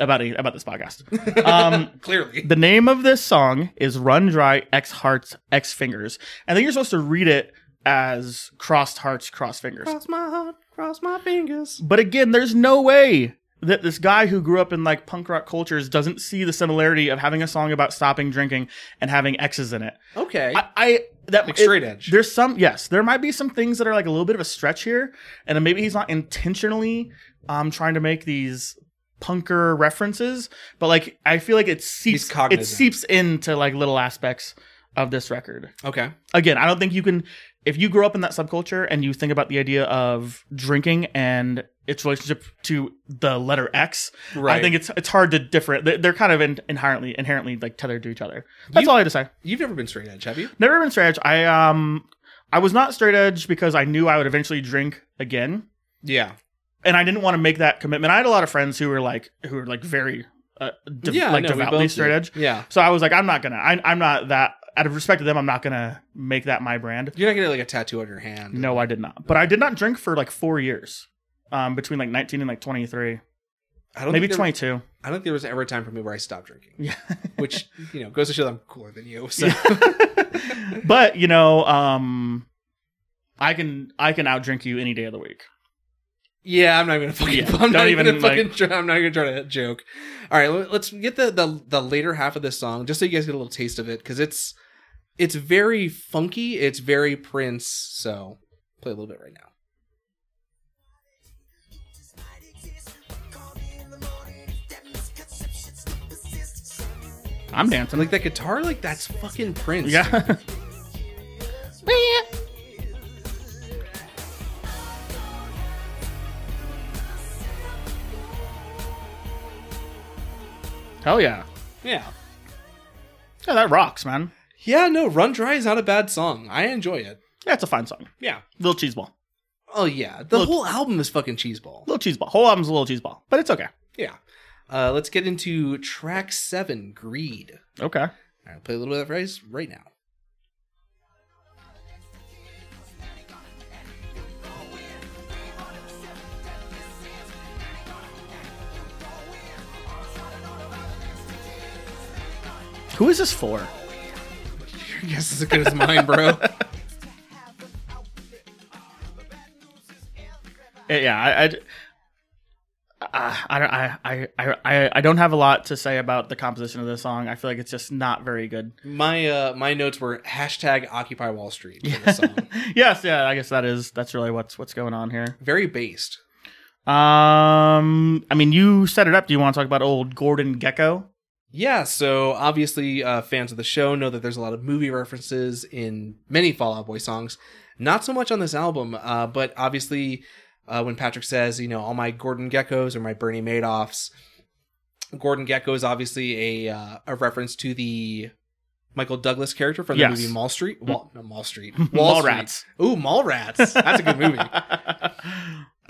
[SPEAKER 2] about any, about
[SPEAKER 1] (laughs)
[SPEAKER 2] this podcast. Um,
[SPEAKER 1] Clearly,
[SPEAKER 2] The name of this song is Run Dry X Hearts X Fingers. And then you're supposed to read it as crossed hearts, crossed fingers.
[SPEAKER 1] (laughs) cross my heart, cross my fingers.
[SPEAKER 2] But again, there's no way that this guy who grew up in like punk rock cultures doesn't see the similarity of having a song about stopping drinking and having X's in it.
[SPEAKER 1] Okay.
[SPEAKER 2] I, I that
[SPEAKER 1] Like straight edge.
[SPEAKER 2] There's some yes, there might be some things that are like a little bit of a stretch here, and maybe he's not intentionally um trying to make these punker references, but like I feel like it
[SPEAKER 1] He's
[SPEAKER 2] seeps it
[SPEAKER 1] cognizant.
[SPEAKER 2] seeps into like little aspects of this record.
[SPEAKER 1] okay.
[SPEAKER 2] Again, I don't think you can if you grow up in that subculture and you think about the idea of drinking and its relationship to the letter X, I
[SPEAKER 1] Right.
[SPEAKER 2] think it's it's hard to different. They're, they're kind of in, inherently inherently like tethered to each other. That's
[SPEAKER 1] You-
[SPEAKER 2] all I had to say.
[SPEAKER 1] You've never been straight edge, have you?
[SPEAKER 2] Never been straight edge. I um I was not straight edge because I knew I would eventually drink again,
[SPEAKER 1] Yeah.
[SPEAKER 2] and I didn't want to make that commitment. I had a lot of friends who were like who were like very uh, de-
[SPEAKER 1] yeah.
[SPEAKER 2] like
[SPEAKER 1] no, we
[SPEAKER 2] devoutly
[SPEAKER 1] both
[SPEAKER 2] straight
[SPEAKER 1] did.
[SPEAKER 2] edge.
[SPEAKER 1] Yeah.
[SPEAKER 2] So I was like, I'm not gonna. I, I'm not that. Out of respect to them, I'm not gonna make that my brand.
[SPEAKER 1] You're not gonna get, like a tattoo on your hand.
[SPEAKER 2] No, I did not. But I did not drink for like four years, um, between like 19 and like 23,
[SPEAKER 1] I don't
[SPEAKER 2] maybe
[SPEAKER 1] think there- (laughs)
[SPEAKER 2] 22.
[SPEAKER 1] I don't think there was ever a time for me where I stopped drinking.
[SPEAKER 2] Yeah.
[SPEAKER 1] Which you know goes to show that I'm cooler than you. So
[SPEAKER 2] (laughs) but you know, um, I can I can outdrink you any day of the week.
[SPEAKER 1] Yeah, I'm not gonna fucking.
[SPEAKER 2] Yeah,
[SPEAKER 1] I'm not
[SPEAKER 2] don't
[SPEAKER 1] even
[SPEAKER 2] even,
[SPEAKER 1] gonna fucking.
[SPEAKER 2] like-
[SPEAKER 1] Try, I'm not gonna try to joke. All right, let- let's get the, the the later half of this song just so you guys get a little taste of it because it's it's very funky. It's very Prince. So play a little bit right now.
[SPEAKER 3] Just might exist. Call me in the morning if that misconception still persists. Show me
[SPEAKER 2] I'm
[SPEAKER 1] And
[SPEAKER 2] dancing.
[SPEAKER 1] like that guitar, like that's fucking Prince.
[SPEAKER 2] Yeah. Hell yeah.
[SPEAKER 1] yeah,
[SPEAKER 2] Yeah, that rocks, man.
[SPEAKER 1] yeah. No, Run Dry is not a bad song. I enjoy it.
[SPEAKER 2] Yeah, it's a fine song.
[SPEAKER 1] Yeah.
[SPEAKER 2] Little cheese ball.
[SPEAKER 1] Oh yeah, the
[SPEAKER 2] Look-
[SPEAKER 1] whole album is fucking cheeseball.
[SPEAKER 2] Little cheese ball. Whole album's a little cheese ball, but it's okay.
[SPEAKER 1] Yeah. Uh, let's get into track seven, Greed.
[SPEAKER 2] Okay.
[SPEAKER 1] All right, play a little bit of that phrase right now. (laughs)
[SPEAKER 2] Who is this for?
[SPEAKER 1] Your guess is as good as mine, bro.
[SPEAKER 2] (laughs) Uh, Yeah, I, I, Ah, I, don't, I, I, I, I don't have a lot to say about the composition of this song. I feel like it's just not very good. (laughs)
[SPEAKER 1] My uh, my notes were hashtag Occupy Wall Street. For
[SPEAKER 2] (laughs)
[SPEAKER 1] this song.
[SPEAKER 2] yes, yeah, I guess that is that's really what's what's going on here.
[SPEAKER 1] Very based.
[SPEAKER 2] Um, I mean, you set it up. Do you want to talk about old Gordon Gecko?
[SPEAKER 1] Yeah, so obviously, uh, fans of the show know that there's a lot of movie references in many Fallout Boy songs. Not so much on this album, uh, but obviously, uh, when Patrick says, you know, all my Gordon Geckos or my Bernie Madoffs, Gordon Gecko is obviously a uh, a reference to the Michael Douglas character from the
[SPEAKER 2] Yes.
[SPEAKER 1] movie Mall Street.
[SPEAKER 2] (laughs)
[SPEAKER 1] Wall, no, Mall Street. Wall
[SPEAKER 2] Mall
[SPEAKER 1] Street.
[SPEAKER 2] rats.
[SPEAKER 1] Ooh, Mall Rats. (laughs) That's a good movie.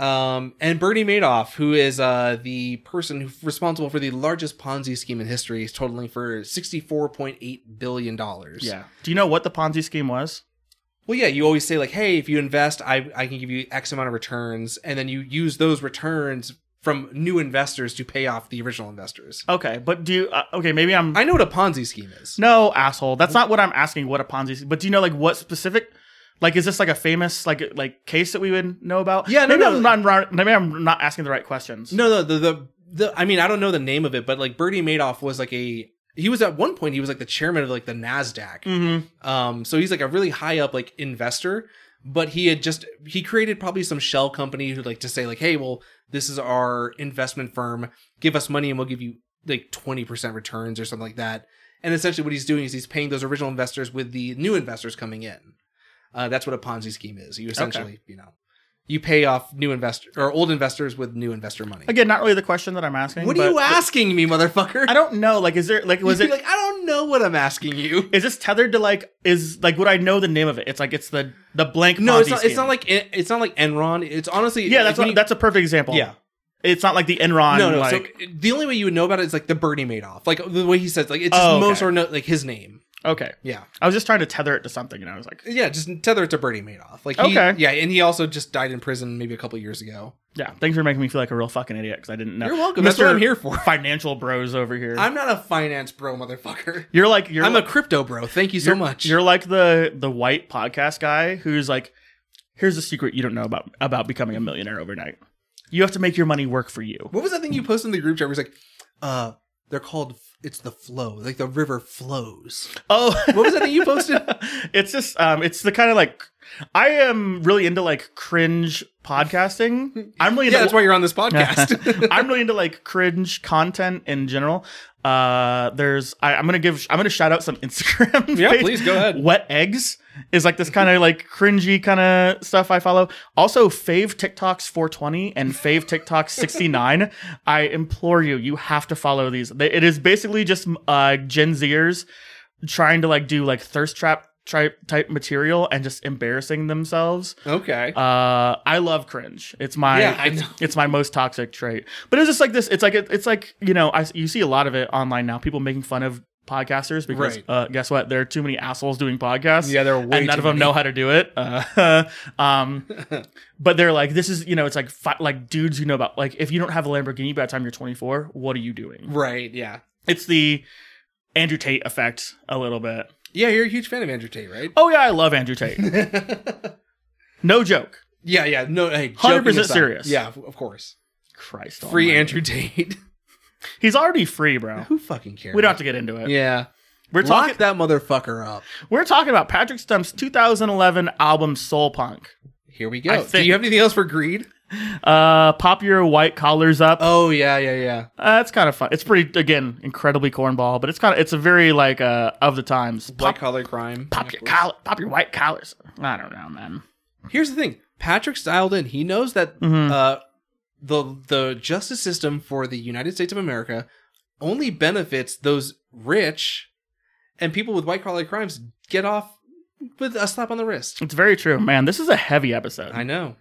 [SPEAKER 1] Um, and Bernie Madoff, who is uh, the person who, responsible for the largest Ponzi scheme in history, totaling for sixty-four point eight billion dollars.
[SPEAKER 2] (laughs) yeah. Do you know what the Ponzi scheme was?
[SPEAKER 1] Well, yeah. You always say like, "Hey, if you invest, I I can give you X amount of returns," and then you use those returns from new investors to pay off the original investors.
[SPEAKER 2] Okay, but do you? Uh, okay, maybe I'm.
[SPEAKER 1] I know what a Ponzi scheme is.
[SPEAKER 2] no, asshole. That's not what I'm asking. What a Ponzi? scheme- But do you know like what specific? Like, is this like a famous like like case that we would know about?
[SPEAKER 1] Yeah, no,
[SPEAKER 2] maybe
[SPEAKER 1] no,
[SPEAKER 2] I'm not. right- Maybe I'm not asking the right questions.
[SPEAKER 1] No, no, the, the the I mean, I don't know the name of it, but like Bernie Madoff was like a he was at one point he was like the chairman of like the Nasdaq.
[SPEAKER 2] Mm-hmm.
[SPEAKER 1] Um, so he's like a really high up like investor, but he had just he created probably some shell company who like to say like, hey, well, this is our investment firm. Give us money and we'll give you like twenty percent returns or something like that. And essentially, what he's doing is he's paying those original investors with the new investors coming in. Uh, that's what a Ponzi scheme is. You essentially, you know, you pay off new investor or old investors with new investor money.
[SPEAKER 2] Again, not really the question that I'm asking.
[SPEAKER 1] What are you
[SPEAKER 2] but-
[SPEAKER 1] asking me, motherfucker?
[SPEAKER 2] I don't know. Like, is there like was
[SPEAKER 1] You'd
[SPEAKER 2] it?
[SPEAKER 1] be like I don't know what I'm asking you?
[SPEAKER 2] is this tethered to like is like would I know the name of it? It's like it's the the blank.
[SPEAKER 1] No, it's
[SPEAKER 2] Ponzi
[SPEAKER 1] not.
[SPEAKER 2] scheme.
[SPEAKER 1] It's not like it's not like Enron. It's honestly
[SPEAKER 2] yeah. That's
[SPEAKER 1] like,
[SPEAKER 2] what,
[SPEAKER 1] when
[SPEAKER 2] that's a perfect example.
[SPEAKER 1] you- yeah.
[SPEAKER 2] it's not like the Enron.
[SPEAKER 1] No, no.
[SPEAKER 2] Like,
[SPEAKER 1] so the only way you would know about it is like the Bernie Madoff, like the way he says, like it's
[SPEAKER 2] Oh,
[SPEAKER 1] just
[SPEAKER 2] okay.
[SPEAKER 1] most or no, like his name.
[SPEAKER 2] okay,
[SPEAKER 1] Yeah,
[SPEAKER 2] I was just trying to tether it to something, and I was like,
[SPEAKER 1] yeah. Just tether it to Bernie Madoff. Like he,
[SPEAKER 2] Okay.
[SPEAKER 1] yeah, and he also just died in prison maybe a couple years ago.
[SPEAKER 2] yeah, thanks for making me feel like a real fucking idiot because I didn't know.
[SPEAKER 1] You're welcome. That's what I'm here for.
[SPEAKER 2] Financial bros over here.
[SPEAKER 1] I'm not a finance bro, motherfucker.
[SPEAKER 2] you're like you're.
[SPEAKER 1] I'm a crypto bro. Thank you so
[SPEAKER 2] you're-
[SPEAKER 1] much.
[SPEAKER 2] You're like the the white podcast guy who's like, here's a secret you don't know about about becoming a millionaire overnight. You have to make your money work for you.
[SPEAKER 1] What was that thing you posted in the group chat? Where it's like, uh, they're called. It's the flow. Like the river flows.
[SPEAKER 2] Oh, (laughs)
[SPEAKER 1] What was that thing you posted?
[SPEAKER 2] it's just um it's the kind of like I am really into like cringe podcasting. I'm really
[SPEAKER 1] yeah, that's
[SPEAKER 2] into
[SPEAKER 1] why you're on this
[SPEAKER 2] (laughs)
[SPEAKER 1] podcast. (laughs)
[SPEAKER 2] I'm really into like cringe content in general. Uh there's I, I'm gonna give I'm gonna shout out some (laughs) Instagram.
[SPEAKER 1] Yeah,
[SPEAKER 2] page.
[SPEAKER 1] please, go ahead.
[SPEAKER 2] Wet eggs is like this kind of like cringy kind of stuff I follow. Also, fave TikToks 420 and fave TikToks 69. I implore you, you have to follow these. They- It is basically just uh Gen Zers trying to like do like thirst trap type type material and just embarrassing themselves.
[SPEAKER 1] okay.
[SPEAKER 2] Uh, I love cringe. It's my
[SPEAKER 1] Yeah, I
[SPEAKER 2] it's,
[SPEAKER 1] know.
[SPEAKER 2] it's my most toxic trait. But it's just like this. It's like it's like you know I you see a lot of it online now. People making fun of podcasters because
[SPEAKER 1] Right.
[SPEAKER 2] uh, guess what? There are too many assholes doing podcasts.
[SPEAKER 1] Yeah, there are way
[SPEAKER 2] and none
[SPEAKER 1] too
[SPEAKER 2] of them
[SPEAKER 1] many.
[SPEAKER 2] know how to do it. Uh, (laughs) um, but they're like this is you know it's like fi- like dudes who know about like if you don't have a Lamborghini by the time you're 24, what are you doing?
[SPEAKER 1] right. Yeah.
[SPEAKER 2] It's the Andrew Tate effect a little bit.
[SPEAKER 1] Yeah, you're a huge fan of Andrew Tate, right?
[SPEAKER 2] Oh yeah, I love
[SPEAKER 1] (laughs)
[SPEAKER 2] Andrew Tate. no joke.
[SPEAKER 1] Yeah, yeah. No, hey, joking
[SPEAKER 2] 100%
[SPEAKER 1] aside.
[SPEAKER 2] serious. Oh,
[SPEAKER 1] Yeah, of of course.
[SPEAKER 2] Christ,
[SPEAKER 1] Free
[SPEAKER 2] almighty.
[SPEAKER 1] Andrew Tate. (laughs)
[SPEAKER 2] He's already free, bro.
[SPEAKER 1] Who fucking cares?
[SPEAKER 2] We don't have to get into it.
[SPEAKER 1] Yeah.
[SPEAKER 2] We're
[SPEAKER 1] Lock
[SPEAKER 2] talking
[SPEAKER 1] that motherfucker up.
[SPEAKER 2] we're talking about Patrick Stump's 2011 album Soul Punk.
[SPEAKER 1] Here we
[SPEAKER 2] I
[SPEAKER 1] go. Do
[SPEAKER 2] think-
[SPEAKER 1] you have anything else for greed?
[SPEAKER 2] Uh pop your white collars up.
[SPEAKER 1] Oh yeah, yeah, yeah.
[SPEAKER 2] Uh, it's kind of fun. It's pretty again incredibly cornball, but it's kind of it's a very like uh of the times.
[SPEAKER 1] Black
[SPEAKER 2] Pop,
[SPEAKER 1] collar crime.
[SPEAKER 2] pop your collar, pop your white collars. I don't know, man.
[SPEAKER 1] Here's the thing. Patrick's dialed in. He knows that
[SPEAKER 2] Mhm.
[SPEAKER 1] uh, the the justice system for the United States of America only benefits those rich, and people with white collar crimes get off with a slap on the wrist.
[SPEAKER 2] It's very true, man. This is a heavy episode.
[SPEAKER 1] I know.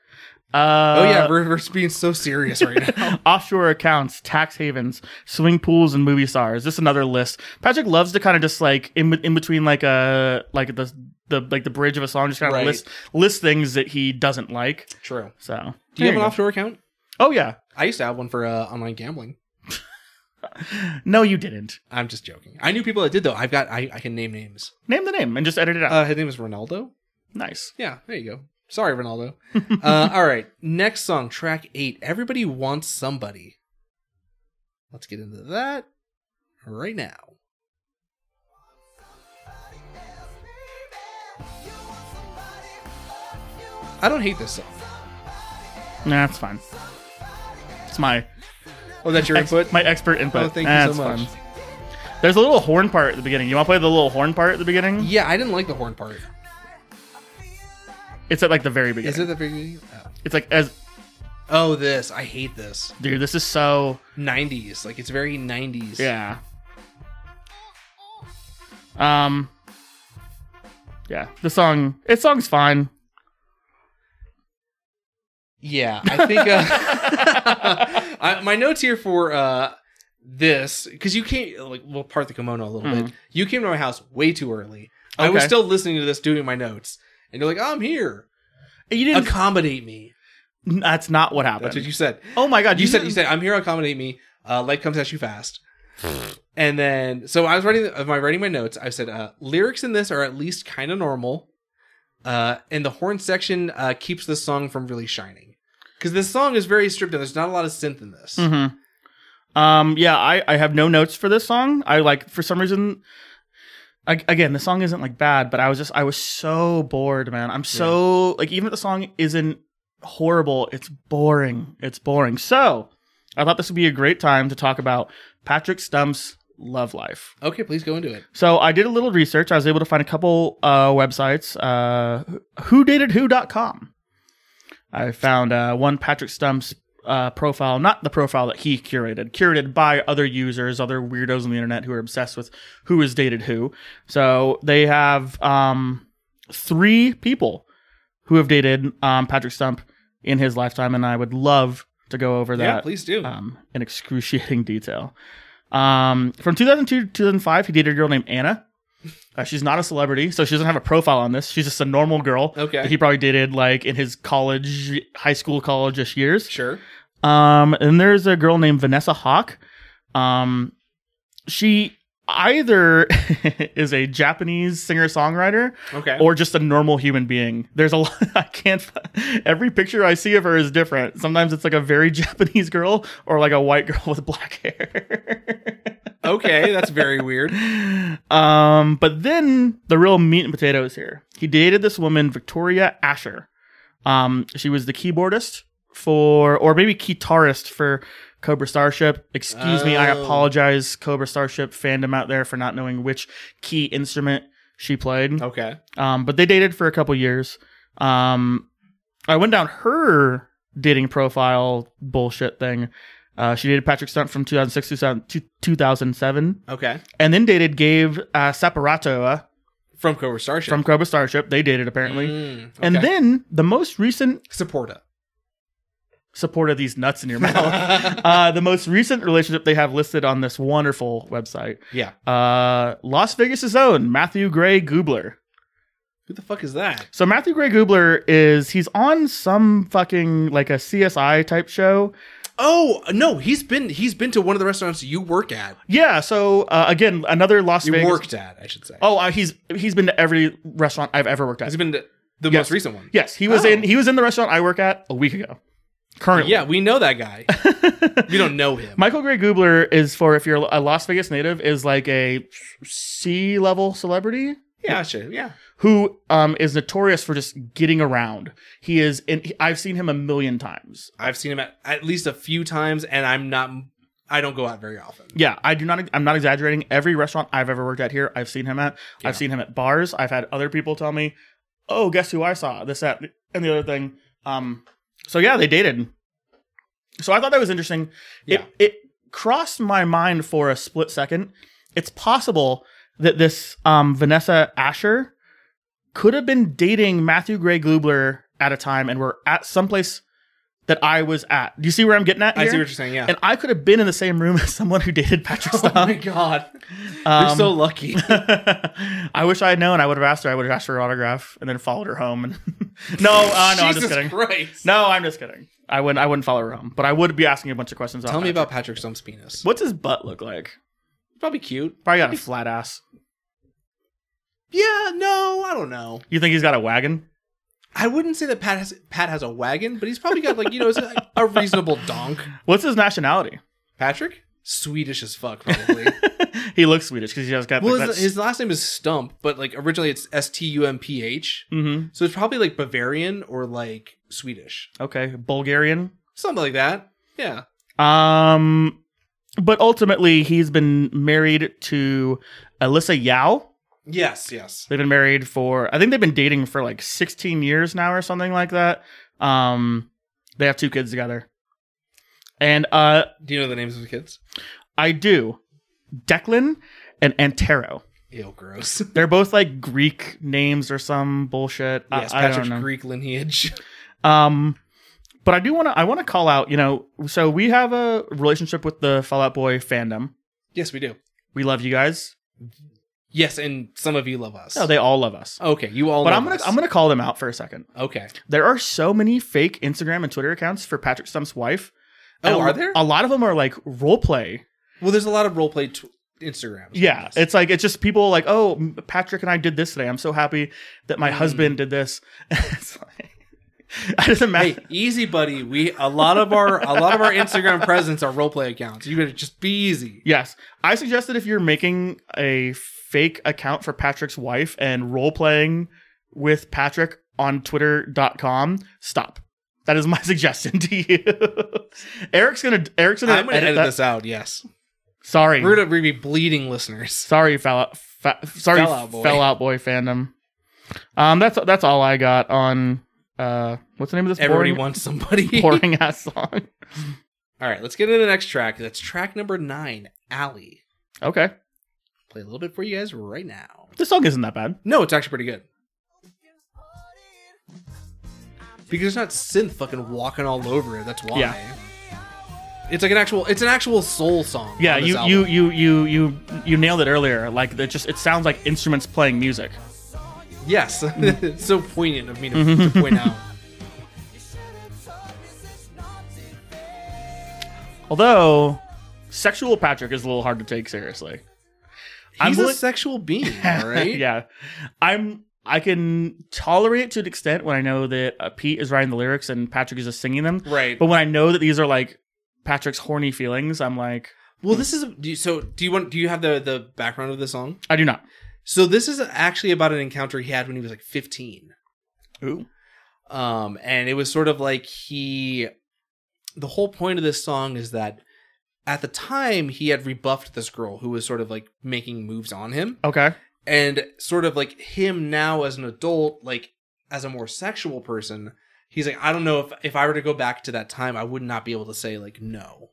[SPEAKER 2] Uh,
[SPEAKER 1] oh yeah, we're, we're being so serious right now.
[SPEAKER 2] (laughs) offshore accounts, tax havens, swing pools, and movie stars. Just another list. Patrick loves to kind of just like in, in between like a like the the like the bridge of a song, just kind of
[SPEAKER 1] Right.
[SPEAKER 2] list list things that he doesn't like.
[SPEAKER 1] (laughs) True.
[SPEAKER 2] So
[SPEAKER 1] Do you
[SPEAKER 2] there
[SPEAKER 1] have an
[SPEAKER 2] go.
[SPEAKER 1] offshore account?
[SPEAKER 2] Oh yeah,
[SPEAKER 1] I used to have one for uh, online gambling.
[SPEAKER 2] no, you didn't.
[SPEAKER 1] I'm just joking. I knew people that did though. I've got I, I can name names.
[SPEAKER 2] Name the name and just edit it out.
[SPEAKER 1] Uh, his name is Ronaldo.
[SPEAKER 2] nice.
[SPEAKER 1] Yeah, there you go. Sorry, (laughs) Ronaldo. uh, all right, next song, track eight. Everybody wants somebody. Let's get into that right now. I don't hate this song.
[SPEAKER 2] Nah, it's fine. It's my
[SPEAKER 1] Oh, that's your
[SPEAKER 2] ex-
[SPEAKER 1] input.
[SPEAKER 2] my expert input.
[SPEAKER 1] Oh, thank you
[SPEAKER 2] Nah,
[SPEAKER 1] so
[SPEAKER 2] it's
[SPEAKER 1] much.
[SPEAKER 2] fine. There's a little horn part at the beginning. You want to play the little horn part at the beginning?
[SPEAKER 1] Yeah, I didn't like the horn part.
[SPEAKER 2] It's at like the very beginning.
[SPEAKER 1] Is it the beginning? Oh.
[SPEAKER 2] It's like as
[SPEAKER 1] oh, this. I hate this.
[SPEAKER 2] dude. This is so
[SPEAKER 1] 90s. Like, it's very 90s.
[SPEAKER 2] yeah. Um. Yeah, the song. It song's fine.
[SPEAKER 1] Yeah, I think uh, (laughs) I, my notes here for uh, this because you came like we'll part the kimono a little bit. You came to my house way too early. I was
[SPEAKER 2] Okay.
[SPEAKER 1] still listening to this, doing my notes, and you're like, "Oh, "I'm here,
[SPEAKER 2] You didn't.
[SPEAKER 1] accommodate me."
[SPEAKER 2] (laughs) that's not what happened.
[SPEAKER 1] That's what you said.
[SPEAKER 2] oh my god!
[SPEAKER 1] You said
[SPEAKER 2] didn't-
[SPEAKER 1] you said, "I'm here, accommodate me." Uh, life comes at you fast. And then, so I was writing. Of my writing my notes, I said uh, lyrics in this are at least kind of normal, uh, and the horn section uh, keeps this song from really shining because this song is very stripped down. There's not a lot of synth in this.
[SPEAKER 2] Mm-hmm. Um, yeah, I, I have no notes for this song. I like for some reason. I, again, the song isn't like bad, but I was just I was so bored, man. I'm so like even if the song isn't horrible, it's boring. It's boring. So I thought this would be a great time to talk about Patrick Stump's love life.
[SPEAKER 1] Okay, please go into it.
[SPEAKER 2] So I did a little research. I was able to find a couple uh, websites. Uh, whodatedwho.com. I found uh, one Patrick Stump's uh, profile, not the profile that he curated, curated by other users, other weirdos on the internet who are obsessed with who is dated who. So they have um, three people who have dated um, Patrick Stump in his lifetime, and I would love to go over that
[SPEAKER 1] yeah, please do.
[SPEAKER 2] um, in excruciating (laughs) detail. Um, from 2002 to 2005, he dated a girl named Anna. Uh, she's not a celebrity, so she doesn't have a profile on this. She's just a normal girl
[SPEAKER 1] Okay.
[SPEAKER 2] that he probably dated like in his college, high school, college-ish years.
[SPEAKER 1] sure.
[SPEAKER 2] Um, and there's a girl named Vanessa Hawk. Um, she either (laughs) is a Japanese singer songwriter
[SPEAKER 1] Okay.
[SPEAKER 2] or just a normal human being. There's a lot (laughs) I can't. fi- Every picture I see of her is different. Sometimes it's like a very (laughs) Japanese girl or like a white girl (laughs) with black hair. (laughs)
[SPEAKER 1] okay, that's very weird.
[SPEAKER 2] um, but then the real meat and potatoes here. He dated this woman, Victoria Asher. Um, she was the keyboardist for, or maybe guitarist for Cobra Starship. Excuse me, I
[SPEAKER 1] Oh.
[SPEAKER 2] apologize, Cobra Starship fandom out there for not knowing which key instrument she played.
[SPEAKER 1] Okay.
[SPEAKER 2] Um, but they dated for a couple years. Um, I went down her dating profile bullshit thing. Uh, she dated Patrick Stunt from 2006 to 2000 to 2007,
[SPEAKER 1] Okay.
[SPEAKER 2] and then dated Gabe uh, Saparatoa
[SPEAKER 1] From Cobra Starship.
[SPEAKER 2] from Cobra Starship. They dated apparently,
[SPEAKER 1] Mm, okay.
[SPEAKER 2] and then the most recent
[SPEAKER 1] Supporta.
[SPEAKER 2] (laughs) support of these nuts in your (laughs) mouth. uh, the most recent relationship they have listed on this wonderful website,
[SPEAKER 1] (laughs) yeah.
[SPEAKER 2] uh, Las Vegas' own Matthew Gray Goobler.
[SPEAKER 1] Who the fuck is that?
[SPEAKER 2] So Matthew Gray Goobler is he's on some fucking like a CSI type show.
[SPEAKER 1] Oh no, he's been he's been to one of the restaurants you work at.
[SPEAKER 2] Yeah. So uh, again, another Las
[SPEAKER 1] You
[SPEAKER 2] Vegas.
[SPEAKER 1] worked at, I should say.
[SPEAKER 2] Oh, uh, he's he's been to every restaurant I've ever worked
[SPEAKER 1] Has
[SPEAKER 2] at.
[SPEAKER 1] he been to the
[SPEAKER 2] Yes.
[SPEAKER 1] most recent one?
[SPEAKER 2] yes, he was
[SPEAKER 1] Oh.
[SPEAKER 2] in he was in the restaurant I work at a week ago. Currently,
[SPEAKER 1] Yeah, we know that (laughs) guy. we don't know him.
[SPEAKER 2] Michael Gray Goobler is for if you're a Las Vegas native is like a C level celebrity.
[SPEAKER 1] yeah, sure. Yeah.
[SPEAKER 2] who um, is notorious for just getting around. He is, and he- I've seen him a million times.
[SPEAKER 1] I've seen him at, at least a few times and I'm not I don't go out very often.
[SPEAKER 2] Yeah, I do not. I'm not exaggerating. Every restaurant I've ever worked at here, I've seen him at.
[SPEAKER 1] Yeah.
[SPEAKER 2] I've seen him at bars. I've had other people tell me, "Oh, guess who I saw?" This, that, and the other thing. Um, so yeah, they dated. So I thought that was interesting.
[SPEAKER 1] Yeah.
[SPEAKER 2] It, it crossed my mind for a split second. It's possible that this um, Vanessa Asher could have been dating Matthew Gray Glubler at a time, and we're at someplace that I was at. Do you see where I'm getting at?
[SPEAKER 1] I see
[SPEAKER 2] here?
[SPEAKER 1] what you're saying, yeah.
[SPEAKER 2] and I could have been in the same room (laughs) as someone who dated
[SPEAKER 1] (laughs)
[SPEAKER 2] Patrick
[SPEAKER 1] oh my
[SPEAKER 2] Stump.
[SPEAKER 1] god. You're
[SPEAKER 2] Um,
[SPEAKER 1] so (laughs) lucky.
[SPEAKER 2] (laughs) I wish I had known. I would have asked her. I would have asked for her autograph and then followed her home. And (laughs) no, uh, no, I'm just
[SPEAKER 1] Jesus
[SPEAKER 2] kidding.
[SPEAKER 1] Christ.
[SPEAKER 2] No, I'm just kidding. I wouldn't. I wouldn't follow her home, but I would be asking a bunch of questions.
[SPEAKER 1] Tell me
[SPEAKER 2] Patrick.
[SPEAKER 1] about Patrick Stump's penis.
[SPEAKER 2] what's his butt look like.
[SPEAKER 1] Probably cute.
[SPEAKER 2] Probably got a flat ass.
[SPEAKER 1] Yeah, no, I don't know.
[SPEAKER 2] You think he's got a wagon?
[SPEAKER 1] I wouldn't say that Pat has Pat has a wagon, but he's probably got like you know it's a, a reasonable donk.
[SPEAKER 2] What's his nationality? (laughs)
[SPEAKER 1] Patrick, Swedish as fuck, (laughs) probably.
[SPEAKER 2] he looks Swedish because he has got
[SPEAKER 1] well,
[SPEAKER 2] like,
[SPEAKER 1] his, his last name is Stump, but like originally it's S T U M P H,
[SPEAKER 2] hmm
[SPEAKER 1] so it's probably like Bavarian or like Swedish,
[SPEAKER 2] Okay, Bulgarian.
[SPEAKER 1] something like that. Yeah,
[SPEAKER 2] Um, But ultimately, he's been married to Alyssa Yao.
[SPEAKER 1] Yes, yes.
[SPEAKER 2] They've been married for, I think they've been dating for like 16 years now or something like that. Um, they have two kids together. And uh,
[SPEAKER 1] Do you know the names of the kids?
[SPEAKER 2] I do Declan and Antero.
[SPEAKER 1] Ew, gross.
[SPEAKER 2] They're both like Greek names or some bullshit.
[SPEAKER 1] (laughs)
[SPEAKER 2] I-
[SPEAKER 1] Yes,
[SPEAKER 2] I,
[SPEAKER 1] Patrick's
[SPEAKER 2] don't know.
[SPEAKER 1] Greek lineage.
[SPEAKER 2] Um, but I do want to I want to call out, you know, so we have a relationship with the Fallout Boy fandom.
[SPEAKER 1] (laughs) yes, we do.
[SPEAKER 2] We love you guys.
[SPEAKER 1] Yes, and some of you love us.
[SPEAKER 2] No, they all love us.
[SPEAKER 1] okay, you all.
[SPEAKER 2] but
[SPEAKER 1] love
[SPEAKER 2] I'm gonna
[SPEAKER 1] us.
[SPEAKER 2] I'm gonna call them out for a second.
[SPEAKER 1] Okay.
[SPEAKER 2] There are so many fake Instagram and Twitter accounts for Patrick Stump's wife.
[SPEAKER 1] Oh,
[SPEAKER 2] And
[SPEAKER 1] are there?
[SPEAKER 2] A lot of them are like role play.
[SPEAKER 1] Well, there's a lot of role play t- Instagrams.
[SPEAKER 2] Yeah, it's like it's just people like, oh, m- Patrick and I did this today. I'm so happy that my
[SPEAKER 1] Mm.
[SPEAKER 2] husband did this. (laughs) it's like, (laughs) I just imagine.
[SPEAKER 1] Hey, easy, buddy. We a lot of our a lot of our Instagram presence are role play accounts. You better just be easy.
[SPEAKER 2] Yes. I suggest that if you're making a fake account for Patrick's wife and role playing with Patrick on twitter.com, stop. That is my (laughs) suggestion to you. Eric's gonna Eric's gonna,
[SPEAKER 1] I'm gonna edit,
[SPEAKER 2] that.
[SPEAKER 1] this out. Yes,
[SPEAKER 2] Sorry.
[SPEAKER 1] we're gonna we're gonna be bleeding listeners.
[SPEAKER 2] sorry, fell out fa- sorry
[SPEAKER 1] Fell Out Boy.
[SPEAKER 2] fell out boy fandom. Um that's that's all I got on uh what's the name of this
[SPEAKER 1] Everybody
[SPEAKER 2] boring,
[SPEAKER 1] wants somebody. all
[SPEAKER 2] (laughs) boring ass song?
[SPEAKER 1] right, let's get into the next track. That's track number nine, Alley.
[SPEAKER 2] Okay.
[SPEAKER 1] Play a little bit for you guys right now.
[SPEAKER 2] This song isn't that bad.
[SPEAKER 1] No, it's actually pretty good
[SPEAKER 3] Party.
[SPEAKER 1] because it's not synth fucking walking all over it. That's why.
[SPEAKER 2] Yeah.
[SPEAKER 1] It's like an actual. It's an actual soul song.
[SPEAKER 2] Yeah,
[SPEAKER 1] on this
[SPEAKER 2] you,
[SPEAKER 1] album.
[SPEAKER 2] you you you you you nailed it earlier. Like it just it sounds like instruments playing music. (laughs)
[SPEAKER 1] Yes,
[SPEAKER 2] Mm.
[SPEAKER 1] (laughs) it's so poignant of me to,
[SPEAKER 2] Mm-hmm.
[SPEAKER 1] to point out.
[SPEAKER 3] You should have told me such naughty things.
[SPEAKER 2] Although sexual Patrick is a little hard to take seriously. (laughs) I'm
[SPEAKER 1] He's a
[SPEAKER 2] willing-
[SPEAKER 1] sexual being, all right?
[SPEAKER 2] (laughs) yeah. I'm I can tolerate it to an extent when I know that uh, Pete is writing the lyrics and Patrick is just singing them.
[SPEAKER 1] Right.
[SPEAKER 2] But when I know that these are like Patrick's horny feelings, I'm like,
[SPEAKER 1] Well, this is do you, so. Do you want? Do you have the the background of the song?
[SPEAKER 2] I do not.
[SPEAKER 1] So this is actually about an encounter he had when he was like 15.
[SPEAKER 2] Ooh.
[SPEAKER 1] Um, and it was sort of like he. The whole point of this song is that at the time he had rebuffed this girl who was sort of like making moves on him,
[SPEAKER 2] Okay.
[SPEAKER 1] and sort of like him now as an adult, like as a more sexual person, he's like, I don't know if if I were to go back to that time, I would not be able to say like no.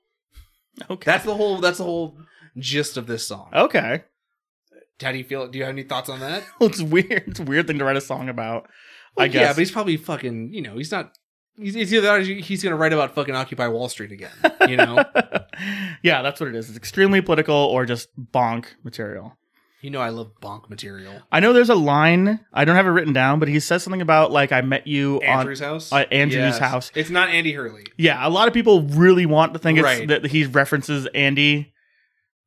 [SPEAKER 2] Okay.
[SPEAKER 1] That's the whole. That's the whole gist of this song.
[SPEAKER 2] okay. (laughs)
[SPEAKER 1] How do you feel? Do you have any thoughts on that?
[SPEAKER 2] it's weird. It's a weird thing to write a song about. I
[SPEAKER 1] Like,
[SPEAKER 2] guess.
[SPEAKER 1] Yeah, but he's probably fucking. You know, he's not. He's, it's either that or he's gonna write about fucking Occupy Wall Street again. You
[SPEAKER 2] (laughs)
[SPEAKER 1] know.
[SPEAKER 2] yeah, that's what it is. It's extremely political or just bonk material.
[SPEAKER 1] you know, I love bonk material.
[SPEAKER 2] I know there's a line I don't have it written down, but he says something about like I met you
[SPEAKER 1] Andrew's
[SPEAKER 2] on
[SPEAKER 1] house.
[SPEAKER 2] uh, Andrew's house.
[SPEAKER 1] It's not Andy Hurley.
[SPEAKER 2] Yeah, a lot of people really want to think
[SPEAKER 1] Right.
[SPEAKER 2] it's that he references Andy,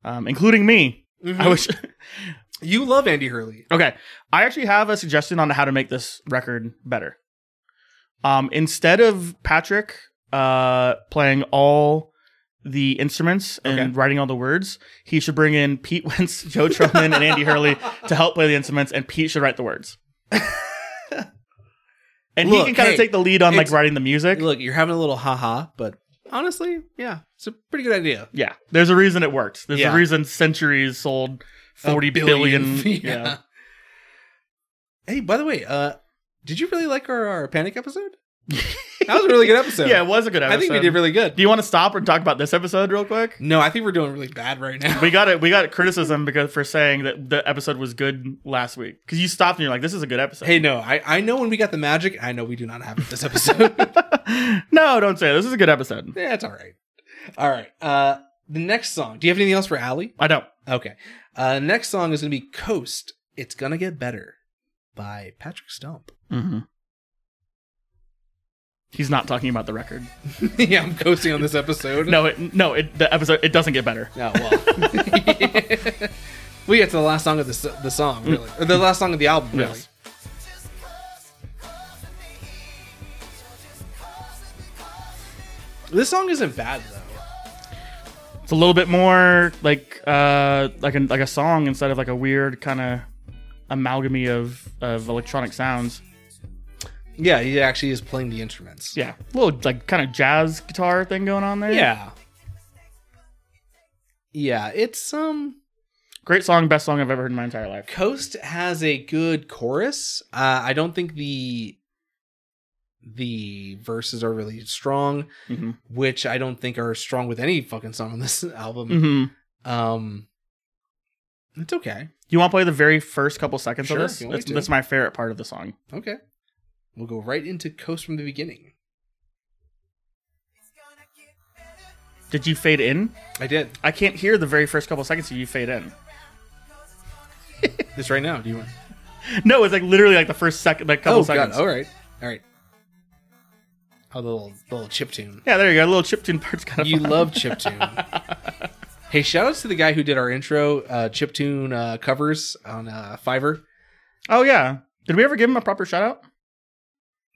[SPEAKER 2] um, including me. I
[SPEAKER 1] Mhm.
[SPEAKER 2] wish. (laughs)
[SPEAKER 1] you love Andy Hurley.
[SPEAKER 2] okay, I actually have a suggestion on how to make this record better. Um, instead of Patrick uh, playing all the instruments and
[SPEAKER 1] Okay.
[SPEAKER 2] writing all the words, he should bring in Pete (laughs) Wentz, Joe Truman, and Andy Hurley to help play the instruments, and Pete should write
[SPEAKER 1] (laughs)
[SPEAKER 2] the words. and
[SPEAKER 1] Look,
[SPEAKER 2] he can kind
[SPEAKER 1] hey,
[SPEAKER 2] of take the lead on like
[SPEAKER 1] it's-
[SPEAKER 2] writing the music.
[SPEAKER 1] Look, you're having a little haha, but honestly, yeah, it's a pretty good idea.
[SPEAKER 2] Yeah, there's a reason it worked. There's
[SPEAKER 1] Yeah.
[SPEAKER 2] a reason Centuries sold forty
[SPEAKER 1] A
[SPEAKER 2] billion.
[SPEAKER 1] (laughs) Yeah.
[SPEAKER 2] Yeah.
[SPEAKER 1] Hey, by the way, uh, did you really like our, our panic
[SPEAKER 2] (laughs)
[SPEAKER 1] episode? that was a really good episode.
[SPEAKER 2] yeah, it was a good episode.
[SPEAKER 1] I think we did really good.
[SPEAKER 2] Do you want to stop and talk about this episode real quick?
[SPEAKER 1] No, I think we're doing really bad right now.
[SPEAKER 2] We got it. We got criticism because for saying that the episode was good last week because you stopped and you're like, "This is a good episode."
[SPEAKER 1] Hey, no, I, I know when we got the magic. I know we do not have it this
[SPEAKER 2] (laughs)
[SPEAKER 1] episode.
[SPEAKER 2] (laughs)
[SPEAKER 1] (laughs)
[SPEAKER 2] no, don't say it. This is a good episode.
[SPEAKER 1] yeah, it's all right. All right. Uh, the next song. Do you have anything else for Allie?
[SPEAKER 2] I don't.
[SPEAKER 1] Okay. Uh, next song is gonna be "Coast." It's gonna get better by Patrick Stump. (laughs)
[SPEAKER 2] Mm-hmm. He's not talking about the record.
[SPEAKER 1] yeah, I'm coasting on this episode.
[SPEAKER 2] No, it, no, it, the episode it doesn't get better.
[SPEAKER 1] (laughs) Oh well. (laughs) we get to the last song of the s- the song, really, or the last song of the album, really.
[SPEAKER 2] Mm. Yes.
[SPEAKER 3] Just cause, cause of me. So just cause it because of me.
[SPEAKER 1] This song isn't bad though.
[SPEAKER 2] It's a little bit more like uh like a like a song instead of like a weird kind of amalgamy of of electronic sounds.
[SPEAKER 1] Yeah, he actually is playing the instruments.
[SPEAKER 2] Yeah, a little like kind of jazz guitar thing going on there.
[SPEAKER 1] Yeah. yeah, it's um
[SPEAKER 2] Great song, best song I've ever heard in my entire life.
[SPEAKER 1] Coast has a good chorus. Uh, I don't think the the verses are really strong,
[SPEAKER 2] Mm-hmm.
[SPEAKER 1] which I don't think are strong with any fucking song on this (laughs) album.
[SPEAKER 2] hmm
[SPEAKER 1] Um, it's okay.
[SPEAKER 2] You want to play the very first couple seconds
[SPEAKER 1] Sure,
[SPEAKER 2] of this?
[SPEAKER 1] if you want me
[SPEAKER 2] That's,
[SPEAKER 1] to.
[SPEAKER 2] that's my favorite part of the song.
[SPEAKER 1] Okay, we'll go right into Coast from the beginning.
[SPEAKER 2] Did you fade in?
[SPEAKER 1] I did
[SPEAKER 2] I can't hear the very first couple seconds. Did you fade in? (laughs)
[SPEAKER 1] this right now. Do you want?
[SPEAKER 2] No, it's like literally like the first second, like couple
[SPEAKER 1] oh
[SPEAKER 2] seconds.
[SPEAKER 1] God! All right, all right. Oh, the little the little chip (laughs) tune.
[SPEAKER 2] Yeah, there you go. The little chiptune part's kind of
[SPEAKER 1] You
[SPEAKER 2] fun.
[SPEAKER 1] love chiptune. hey, shout outs to the guy who did our intro uh, chiptune uh, covers on uh, Fiverr.
[SPEAKER 2] Oh yeah. Did we ever give him a proper shout out?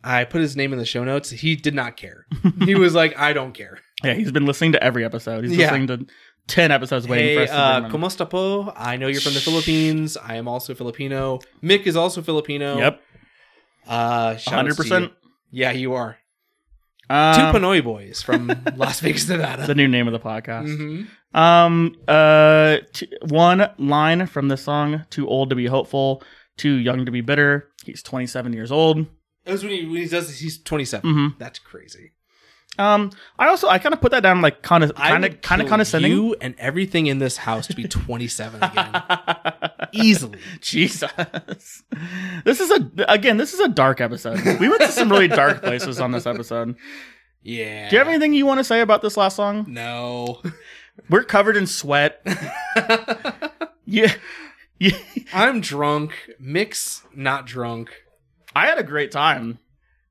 [SPEAKER 1] I put his name in the show notes. He did not (laughs) care. he was like, I don't care.
[SPEAKER 2] Yeah, he's been listening to every episode. He's
[SPEAKER 1] Yeah.
[SPEAKER 2] listening to ten episodes waiting for
[SPEAKER 1] Hey,
[SPEAKER 2] us to
[SPEAKER 1] uh,
[SPEAKER 2] remember.
[SPEAKER 1] ¿cómo está po? I know you're from the Philippines. I am also Filipino. Mick is also Filipino.
[SPEAKER 2] Yep,
[SPEAKER 1] Uh,
[SPEAKER 2] hundred
[SPEAKER 1] shout-outs to
[SPEAKER 2] percent.
[SPEAKER 1] you. Yeah, you are. Two
[SPEAKER 2] Um,
[SPEAKER 1] Panoy boys
[SPEAKER 2] (laughs)
[SPEAKER 1] from Las Vegas, Nevada.
[SPEAKER 2] the new name of the podcast.
[SPEAKER 1] Mhm.
[SPEAKER 2] Um, uh, t- one line from the song: "Too old to be hopeful, too young to be bitter." He's 27 years old.
[SPEAKER 1] That was when he, when he does this. He's 27.
[SPEAKER 2] Mhm.
[SPEAKER 1] That's crazy.
[SPEAKER 2] Um, I also I kind of put that down like kind of
[SPEAKER 1] I
[SPEAKER 2] kind of
[SPEAKER 1] would
[SPEAKER 2] kind of
[SPEAKER 1] kill
[SPEAKER 2] condescending. (laughs)
[SPEAKER 1] You (laughs) and everything in this house to be 27 again. Easily.
[SPEAKER 2] Jesus, this is a again this is a dark episode. We went to some really dark places on this episode.
[SPEAKER 1] Yeah.
[SPEAKER 2] Do you have anything you want to say about this last song?
[SPEAKER 1] No.
[SPEAKER 2] We're covered
[SPEAKER 1] (laughs)
[SPEAKER 2] in sweat. Yeah, yeah.
[SPEAKER 1] I'm drunk. Mick's not drunk.
[SPEAKER 2] I had a great time.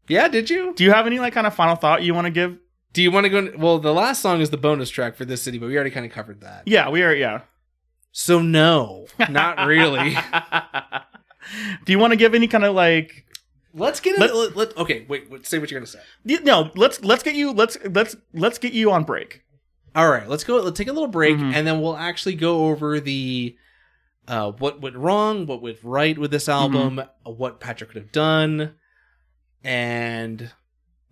[SPEAKER 1] Yeah, did you?
[SPEAKER 2] Do you have any like kind of final thought you want to give?
[SPEAKER 1] Do you want to go? In, well, the last song is the bonus track for this city, but we already kind of covered that.
[SPEAKER 2] Yeah, we
[SPEAKER 1] (laughs)
[SPEAKER 2] are. Yeah.
[SPEAKER 1] So no, not (laughs) really.
[SPEAKER 2] Do you want to give any kind of like?
[SPEAKER 1] let's get
[SPEAKER 2] Let-
[SPEAKER 1] it. Let, let- okay, wait, wait. Say what you're gonna say.
[SPEAKER 2] you- No, let's let's get you let's let's let's get you on break.
[SPEAKER 1] All right, let's go. Let's take a little break,
[SPEAKER 2] Mhm.
[SPEAKER 1] and then we'll actually go over the uh, what went wrong, what went right with this album, what Patrick could have done, and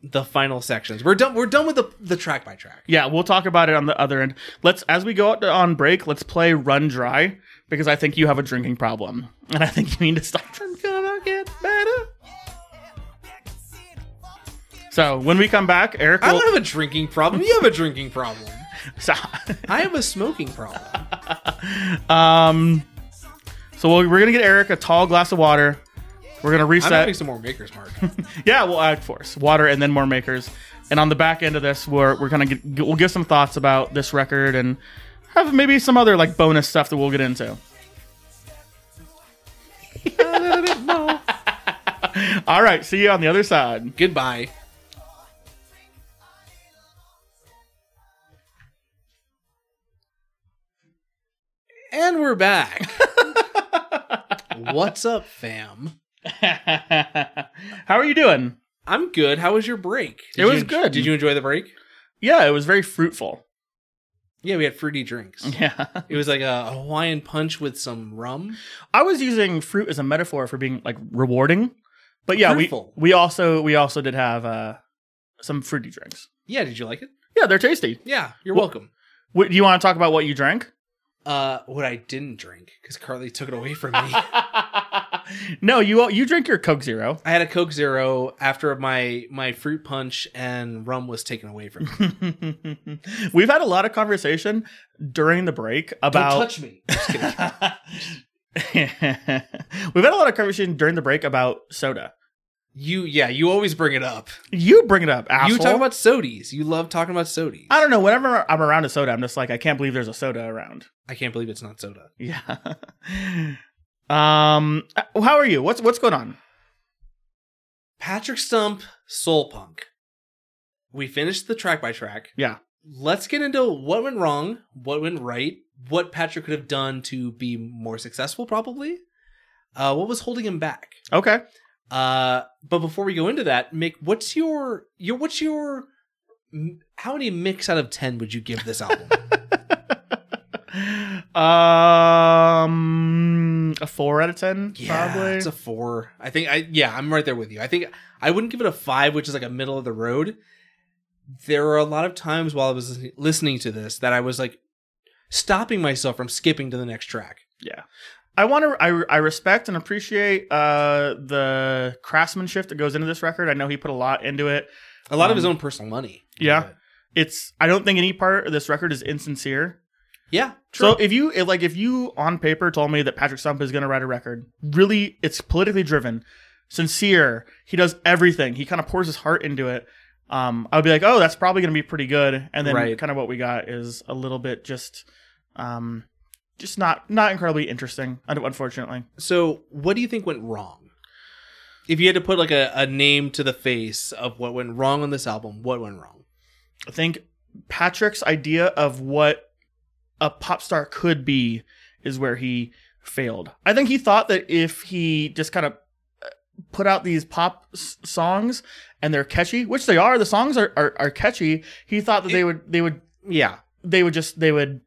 [SPEAKER 1] the final sections. We're done. We're done with the the track by track.
[SPEAKER 2] Yeah, we'll talk about it on the other end. Let's as we go out on break, let's play Run Dry because I think you have a drinking problem and I think you need to stop.
[SPEAKER 1] I'm gonna get better.
[SPEAKER 2] So when we come back, Eric
[SPEAKER 1] I
[SPEAKER 2] will.
[SPEAKER 1] don't have a drinking problem. You have a drinking (laughs) problem.
[SPEAKER 2] (laughs) So-
[SPEAKER 1] I have a smoking problem.
[SPEAKER 2] Um, so we'll, we're gonna get Eric a tall glass of water. We're gonna
[SPEAKER 1] I'm
[SPEAKER 2] reset.
[SPEAKER 1] having some more Maker's Mark.
[SPEAKER 2] yeah, we'll add force, water, and then more makers. And on the back end of this, we're we're gonna get, we'll give some thoughts about this record and have maybe some other like bonus stuff that we'll get into.
[SPEAKER 1] (laughs)
[SPEAKER 2] All right, see you on the
[SPEAKER 1] (laughs)
[SPEAKER 2] other side.
[SPEAKER 1] Goodbye. And we're back.
[SPEAKER 2] (laughs)
[SPEAKER 1] What's up, fam?
[SPEAKER 2] How are you doing?
[SPEAKER 1] I'm good. How was your break?
[SPEAKER 2] It was
[SPEAKER 1] you en-
[SPEAKER 2] good.
[SPEAKER 1] Did you enjoy the break?
[SPEAKER 2] Yeah, it was
[SPEAKER 1] (laughs)
[SPEAKER 2] very fruitful.
[SPEAKER 1] Yeah, we had fruity drinks.
[SPEAKER 2] Yeah,
[SPEAKER 1] It was like a Hawaiian punch with some rum.
[SPEAKER 2] I was using fruit as a metaphor for being like rewarding, but yeah,
[SPEAKER 1] Fruitful.
[SPEAKER 2] we we also we also did have uh, some fruity drinks.
[SPEAKER 1] Yeah, did you like it?
[SPEAKER 2] Yeah, they're tasty.
[SPEAKER 1] Yeah, you're
[SPEAKER 2] Well-
[SPEAKER 1] welcome.
[SPEAKER 2] What, do you want to talk about what you drank?
[SPEAKER 1] (laughs) Uh, what I didn't drink because Carly took it away from me. (laughs)
[SPEAKER 2] no, you you drink your Coke Zero. (laughs)
[SPEAKER 1] I had a Coke Zero after my my fruit punch and rum was taken away from me.
[SPEAKER 2] We've had a lot of conversation during the break about.
[SPEAKER 1] Don't touch me. Just kidding. (laughs)
[SPEAKER 2] (laughs) We've had a lot of conversation during the break about soda.
[SPEAKER 1] you yeah, you always bring it up.
[SPEAKER 2] You bring it up, asshole.
[SPEAKER 1] You talk about sodies. You love talking about sodies.
[SPEAKER 2] I don't know. Whenever I'm around a soda, I'm just like, I can't believe there's a soda around.
[SPEAKER 1] I can't believe it's not soda.
[SPEAKER 2] Yeah. (laughs) um, how are you? What's what's going on?
[SPEAKER 1] Patrick Stump, Soul Punk. We finished the track by track.
[SPEAKER 2] Yeah.
[SPEAKER 1] Let's get into what went wrong, what went right, what Patrick could have done to be more successful, probably. Uh, what was holding him back?
[SPEAKER 2] Okay. (laughs)
[SPEAKER 1] Uh, but before we go into that, Mick, what's your your what's your m- how many mix out of ten would you give this (laughs) album?
[SPEAKER 2] um, a four out of ten, probably.
[SPEAKER 1] it's a four. I think I yeah, I'm right there with you. I think I wouldn't give it a five, which is like a middle of the road. There were a lot of times while I was listening to this that I was like stopping myself from skipping to the next track.
[SPEAKER 2] Yeah. I want to. I, I respect and appreciate uh, the craftsmanship that goes into this record. I know he put a lot into it.
[SPEAKER 1] A lot of
[SPEAKER 2] Um,
[SPEAKER 1] his own personal money.
[SPEAKER 2] yeah. It's. I don't think any part of this record is insincere.
[SPEAKER 1] Yeah. True.
[SPEAKER 2] So if you if, like if you on paper told me that Patrick Stump is going to write a record, really it's politically driven, sincere. He does everything. He kind of pours his heart into it. Um, I would be like, oh, that's probably going to be pretty good. And then
[SPEAKER 1] Right.
[SPEAKER 2] kind of what we got is a little bit just, um, just not not incredibly interesting. un- Unfortunately,
[SPEAKER 1] So, what do you think went wrong? If you had to put like a, a name to the face of what went wrong on this album, what went wrong?
[SPEAKER 2] I think Patrick's idea of what a pop star could be is where he failed. I think he thought that if he just kind of uh, put out these pop s- songs and they're catchy, which they are, the songs are, are, are catchy. He thought that they would they would
[SPEAKER 1] Yeah.
[SPEAKER 2] they would just they would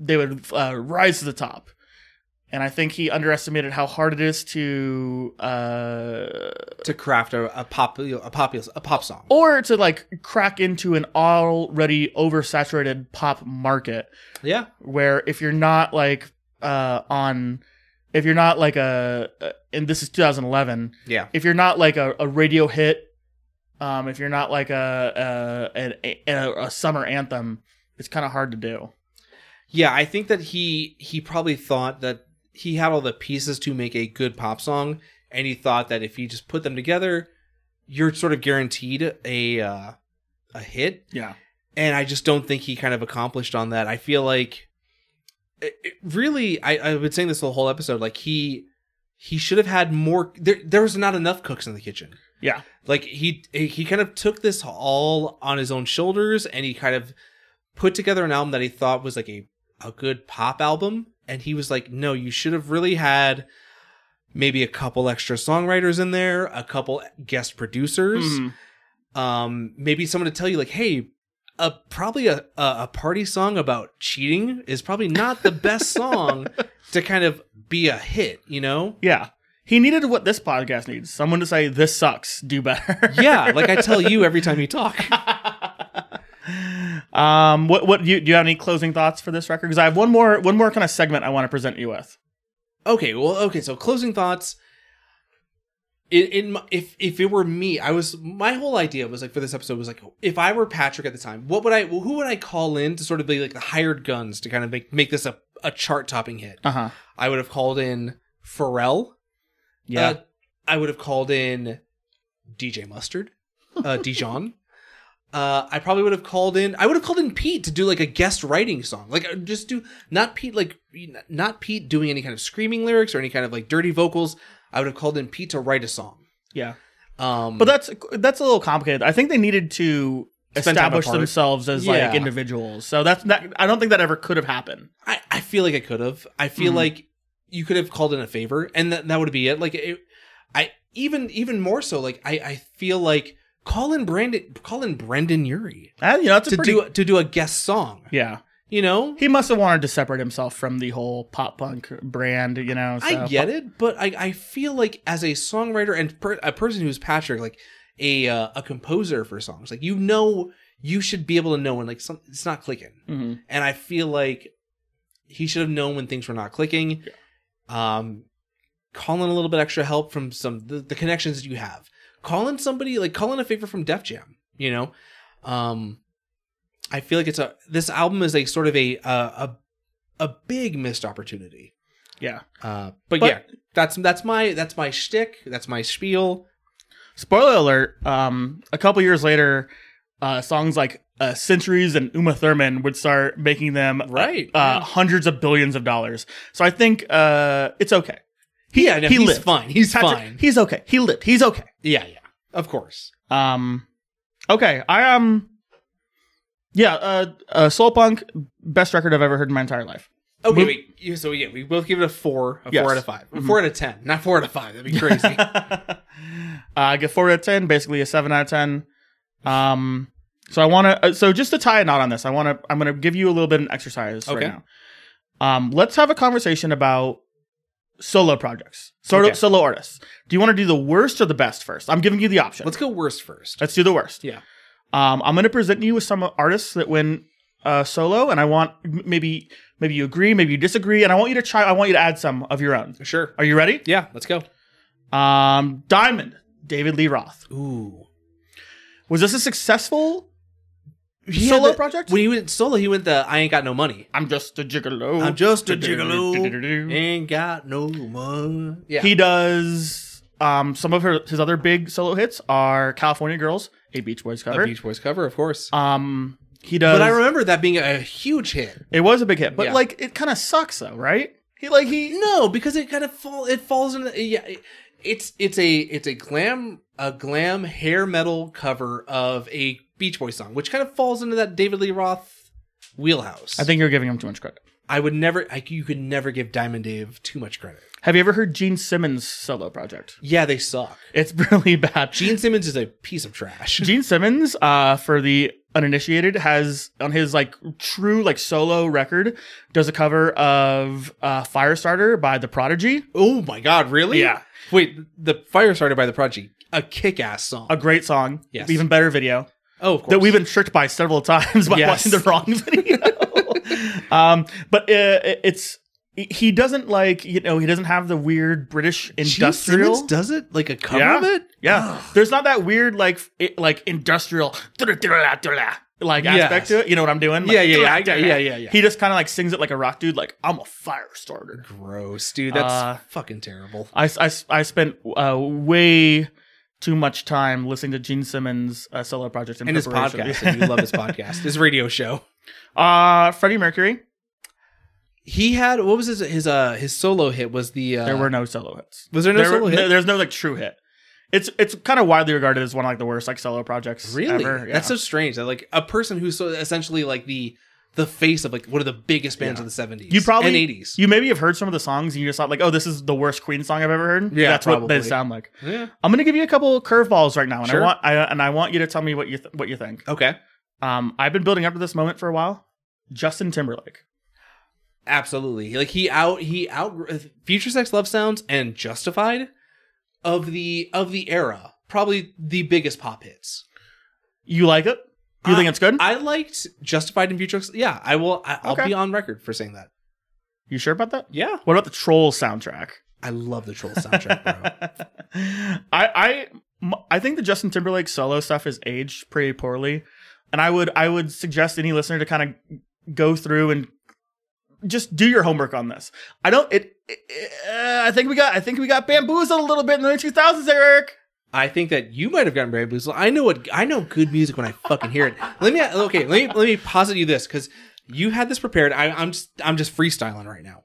[SPEAKER 2] they would uh, rise to the top. And I think he underestimated how hard it is to uh,
[SPEAKER 1] To craft a, a pop a pop a pop song.
[SPEAKER 2] or to like crack into an already oversaturated pop market.
[SPEAKER 1] Yeah.
[SPEAKER 2] where if you're not like uh on if you're not like a uh, and this is 2011
[SPEAKER 1] Yeah.
[SPEAKER 2] if you're not like a, a radio hit um if you're not like a a, a, a, a summer anthem it's kind of hard to do
[SPEAKER 1] Yeah, I think that he he probably thought that he had all the pieces to make a good pop song and he thought that if you just put them together, you're sort of guaranteed a uh, a hit.
[SPEAKER 2] yeah
[SPEAKER 1] and I just don't think he kind of accomplished on that. I feel like it, it really I, I've been saying this the whole episode, like he he should have had more there there was not enough cooks in the kitchen.
[SPEAKER 2] yeah
[SPEAKER 1] Like he he kind of took this all on his own shoulders and he kind of put together an album that he thought was like a, a good pop album and he was like, No, you should have really had maybe a couple extra songwriters in there, a couple guest producers
[SPEAKER 2] Mhm.
[SPEAKER 1] um maybe someone to tell you like hey a probably a a a party song about cheating is probably not the (laughs) best song to kind of be a hit you know
[SPEAKER 2] yeah he needed what this podcast needs someone to say this sucks do better (laughs)
[SPEAKER 1] (laughs) yeah like i tell you every time you talk
[SPEAKER 2] um what what do you, do you have any closing thoughts for this record because i have one more one more kind of segment i want to present you with
[SPEAKER 1] (laughs) okay well okay so closing thoughts in, in my, if if it were me i was my whole idea was like for this episode was like if i were patrick at the time what would i who would i call in to sort of be like the hired guns to kind of make make this a, a chart topping hit
[SPEAKER 2] uh-huh
[SPEAKER 1] i would have called in pharrell
[SPEAKER 2] yeah
[SPEAKER 1] Uh, I would have called in DJ Mustard,
[SPEAKER 2] (laughs)
[SPEAKER 1] uh, Dijon. Uh, I probably would have called in. I would have called in Pete to do like a guest writing song, like uh, just do not Pete like not Pete doing any kind of screaming lyrics or any kind of like dirty vocals. I would have called in Pete to write a song.
[SPEAKER 2] yeah
[SPEAKER 1] Um,
[SPEAKER 2] But that's that's a little complicated. I think they needed to
[SPEAKER 1] Spend time
[SPEAKER 2] establish
[SPEAKER 1] apart.
[SPEAKER 2] themselves as
[SPEAKER 1] Yeah.
[SPEAKER 2] like individuals. So that's that. I don't think that ever could have happened.
[SPEAKER 1] I, I feel like I could have. I feel
[SPEAKER 2] Mhm.
[SPEAKER 1] like you could have called in a favor, and that that would be it. Like it, I even even more so. Like I I feel like call in Brandon call in Brendan Urie.
[SPEAKER 2] And Uh, you know, it's a
[SPEAKER 1] to
[SPEAKER 2] pretty.
[SPEAKER 1] do to do a guest song.
[SPEAKER 2] yeah,
[SPEAKER 1] You know,
[SPEAKER 2] he must have wanted to separate himself from the whole pop punk brand. You know, so.
[SPEAKER 1] I get it, but I, I feel like as a songwriter and per, a person who's Patrick, like a uh, a composer for songs, like you know, you should be able to know when like some, it's not clicking.
[SPEAKER 2] Mhm.
[SPEAKER 1] And I feel like he should have known when things were not clicking. Um, call in a little bit extra help from some the, the connections that you have. Call in somebody like call in a favor from Def Jam. You know, um, I feel like it's a this album is a sort of a a a, a big missed opportunity.
[SPEAKER 2] Yeah.
[SPEAKER 1] Uh, but,
[SPEAKER 2] But-
[SPEAKER 1] yeah, that's that's my that's my shtick. That's my spiel.
[SPEAKER 2] Spoiler alert. Um, a couple years later, uh, songs like uh, "Centuries" and Uma Thurman would start making them
[SPEAKER 1] Right.
[SPEAKER 2] uh, hundreds of billions of dollars. So I think uh, it's okay. He,
[SPEAKER 1] yeah, no, he's fine. He's
[SPEAKER 2] Patrick-
[SPEAKER 1] fine.
[SPEAKER 2] He's okay. He lived. He's okay.
[SPEAKER 1] Yeah, yeah. Of course.
[SPEAKER 2] Um, okay, I um, yeah, uh, uh, Soul Punk, best record I've ever heard in my entire life.
[SPEAKER 1] Okay,
[SPEAKER 2] Move-
[SPEAKER 1] wait. you- So yeah, we both give it a four, a
[SPEAKER 2] Yes. Mm-hmm.
[SPEAKER 1] four out of 5 a four out of ten, not four out of five.
[SPEAKER 2] (laughs)
[SPEAKER 1] That'd be crazy.
[SPEAKER 2] uh, I get four out of ten, basically a seven out of ten. Um, so I want to, uh, so just to tie a knot on this, I want to, I'm going to give you a little bit of an exercise
[SPEAKER 1] Okay.
[SPEAKER 2] right now. Um, let's have a conversation about solo projects, solo
[SPEAKER 1] Okay.
[SPEAKER 2] solo artists. Do you want to do the worst or the best first? I'm giving you the option.
[SPEAKER 1] Let's go worst first.
[SPEAKER 2] Let's do the worst.
[SPEAKER 1] Yeah.
[SPEAKER 2] Um, I'm going to present you with some artists that when uh, solo, and I want m- maybe maybe you agree, maybe you disagree, and I want you to try. I want you to add some of your own.
[SPEAKER 1] Sure.
[SPEAKER 2] Are you ready?
[SPEAKER 1] Yeah, let's go.
[SPEAKER 2] Um, Diamond, David Lee Roth.
[SPEAKER 1] Ooh.
[SPEAKER 2] Was this a successful
[SPEAKER 1] He had
[SPEAKER 2] solo
[SPEAKER 1] the-
[SPEAKER 2] project?
[SPEAKER 1] When he went solo, he went the I ain't got no money.
[SPEAKER 2] I'm just a gigolo.
[SPEAKER 1] I'm just a
[SPEAKER 2] Mm-hmm.
[SPEAKER 1] gigolo. ain't got no money. Yeah.
[SPEAKER 2] He does. Um, some of her, his other big solo hits are California Girls, a Beach Boys cover.
[SPEAKER 1] a Beach Boys cover, of course.
[SPEAKER 2] um, he does.
[SPEAKER 1] but I remember that being a huge hit.
[SPEAKER 2] it was a big hit, but
[SPEAKER 1] Yeah.
[SPEAKER 2] like it kind of sucks though, right? He like he
[SPEAKER 1] No, because it kind of fall it falls in the, yeah, it- it's it's a it's a glam a glam hair metal cover of a Beach Boys song, which kind of falls into that David Lee Roth wheelhouse.
[SPEAKER 2] I think you're giving him too much credit.
[SPEAKER 1] I would never I, you could never give Diamond Dave too much credit.
[SPEAKER 2] Have you ever heard Gene Simmons' solo project?
[SPEAKER 1] Yeah, they suck.
[SPEAKER 2] It's (laughs) really bad.
[SPEAKER 1] Gene Simmons is a piece of trash.
[SPEAKER 2] Gene Simmons, uh, for the uninitiated, has on his like true like solo record, does a cover of uh, Firestarter by The Prodigy.
[SPEAKER 1] Oh my god, really?
[SPEAKER 2] Yeah.
[SPEAKER 1] Wait, the fire started by the Prodigy. A kick-ass song.
[SPEAKER 2] A great song,
[SPEAKER 1] Yes.
[SPEAKER 2] even better video
[SPEAKER 1] oh, of course.
[SPEAKER 2] that we've been tricked by several times (laughs) by
[SPEAKER 1] Yes.
[SPEAKER 2] watching the wrong
[SPEAKER 1] (laughs)
[SPEAKER 2] video. um, but uh, it- it's he doesn't like you know he doesn't have the weird British
[SPEAKER 1] Gene
[SPEAKER 2] industrial.
[SPEAKER 1] Simmons does it like a cover of it.
[SPEAKER 2] Yeah, there's not that weird like f- it, like industrial like
[SPEAKER 1] Yes.
[SPEAKER 2] aspect to it. You know what I'm doing? Like,
[SPEAKER 1] Yeah, yeah, yeah, I
[SPEAKER 2] (laughs)
[SPEAKER 1] got- yeah, yeah, yeah.
[SPEAKER 2] He just kind of like sings it like a rock dude. Like I'm a fire starter.
[SPEAKER 1] Gross, dude. That's
[SPEAKER 2] Uh,
[SPEAKER 1] fucking terrible.
[SPEAKER 2] I s- I s- I spent uh, way too much time listening to Gene Simmons' uh, solo project in
[SPEAKER 1] And his
[SPEAKER 2] preparation.
[SPEAKER 1] podcast. and you love his podcast. His radio show.
[SPEAKER 2] (laughs) uh, Freddie Mercury.
[SPEAKER 1] He had what was his his uh his solo hit was the uh,
[SPEAKER 2] There were no solo hits.
[SPEAKER 1] was there no
[SPEAKER 2] There-
[SPEAKER 1] solo hit?
[SPEAKER 2] there- There's no like true hit. It's it's kind of widely regarded as one of like the worst like solo projects
[SPEAKER 1] really?
[SPEAKER 2] ever. Yeah.
[SPEAKER 1] That's so strange. That like a person who's so essentially like the the face of like one of the biggest bands
[SPEAKER 2] Yeah.
[SPEAKER 1] of the seventies.
[SPEAKER 2] You probably
[SPEAKER 1] and eighties.
[SPEAKER 2] You maybe have heard some of the songs and you just thought like, oh, this is the worst Queen song I've ever heard.
[SPEAKER 1] Yeah,
[SPEAKER 2] that's what they
[SPEAKER 1] probably.
[SPEAKER 2] sound like.
[SPEAKER 1] yeah.
[SPEAKER 2] I'm gonna give you a couple curveballs right now, and
[SPEAKER 1] Sure.
[SPEAKER 2] I want I, and I want you to tell me what you th- what you think.
[SPEAKER 1] Okay.
[SPEAKER 2] Um, I've been building up to this moment for a while. Justin Timberlake.
[SPEAKER 1] Absolutely. Like he out he out Future Sex Love Sounds and Justified of the of the era. Probably the biggest pop hits.
[SPEAKER 2] You like it? You think it's good?
[SPEAKER 1] Uh, I liked Justified and Future. Sex- Yeah, I will. I, I'll
[SPEAKER 2] Okay.
[SPEAKER 1] be on record for saying that.
[SPEAKER 2] you sure about that?
[SPEAKER 1] Yeah,
[SPEAKER 2] What about the Trolls soundtrack?
[SPEAKER 1] I love the Trolls soundtrack, bro.
[SPEAKER 2] (laughs) I I m- I think the Justin Timberlake solo stuff is aged pretty poorly, and I would I would suggest any listener to kind of go through and just do your homework on this. I don't. It. it- uh, I think we got. I think we got bamboozled a little bit in the two thousands, Eric.
[SPEAKER 1] (laughs) I think that you might have gotten Barry Blues. I know what I know. Good music when I fucking hear it. Let me okay. Let me let me posit you this because you had this prepared. I, I'm just I'm just freestyling right now.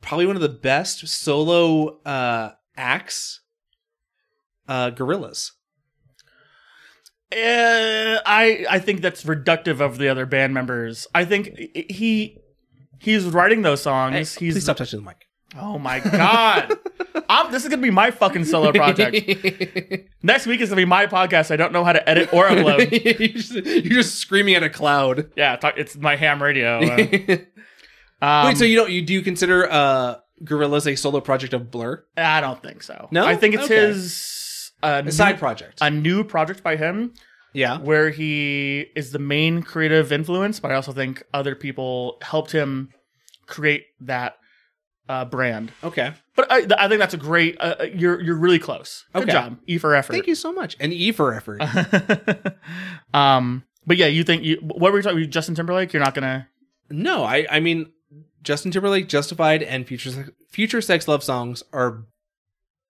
[SPEAKER 1] Probably one of the best solo uh acts. Uh, gorillas.
[SPEAKER 2] Uh, I I think that's reductive of the other band members. I think i- i- he he's writing those songs. he's
[SPEAKER 1] please stop touching the mic.
[SPEAKER 2] Oh my god.
[SPEAKER 1] (laughs)
[SPEAKER 2] I'm, this is gonna be my fucking solo (laughs) project.
[SPEAKER 1] (laughs)
[SPEAKER 2] Next week is gonna be my podcast. I don't know how to edit or upload.
[SPEAKER 1] you're, just, you're just screaming at a cloud.
[SPEAKER 2] yeah, talk, it's my
[SPEAKER 1] (laughs)
[SPEAKER 2] ham radio. Uh, um,
[SPEAKER 1] Wait, so you don't you do you consider uh Gorillas a solo project of Blur?
[SPEAKER 2] I don't think so.
[SPEAKER 1] No?
[SPEAKER 2] I think it's
[SPEAKER 1] Okay.
[SPEAKER 2] his
[SPEAKER 1] A
[SPEAKER 2] uh, new,
[SPEAKER 1] side project.
[SPEAKER 2] a new project by him
[SPEAKER 1] yeah.
[SPEAKER 2] where he is the main creative influence, but I also think other people helped him create that uh, brand.
[SPEAKER 1] Okay.
[SPEAKER 2] But I, I think that's a great. Uh, uh, you're you're really close. Good
[SPEAKER 1] Okay.
[SPEAKER 2] job, E for effort.
[SPEAKER 1] Thank you so much. An E for effort.
[SPEAKER 2] (laughs) um, but yeah, you think you what were you talking? Justin Timberlake? You're not gonna.
[SPEAKER 1] (laughs) no, I I mean Justin Timberlake, Justified, and Future Sex, Future Sex Love Songs are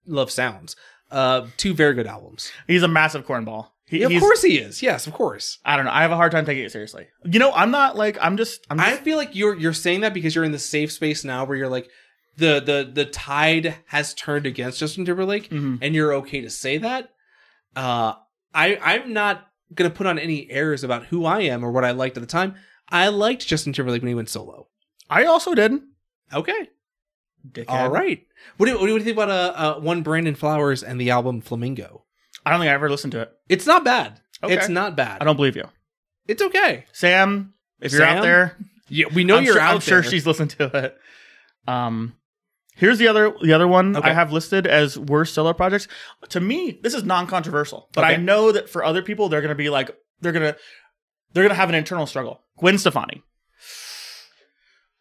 [SPEAKER 1] love sounds. Uh, two very good albums.
[SPEAKER 2] He's a massive cornball. He,
[SPEAKER 1] of
[SPEAKER 2] he's-
[SPEAKER 1] course he is. Yes, of course.
[SPEAKER 2] I don't know. I have a hard time taking it seriously. You know, I'm not like I'm just. I'm
[SPEAKER 1] I
[SPEAKER 2] just
[SPEAKER 1] feel like you're you're saying that because you're in the safe space now where you're like the the the tide has turned against Justin Timberlake
[SPEAKER 2] Mhm.
[SPEAKER 1] and you're okay to say that. Uh I I'm not gonna put on any airs about who I am or what I liked at the time. I liked Justin Timberlake when he went solo.
[SPEAKER 2] I also did.
[SPEAKER 1] Okay.
[SPEAKER 2] Dickhead.
[SPEAKER 1] All right. What do, what do you think about uh, uh one Brandon Flowers and the album Flamingo?
[SPEAKER 2] I don't think I ever listened to it.
[SPEAKER 1] It's not bad.
[SPEAKER 2] Okay.
[SPEAKER 1] It's not bad.
[SPEAKER 2] I don't believe you,
[SPEAKER 1] It's okay.
[SPEAKER 2] Sam. If you're
[SPEAKER 1] Sam?
[SPEAKER 2] out there,
[SPEAKER 1] Yeah, we know
[SPEAKER 2] I'm
[SPEAKER 1] you're
[SPEAKER 2] sure,
[SPEAKER 1] out
[SPEAKER 2] I'm sure
[SPEAKER 1] there.
[SPEAKER 2] she's listened to it. Um, here's the other the other one
[SPEAKER 1] Okay.
[SPEAKER 2] I have listed as worst solo projects. To me, this is non controversial, but I
[SPEAKER 1] Okay.
[SPEAKER 2] know that for other people, they're gonna be like they're gonna They're gonna have an internal struggle. Gwen Stefani.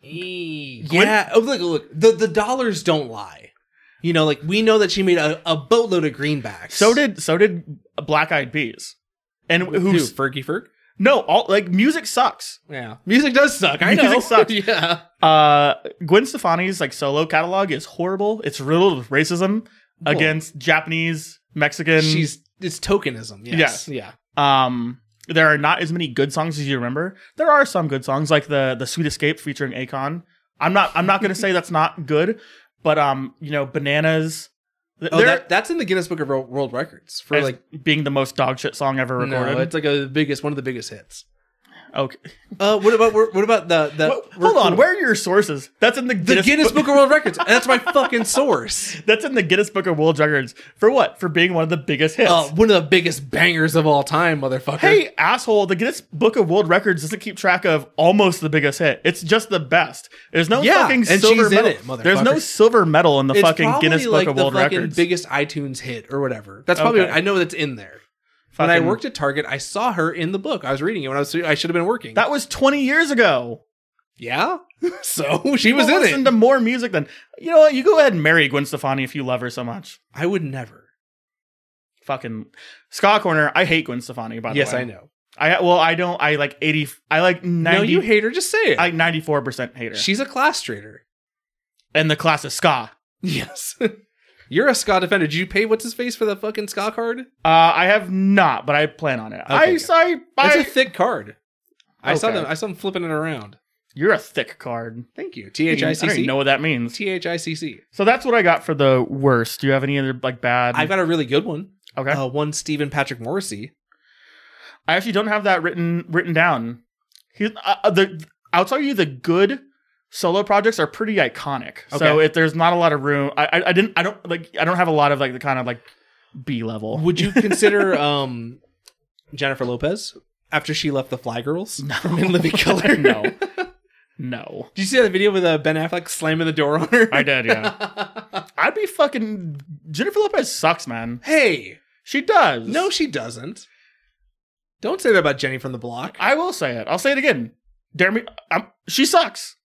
[SPEAKER 1] Yeah. Oh, look, look. The the dollars don't lie. You know, like we know that she made a, a boatload of greenbacks.
[SPEAKER 2] So did so did Black Eyed Peas. And
[SPEAKER 1] who?
[SPEAKER 2] who's
[SPEAKER 1] Fergie Ferg.
[SPEAKER 2] no all like music sucks.
[SPEAKER 1] Yeah. Music does suck. (laughs) I know.
[SPEAKER 2] Music sucks.
[SPEAKER 1] yeah.
[SPEAKER 2] Uh, Gwen Stefani's like solo catalog is horrible. It's riddled with racism
[SPEAKER 1] Well,
[SPEAKER 2] against Japanese, Mexican.
[SPEAKER 1] she's it's tokenism. Yes. Yeah.
[SPEAKER 2] um, there are not as many good songs as you remember. There are some good songs like the the Sweet Escape featuring Akon. I'm not I'm not gonna say that's not good, but um, you know, bananas. th-
[SPEAKER 1] Oh,
[SPEAKER 2] they're-
[SPEAKER 1] that, that's in the Guinness Book of World, World Records for
[SPEAKER 2] as
[SPEAKER 1] like
[SPEAKER 2] being the most dog shit song ever recorded.
[SPEAKER 1] no, it's like a biggest one of the biggest hits.
[SPEAKER 2] okay,
[SPEAKER 1] Uh, what about what about the the?
[SPEAKER 2] Wh- hold on. Where are your sources? That's in the
[SPEAKER 1] the
[SPEAKER 2] Guinness,
[SPEAKER 1] Guinness
[SPEAKER 2] Book-
[SPEAKER 1] Book of World Records? That's my fucking
[SPEAKER 2] (laughs)
[SPEAKER 1] source.
[SPEAKER 2] That's in the Guinness Book of World Records for what? For being one of the biggest hits.
[SPEAKER 1] Uh, one of the biggest bangers of all time, motherfucker.
[SPEAKER 2] Hey, asshole, the Guinness Book of World Records doesn't keep track of almost the biggest hit. It's just the best. There's no
[SPEAKER 1] Yeah,
[SPEAKER 2] fucking
[SPEAKER 1] and
[SPEAKER 2] silver
[SPEAKER 1] she's in
[SPEAKER 2] medal.
[SPEAKER 1] it, motherfucker.
[SPEAKER 2] There's no silver medal in the
[SPEAKER 1] it's
[SPEAKER 2] fucking
[SPEAKER 1] probably
[SPEAKER 2] Guinness Book
[SPEAKER 1] like
[SPEAKER 2] of
[SPEAKER 1] the
[SPEAKER 2] World
[SPEAKER 1] fucking
[SPEAKER 2] Records.
[SPEAKER 1] biggest iTunes hit or whatever. That's probably
[SPEAKER 2] Okay.
[SPEAKER 1] I know that's in there. When I
[SPEAKER 2] Fucking-
[SPEAKER 1] worked at Target, I saw her in the book. I was reading it when I was I should have been working.
[SPEAKER 2] That was 20 years ago.
[SPEAKER 1] yeah. (laughs) so she was
[SPEAKER 2] People
[SPEAKER 1] in
[SPEAKER 2] listen
[SPEAKER 1] it.
[SPEAKER 2] to more music than you know. what? You go ahead and marry Gwen Stefani if you love her so much.
[SPEAKER 1] I would never.
[SPEAKER 2] Fucking Scott Corner. I hate Gwen Stefani. By the
[SPEAKER 1] yes,
[SPEAKER 2] way,
[SPEAKER 1] I know.
[SPEAKER 2] I well, I don't. I like 80. I like 90.
[SPEAKER 1] no, you hate her. Just say it.
[SPEAKER 2] I 94 percent hate her.
[SPEAKER 1] She's a class traitor. (laughs)
[SPEAKER 2] and the class is ska. (laughs)
[SPEAKER 1] Yes. You're a Ska defender. Did you pay what's his face for the fucking Ska card?
[SPEAKER 2] Uh, I have not, but I plan on it. I,
[SPEAKER 1] good.
[SPEAKER 2] I, I,
[SPEAKER 1] it's a thick card. I saw
[SPEAKER 2] Okay.
[SPEAKER 1] them. I saw them flipping it around.
[SPEAKER 2] You're a thick card.
[SPEAKER 1] Thank you.
[SPEAKER 2] I don't even- I don't even know
[SPEAKER 1] THICC.
[SPEAKER 2] what that means.
[SPEAKER 1] THICC.
[SPEAKER 2] So that's what I got for the worst. Do you have any other like bad?
[SPEAKER 1] I've got a really good one.
[SPEAKER 2] okay.
[SPEAKER 1] Uh, one Stephen Patrick Morrissey.
[SPEAKER 2] I actually don't have that written written down. He, uh, uh, the I'll tell you the good solo projects are pretty iconic. So
[SPEAKER 1] Okay.
[SPEAKER 2] if there's not a lot of room, I, I I didn't I don't like I don't have a lot of like the kind of like B level.
[SPEAKER 1] Would you consider (laughs) um, Jennifer Lopez after she left the Fly Girls from In Living Color? (laughs)
[SPEAKER 2] (laughs) no,
[SPEAKER 1] Did
[SPEAKER 2] no.
[SPEAKER 1] you see that video with uh, Ben Affleck slamming the door on her?
[SPEAKER 2] I did.
[SPEAKER 1] (laughs)
[SPEAKER 2] Yeah, I'd be fucking Jennifer Lopez sucks, man.
[SPEAKER 1] hey,
[SPEAKER 2] She does.
[SPEAKER 1] no, she doesn't. Don't say that about Jenny from the Block.
[SPEAKER 2] I will say it. I'll say it again. Dare me. I'm, she sucks.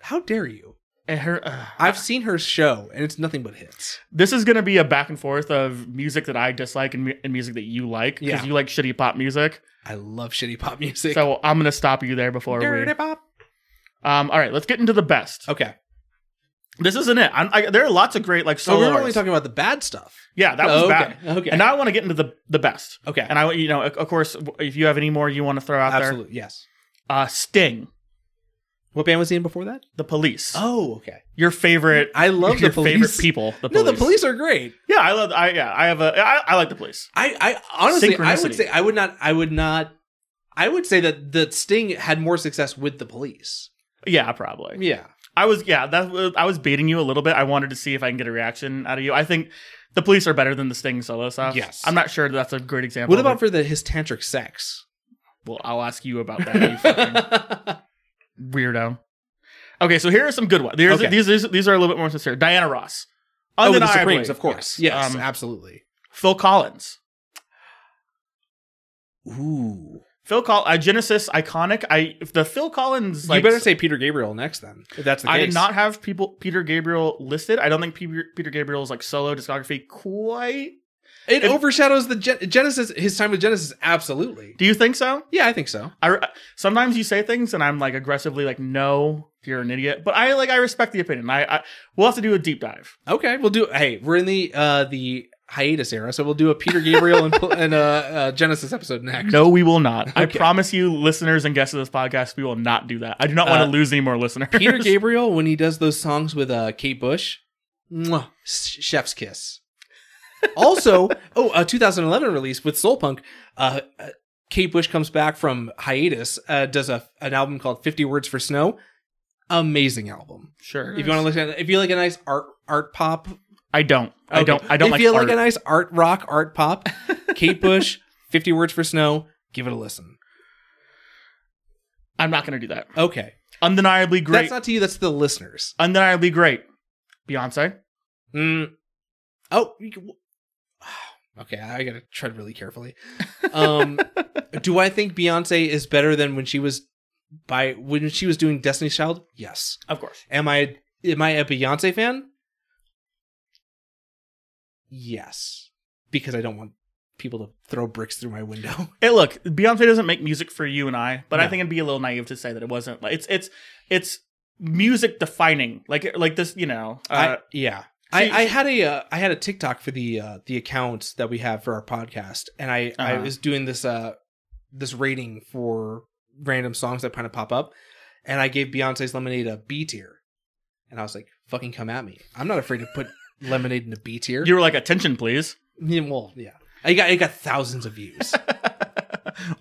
[SPEAKER 1] How dare you?
[SPEAKER 2] And her. Uh,
[SPEAKER 1] I've seen her show, and it's nothing but hits.
[SPEAKER 2] this is going to be a back and forth of music that I dislike and, mu- and music that you like because
[SPEAKER 1] Yeah.
[SPEAKER 2] you like shitty pop music.
[SPEAKER 1] I love shitty pop music.
[SPEAKER 2] So I'm going to stop you there before
[SPEAKER 1] Dirty
[SPEAKER 2] we.
[SPEAKER 1] pop.
[SPEAKER 2] Um. All right. Let's get into the best.
[SPEAKER 1] Okay.
[SPEAKER 2] This isn't it. I'm, I, there are lots of great like
[SPEAKER 1] So
[SPEAKER 2] solo.
[SPEAKER 1] Oh, we we're only
[SPEAKER 2] artists.
[SPEAKER 1] talking about the bad stuff.
[SPEAKER 2] Yeah, that was
[SPEAKER 1] Oh,
[SPEAKER 2] bad.
[SPEAKER 1] Okay. okay.
[SPEAKER 2] And now I want to get into the the best.
[SPEAKER 1] okay.
[SPEAKER 2] And I, want- you know, of of course, if you have any more you want to throw out
[SPEAKER 1] Absolutely. Yes.
[SPEAKER 2] there, uh, Sting,
[SPEAKER 1] What band was he in before that?
[SPEAKER 2] the police,
[SPEAKER 1] Oh, okay.
[SPEAKER 2] your favorite,
[SPEAKER 1] I love
[SPEAKER 2] your
[SPEAKER 1] the police.
[SPEAKER 2] favorite people,
[SPEAKER 1] (laughs)
[SPEAKER 2] the
[SPEAKER 1] No,
[SPEAKER 2] police.
[SPEAKER 1] the police are great.
[SPEAKER 2] Yeah, I love. I yeah, I have a. I, I like the police.
[SPEAKER 1] I, I honestly, I would
[SPEAKER 2] Synchronicity.
[SPEAKER 1] say I would not. I would not. I would say that that Sting had more success with the police.
[SPEAKER 2] Yeah, probably.
[SPEAKER 1] Yeah.
[SPEAKER 2] I was yeah, that was, I was baiting you a little bit. I wanted to see if I can get a reaction out of you. I think the police are better than the Sting solo stuff.
[SPEAKER 1] Yes.
[SPEAKER 2] I'm not sure that's a great example.
[SPEAKER 1] What
[SPEAKER 2] of
[SPEAKER 1] about
[SPEAKER 2] it.
[SPEAKER 1] for the his tantric sex? Oh,
[SPEAKER 2] Well, I'll ask you about that.
[SPEAKER 1] (laughs)
[SPEAKER 2] You fucking weirdo. Okay, so here are some good ones. Here's-
[SPEAKER 1] Okay.
[SPEAKER 2] These, these these are a little bit more sincere. Diana Ross,
[SPEAKER 1] oh, with the
[SPEAKER 2] Undeniably.
[SPEAKER 1] Supremes, of course.
[SPEAKER 2] Yes.
[SPEAKER 1] Yes,
[SPEAKER 2] Um,
[SPEAKER 1] absolutely.
[SPEAKER 2] Phil Collins.
[SPEAKER 1] Ooh.
[SPEAKER 2] Phil Col uh, Genesis iconic. I if the Phil Collins. Like,
[SPEAKER 1] you better say Peter Gabriel next, then. If that's the case.
[SPEAKER 2] I did not have people Peter Gabriel listed. I don't think Peter, Peter Gabriel's like solo discography quite.
[SPEAKER 1] It
[SPEAKER 2] If-
[SPEAKER 1] overshadows the Gen- Genesis. His time with Genesis, absolutely.
[SPEAKER 2] Do you think so?
[SPEAKER 1] Yeah, I think so.
[SPEAKER 2] I re- sometimes you say things and I'm like aggressively like no you're an idiot but I like I respect the opinion I, I we'll have to do a deep dive
[SPEAKER 1] Okay, we'll do. Hey, we're in the uh the hiatus era, so we'll do a Peter Gabriel and, and uh, uh Genesis episode next.
[SPEAKER 2] no we will not I
[SPEAKER 1] Okay.
[SPEAKER 2] promise you listeners and guests of this podcast we will not do that I do not want
[SPEAKER 1] Uh,
[SPEAKER 2] to lose any more listeners
[SPEAKER 1] Peter
[SPEAKER 2] (laughs)
[SPEAKER 1] Gabriel when he does those songs with uh Kate Bush, mwah, sh- chef's kiss. also, oh, a 2011 release with Soul Punk. Uh, uh, Kate Bush comes back from hiatus, uh, does a an album called 50 Words for Snow. Amazing album.
[SPEAKER 2] sure
[SPEAKER 1] If you want to listen, if you like a nice art art pop
[SPEAKER 2] I don't I
[SPEAKER 1] Okay.
[SPEAKER 2] don't I don't
[SPEAKER 1] if
[SPEAKER 2] like,
[SPEAKER 1] you
[SPEAKER 2] art.
[SPEAKER 1] like a nice art rock, art pop, (laughs) Kate Bush, Fifty Words for Snow. Give it a listen.
[SPEAKER 2] I'm not gonna do that
[SPEAKER 1] Okay,
[SPEAKER 2] undeniably great
[SPEAKER 1] that's not to you. That's to the listeners.
[SPEAKER 2] undeniably great Beyonce
[SPEAKER 1] Mm. Oh, you can- (sighs) Okay, I gotta tread really carefully. (laughs) Um, do I think Beyonce is better than when she was by when she was doing Destiny's Child? Yes.
[SPEAKER 2] Of course.
[SPEAKER 1] Am I am I a Beyonce fan? Yes, because I don't want people to throw bricks through my window.
[SPEAKER 2] Hey, look, Beyonce doesn't make music for you and I, but I
[SPEAKER 1] No.
[SPEAKER 2] think it'd be a little naive to say that it wasn't. Like it's it's it's music defining. Like like this, you know. Uh,
[SPEAKER 1] I, yeah.
[SPEAKER 2] she-
[SPEAKER 1] I, I had a uh, I had a TikTok for the uh, the account that we have for our podcast, and I, I
[SPEAKER 2] Uh-huh.
[SPEAKER 1] was doing this uh this rating for random songs that kind of pop up, and I gave Beyonce's Lemonade a B tier, and I was like, "Fucking come at me! I'm not afraid to
[SPEAKER 2] (laughs)
[SPEAKER 1] put Lemonade in a B tier."
[SPEAKER 2] you were like attention, (laughs) please.
[SPEAKER 1] Yeah, well, yeah, I got it got thousands of
[SPEAKER 2] (laughs)
[SPEAKER 1] views.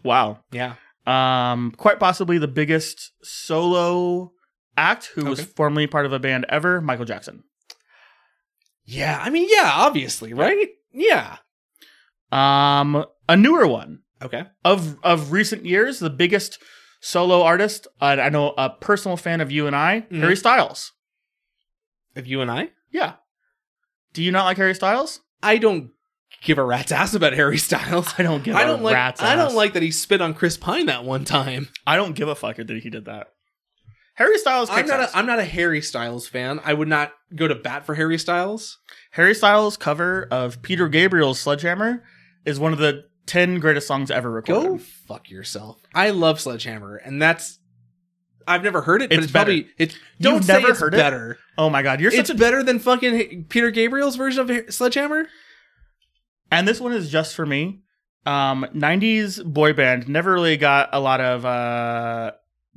[SPEAKER 2] wow.
[SPEAKER 1] yeah,
[SPEAKER 2] Um, quite possibly the biggest solo act who was
[SPEAKER 1] Okay.
[SPEAKER 2] formerly part of a band ever, Michael Jackson.
[SPEAKER 1] yeah. I mean, yeah, obviously, right? Yeah.
[SPEAKER 2] Um, a newer one
[SPEAKER 1] Okay.
[SPEAKER 2] of of recent years, the biggest solo artist. Uh, I know a personal fan of you and I,
[SPEAKER 1] Mhm.
[SPEAKER 2] Harry Styles.
[SPEAKER 1] If you and I,
[SPEAKER 2] Yeah. Do you not like Harry Styles?
[SPEAKER 1] I don't give a rat's ass about Harry Styles.
[SPEAKER 2] I don't give.
[SPEAKER 1] I
[SPEAKER 2] a
[SPEAKER 1] don't like.
[SPEAKER 2] rat's
[SPEAKER 1] I don't
[SPEAKER 2] ass.
[SPEAKER 1] like that he spit on Chris Pine that one time.
[SPEAKER 2] I don't give a fuck that he did that. Harry Styles.
[SPEAKER 1] I'm
[SPEAKER 2] Kicks
[SPEAKER 1] not.
[SPEAKER 2] ass.
[SPEAKER 1] A, I'm not a Harry Styles fan. I would not go to bat for Harry Styles.
[SPEAKER 2] Harry Styles' cover of Peter Gabriel's "Sledgehammer" is one of the ten greatest songs ever recorded.
[SPEAKER 1] Go fuck yourself. I love Sledgehammer, and that's. I've never heard it, but
[SPEAKER 2] It's
[SPEAKER 1] it's, probably it's. Don't say
[SPEAKER 2] never
[SPEAKER 1] it's
[SPEAKER 2] heard it?
[SPEAKER 1] better.
[SPEAKER 2] Oh my god, you're such
[SPEAKER 1] It's better than fucking H- Peter Gabriel's version of Har- Sledgehammer.
[SPEAKER 2] and this one is just for me. Um, 90s boy band never really got a lot of uh,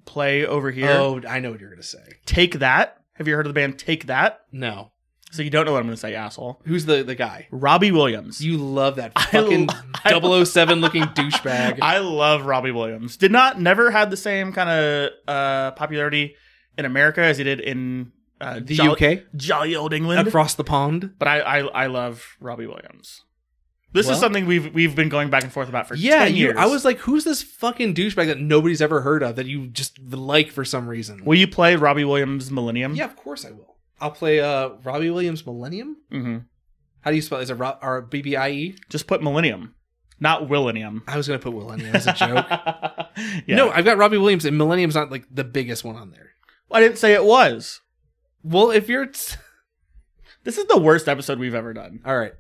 [SPEAKER 2] play over here.
[SPEAKER 1] Oh, I know what you're gonna say.
[SPEAKER 2] Take that. Have you heard of the band Take That?
[SPEAKER 1] No,
[SPEAKER 2] So you don't know what I'm going to say, asshole.
[SPEAKER 1] who's the the guy?
[SPEAKER 2] Robbie Williams.
[SPEAKER 1] You love that (laughs)
[SPEAKER 2] I
[SPEAKER 1] fucking
[SPEAKER 2] lo- I lo-
[SPEAKER 1] 007 looking douchebag.
[SPEAKER 2] I love Robbie Williams. Did not never had the same kind of uh, popularity in America as he did in uh,
[SPEAKER 1] the
[SPEAKER 2] jolly,
[SPEAKER 1] UK
[SPEAKER 2] jolly old England.
[SPEAKER 1] across the pond.
[SPEAKER 2] but I, I I love Robbie Williams. This
[SPEAKER 1] Well-
[SPEAKER 2] is something we've we've been going back and forth about for
[SPEAKER 1] yeah,
[SPEAKER 2] 10
[SPEAKER 1] you-
[SPEAKER 2] years.
[SPEAKER 1] I was like, who's this fucking douchebag that nobody's ever heard of that you just like for some reason?
[SPEAKER 2] Will you play Robbie Williams Millennium?
[SPEAKER 1] yeah, of course I will. I'll play uh Robbie Williams Millennium.
[SPEAKER 2] hmm
[SPEAKER 1] How do you spell? It? Is it Ro- or B B I E?
[SPEAKER 2] Just put Millennium, not Willennium.
[SPEAKER 1] I was gonna put Millennium (laughs) as a (laughs) joke.
[SPEAKER 2] (laughs) yeah.
[SPEAKER 1] No,
[SPEAKER 2] No,
[SPEAKER 1] I've got Robbie Williams, and Millennium's not like the biggest one on there.
[SPEAKER 2] I didn't say it was.
[SPEAKER 1] Well, if you're t-
[SPEAKER 2] This is the worst episode we've ever done.
[SPEAKER 1] all right,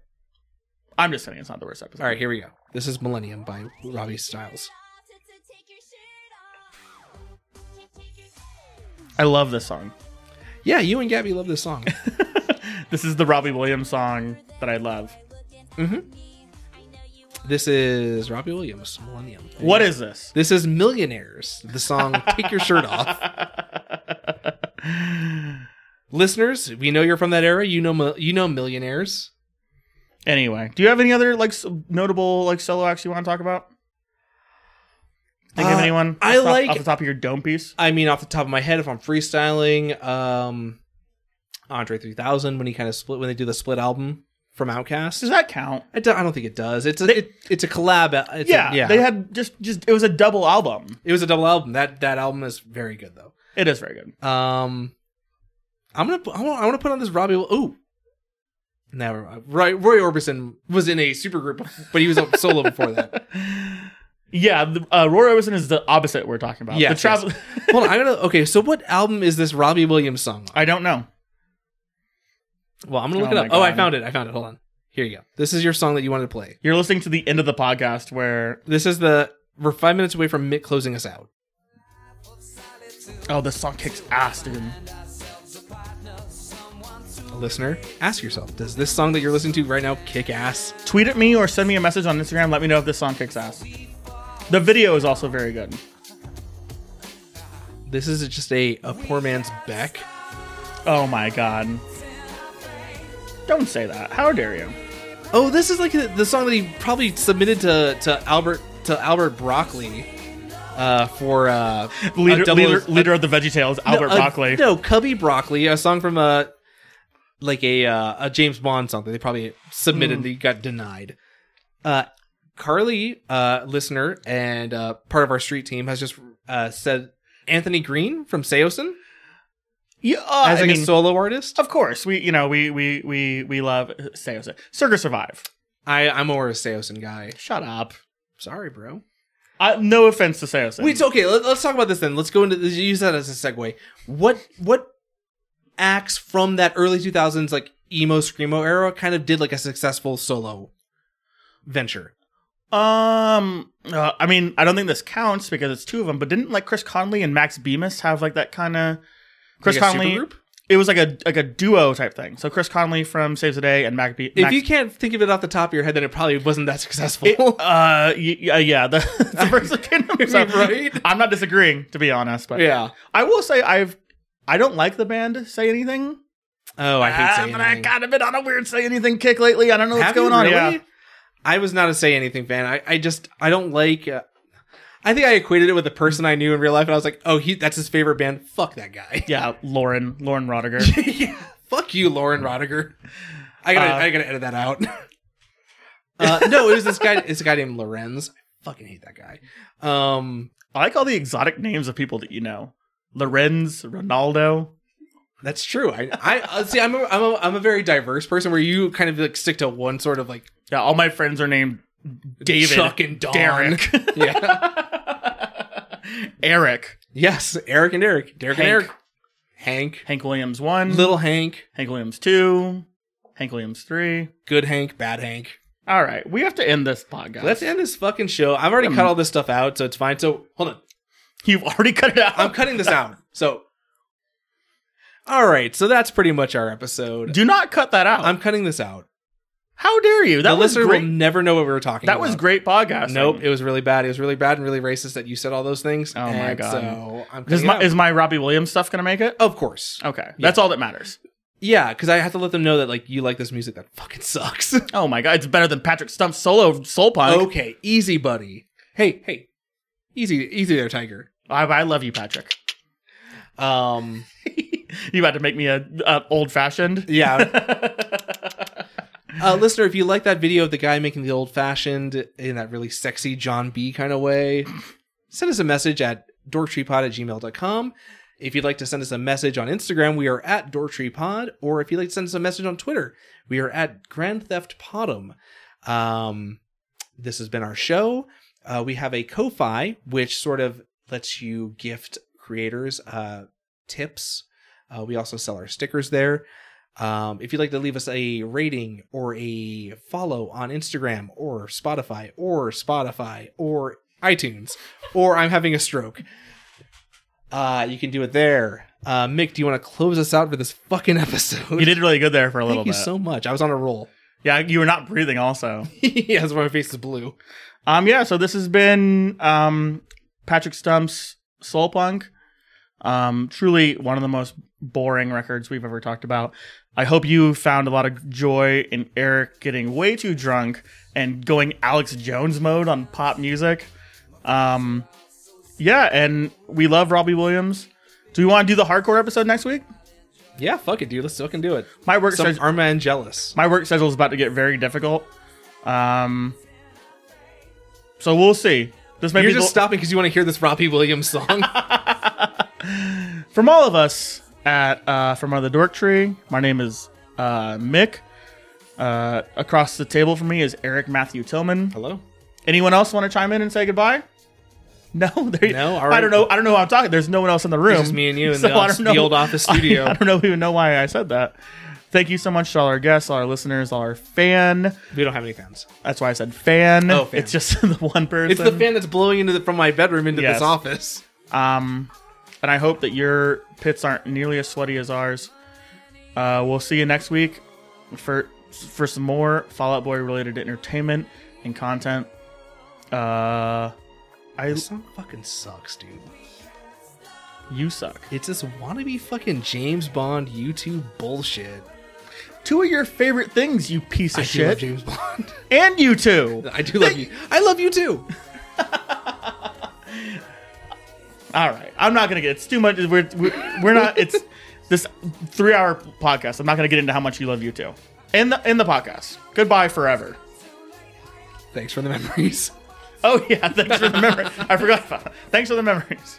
[SPEAKER 2] I'm just saying it's not the worst episode.
[SPEAKER 1] all right, here we go. This is Millennium by Robbie Styles.
[SPEAKER 2] I love this song.
[SPEAKER 1] Yeah, you and Gabby love this song. (laughs)
[SPEAKER 2] this is the Robbie Williams song that I love.
[SPEAKER 3] Mm-hmm.
[SPEAKER 1] this is Robbie Williams Millennium.
[SPEAKER 2] What is this?
[SPEAKER 1] This is Millionaires, the (laughs) song Take Your Shirt Off.
[SPEAKER 2] (laughs)
[SPEAKER 1] Listeners, we know you're from that era. You know mil- you know Millionaires.
[SPEAKER 2] Anyway, do you have any other like s- notable like solo acts you want to talk about? Think of
[SPEAKER 1] Uh,
[SPEAKER 2] anyone?
[SPEAKER 1] I
[SPEAKER 2] off the top-
[SPEAKER 1] like-
[SPEAKER 2] off the top of your dome piece.
[SPEAKER 1] I mean off the top of my head if I'm freestyling, um Andre 3000 when he kind of split when they do the split album from Outcast.
[SPEAKER 2] Does that count?
[SPEAKER 1] I don't, I don't think it does. It's a
[SPEAKER 2] They-
[SPEAKER 1] it, it's a collab. uh, It's
[SPEAKER 2] yeah,
[SPEAKER 1] a, yeah.
[SPEAKER 2] They had just just it was a double album.
[SPEAKER 1] it was a double album. That that album is very good though.
[SPEAKER 2] It is very good.
[SPEAKER 1] Um, I'm gonna pu- I want, I want to put on this Robbie. Ooh, never mind. Roy, Roy Orbison was in a supergroup, but he was a solo before
[SPEAKER 2] (laughs)
[SPEAKER 1] that.
[SPEAKER 2] Yeah, the, uh, Roy Orbison is the opposite we're talking about. Yeah, the
[SPEAKER 1] Yes,
[SPEAKER 2] travel. (laughs)
[SPEAKER 1] Hold on, I'm gonna okay. So what album is this Robbie Williams song? on?
[SPEAKER 2] I don't know.
[SPEAKER 1] Well, I'm gonna look
[SPEAKER 2] Oh
[SPEAKER 1] it
[SPEAKER 2] my
[SPEAKER 1] up. Oh, I
[SPEAKER 2] God.
[SPEAKER 1] found it. I found it. Hold on. Here you go. This is your song that you wanted to play.
[SPEAKER 2] You're listening to the end of the podcast where
[SPEAKER 1] This is the we're five minutes away from Mick closing us out.
[SPEAKER 2] oh, this song kicks ass, dude.
[SPEAKER 1] Listener, ask yourself: Does this song that you're listening to right now kick ass?
[SPEAKER 2] Tweet at me or send me a message on Instagram. Let me know if this song kicks ass. The video is also very good.
[SPEAKER 1] This is just a a poor man's Beck.
[SPEAKER 2] Oh my god. Don't say that. How dare you?
[SPEAKER 1] Oh, this is like the, the song that he probably submitted to, to Albert to Albert Broccoli uh, for uh, a
[SPEAKER 2] Leader,
[SPEAKER 1] double-
[SPEAKER 2] leader,
[SPEAKER 1] a-
[SPEAKER 2] leader of the Veggie Tales,
[SPEAKER 1] no,
[SPEAKER 2] Albert
[SPEAKER 1] a-
[SPEAKER 2] Broccoli.
[SPEAKER 1] No, Cubby Broccoli, a song from a like a uh, a James Bond song that they probably submitted
[SPEAKER 2] Hmm.
[SPEAKER 1] that got denied. Uh, Carly, uh, listener and uh, part of our street team, has just uh, said Anthony Green from Seosin
[SPEAKER 2] Yeah, uh,
[SPEAKER 1] as
[SPEAKER 2] I
[SPEAKER 1] like
[SPEAKER 2] mean,
[SPEAKER 1] a solo artist.
[SPEAKER 2] Of course, we you know we we we we love say say Circus Survive.
[SPEAKER 1] I I'm more a Seosin guy.
[SPEAKER 2] Shut up.
[SPEAKER 1] Sorry, bro.
[SPEAKER 2] I, no offense to Seosin.
[SPEAKER 1] Wait, so- okay. Let, let's talk about this then. Let's go into let's use that as a segue. What what acts from that early 2000s like emo screamo era kind of did like a successful solo venture?
[SPEAKER 2] um, uh, I mean, I don't think this counts because it's two of them. But didn't like Chris Conley and Max Bemis have like that kind of Chris
[SPEAKER 1] Like a
[SPEAKER 2] Conley?
[SPEAKER 1] supergroup?
[SPEAKER 2] It was like a like a duo type thing. So Chris Conley from Saves the Day and Mac Be-
[SPEAKER 1] If
[SPEAKER 2] Max
[SPEAKER 1] you can't think of it off the top of your head, then it probably wasn't that successful.
[SPEAKER 2] (laughs) It, uh, y- yeah, yeah, the, (laughs) the Versa Kingdom. (laughs) So,
[SPEAKER 1] Right?
[SPEAKER 2] I'm not disagreeing, to be honest, but
[SPEAKER 1] (laughs) yeah.
[SPEAKER 2] I will say I've I don't like the band Say Anything.
[SPEAKER 1] Oh, I hate
[SPEAKER 2] Ah,
[SPEAKER 1] saying
[SPEAKER 2] but
[SPEAKER 1] that.
[SPEAKER 2] I kind of been on a weird Say Anything kick lately. I don't know "Oh, what's
[SPEAKER 1] Have
[SPEAKER 2] going
[SPEAKER 1] you
[SPEAKER 2] on.
[SPEAKER 1] really?
[SPEAKER 2] Yeah.
[SPEAKER 1] I was not a say anything fan. I, I just I don't like. Uh, I think I equated it with a person I knew in real life, and I was like, oh, he that's his favorite band. Fuck that guy.
[SPEAKER 2] yeah, Lauren,
[SPEAKER 1] (laughs)
[SPEAKER 2] Lauren Rodiger.
[SPEAKER 1] yeah. Fuck you, Lauren Rodiger. I gotta
[SPEAKER 2] Uh,
[SPEAKER 1] I gotta edit that out. (laughs) uh, no, it was this guy. It's a guy named Lorenz. I fucking hate that guy. Um,
[SPEAKER 2] I like all the exotic names of people that you know. Lorenz, Ronaldo.
[SPEAKER 1] that's true. I I uh, see. I'm a, I'm a I'm a very diverse person where you kind of like stick to one sort of like
[SPEAKER 2] Yeah, all my friends are named David,
[SPEAKER 1] Chuck E. and Don.
[SPEAKER 2] Derek,
[SPEAKER 1] (laughs)
[SPEAKER 2] (laughs)
[SPEAKER 1] Yeah.
[SPEAKER 2] Eric,
[SPEAKER 1] Yes, Eric and Eric. Derek and
[SPEAKER 2] Hank.
[SPEAKER 1] Eric. Hank.
[SPEAKER 2] Hank Williams one,
[SPEAKER 1] Little Hank.
[SPEAKER 2] Hank Williams two, Hank Williams three.
[SPEAKER 1] Good Hank. Bad Hank.
[SPEAKER 2] All right, we have to end this podcast.
[SPEAKER 1] Let's end this fucking show. I've already
[SPEAKER 2] Um,
[SPEAKER 1] cut all this stuff out, so it's fine. So hold on.
[SPEAKER 2] You've already cut it out.
[SPEAKER 1] I'm cutting this out. So all right. So that's pretty much our episode.
[SPEAKER 2] Do not cut that out.
[SPEAKER 1] I'm cutting this out.
[SPEAKER 2] How dare you? That
[SPEAKER 1] the
[SPEAKER 2] was
[SPEAKER 1] listener
[SPEAKER 2] great.
[SPEAKER 1] will never know what we were talking
[SPEAKER 2] that
[SPEAKER 1] about.
[SPEAKER 2] was great podcast.
[SPEAKER 1] Nope, it was really bad. It was really bad and really racist that you said all those things.
[SPEAKER 2] Oh my
[SPEAKER 1] And
[SPEAKER 2] God.
[SPEAKER 1] So I'm
[SPEAKER 2] Is
[SPEAKER 1] cutting it
[SPEAKER 2] my
[SPEAKER 1] out.
[SPEAKER 2] is my Robbie Williams stuff gonna make it? Oh,
[SPEAKER 1] of course.
[SPEAKER 2] Okay, that's all that matters.
[SPEAKER 1] Yeah, because I have to let them know that like you like this music that fucking
[SPEAKER 2] (laughs)
[SPEAKER 1] sucks.
[SPEAKER 2] Oh my god, it's better than Patrick Stump's solo soul punk.
[SPEAKER 1] Okay, easy, buddy. Hey, hey, easy, easy there, Tiger.
[SPEAKER 2] I, I love you, Patrick.
[SPEAKER 1] Um,
[SPEAKER 2] you about to make me a, a old fashioned?
[SPEAKER 1] yeah. uh, listener, if you like that video of the guy making the old fashioned in that really sexy John B kind of way, send us a message at dorktreepod at gmail.com. If you'd like to send us a message on Instagram, we are at dorktreepod. Or if you'd like to send us a message on Twitter, we are at Grand Theft Podum. Um, this has been our show. Uh, we have a Ko-fi, which sort of lets you gift creators uh, tips. Uh, we also sell our stickers there. Um, if you'd like to leave us a rating or a follow on Instagram or Spotify or Spotify or iTunes or I'm having a stroke, uh, you can do it there. Uh, Mick, do you want to close us out for this fucking episode?
[SPEAKER 2] (laughs) you did really good there for a
[SPEAKER 1] Thank
[SPEAKER 2] little
[SPEAKER 1] you
[SPEAKER 2] bit.
[SPEAKER 1] so much. I was on a roll. (laughs)
[SPEAKER 2] yeah, you were not breathing. Also,
[SPEAKER 1] yeah, that's why my face is blue.
[SPEAKER 2] um, yeah. So this has been um Patrick Stump's soul punk. Um, truly one of the most boring records we've ever talked about. I hope you found a lot of joy in Eric getting way too drunk and going Alex Jones mode on pop music. Um, yeah, and we love Robbie Williams. Do we want to do the hardcore episode next week?
[SPEAKER 1] Yeah, fuck it, dude. Let's fucking do it.
[SPEAKER 2] My work
[SPEAKER 1] Some
[SPEAKER 2] schedule,
[SPEAKER 1] Arma and jealous.
[SPEAKER 2] my work schedule is about to get very difficult. Um, so we'll see. This may
[SPEAKER 1] You're
[SPEAKER 2] be the-
[SPEAKER 1] just stopping because you want to hear this Robbie Williams (laughs) song.
[SPEAKER 2] from all of us at uh, from under the dork tree. My name is uh, Mick. Uh, across the table from me is Eric Matthew Tillman.
[SPEAKER 1] Hello.
[SPEAKER 2] Anyone else want to chime in and say goodbye? (laughs) No, (laughs) there,
[SPEAKER 1] No? All
[SPEAKER 2] I
[SPEAKER 1] right.
[SPEAKER 2] don't know. I don't know who I'm talking. There's no one else in the room.
[SPEAKER 1] just me
[SPEAKER 2] (laughs)
[SPEAKER 1] and you in the
[SPEAKER 2] I
[SPEAKER 1] office-
[SPEAKER 2] don't know-
[SPEAKER 1] the old office
[SPEAKER 2] (laughs) I-
[SPEAKER 1] studio.
[SPEAKER 2] I, don't know even know why I said that. Thank you so much to all our guests, all our listeners, all our fan.
[SPEAKER 1] We don't have any fans.
[SPEAKER 2] That's why I said fan.
[SPEAKER 1] Oh, fan.
[SPEAKER 2] It's just (laughs) the one person.
[SPEAKER 1] It's the fan that's blowing into the, from my bedroom into
[SPEAKER 2] Yes.
[SPEAKER 1] this office.
[SPEAKER 2] Um, and I hope that your pits aren't nearly as sweaty as ours. Uh, we'll see you next week for for some more Fallout Boy related entertainment and content. Uh, I
[SPEAKER 1] This song fucking sucks, dude.
[SPEAKER 2] you suck.
[SPEAKER 1] It's this wannabe fucking James Bond YouTube bullshit.
[SPEAKER 2] Two of your favorite things, you piece of
[SPEAKER 1] I do love
[SPEAKER 2] shit,
[SPEAKER 1] James Bond.
[SPEAKER 2] and you too.
[SPEAKER 1] (laughs) I do love you. (laughs) I love you too.
[SPEAKER 2] All right, I'm not gonna get. It's too much. We're we're, we're not. It's (laughs) this three hour podcast. I'm not gonna get into how much you love you too. In the in the podcast. Goodbye forever.
[SPEAKER 1] Thanks for the memories.
[SPEAKER 2] (laughs) Oh yeah, thanks for the memory. I forgot. About Thanks for the memories.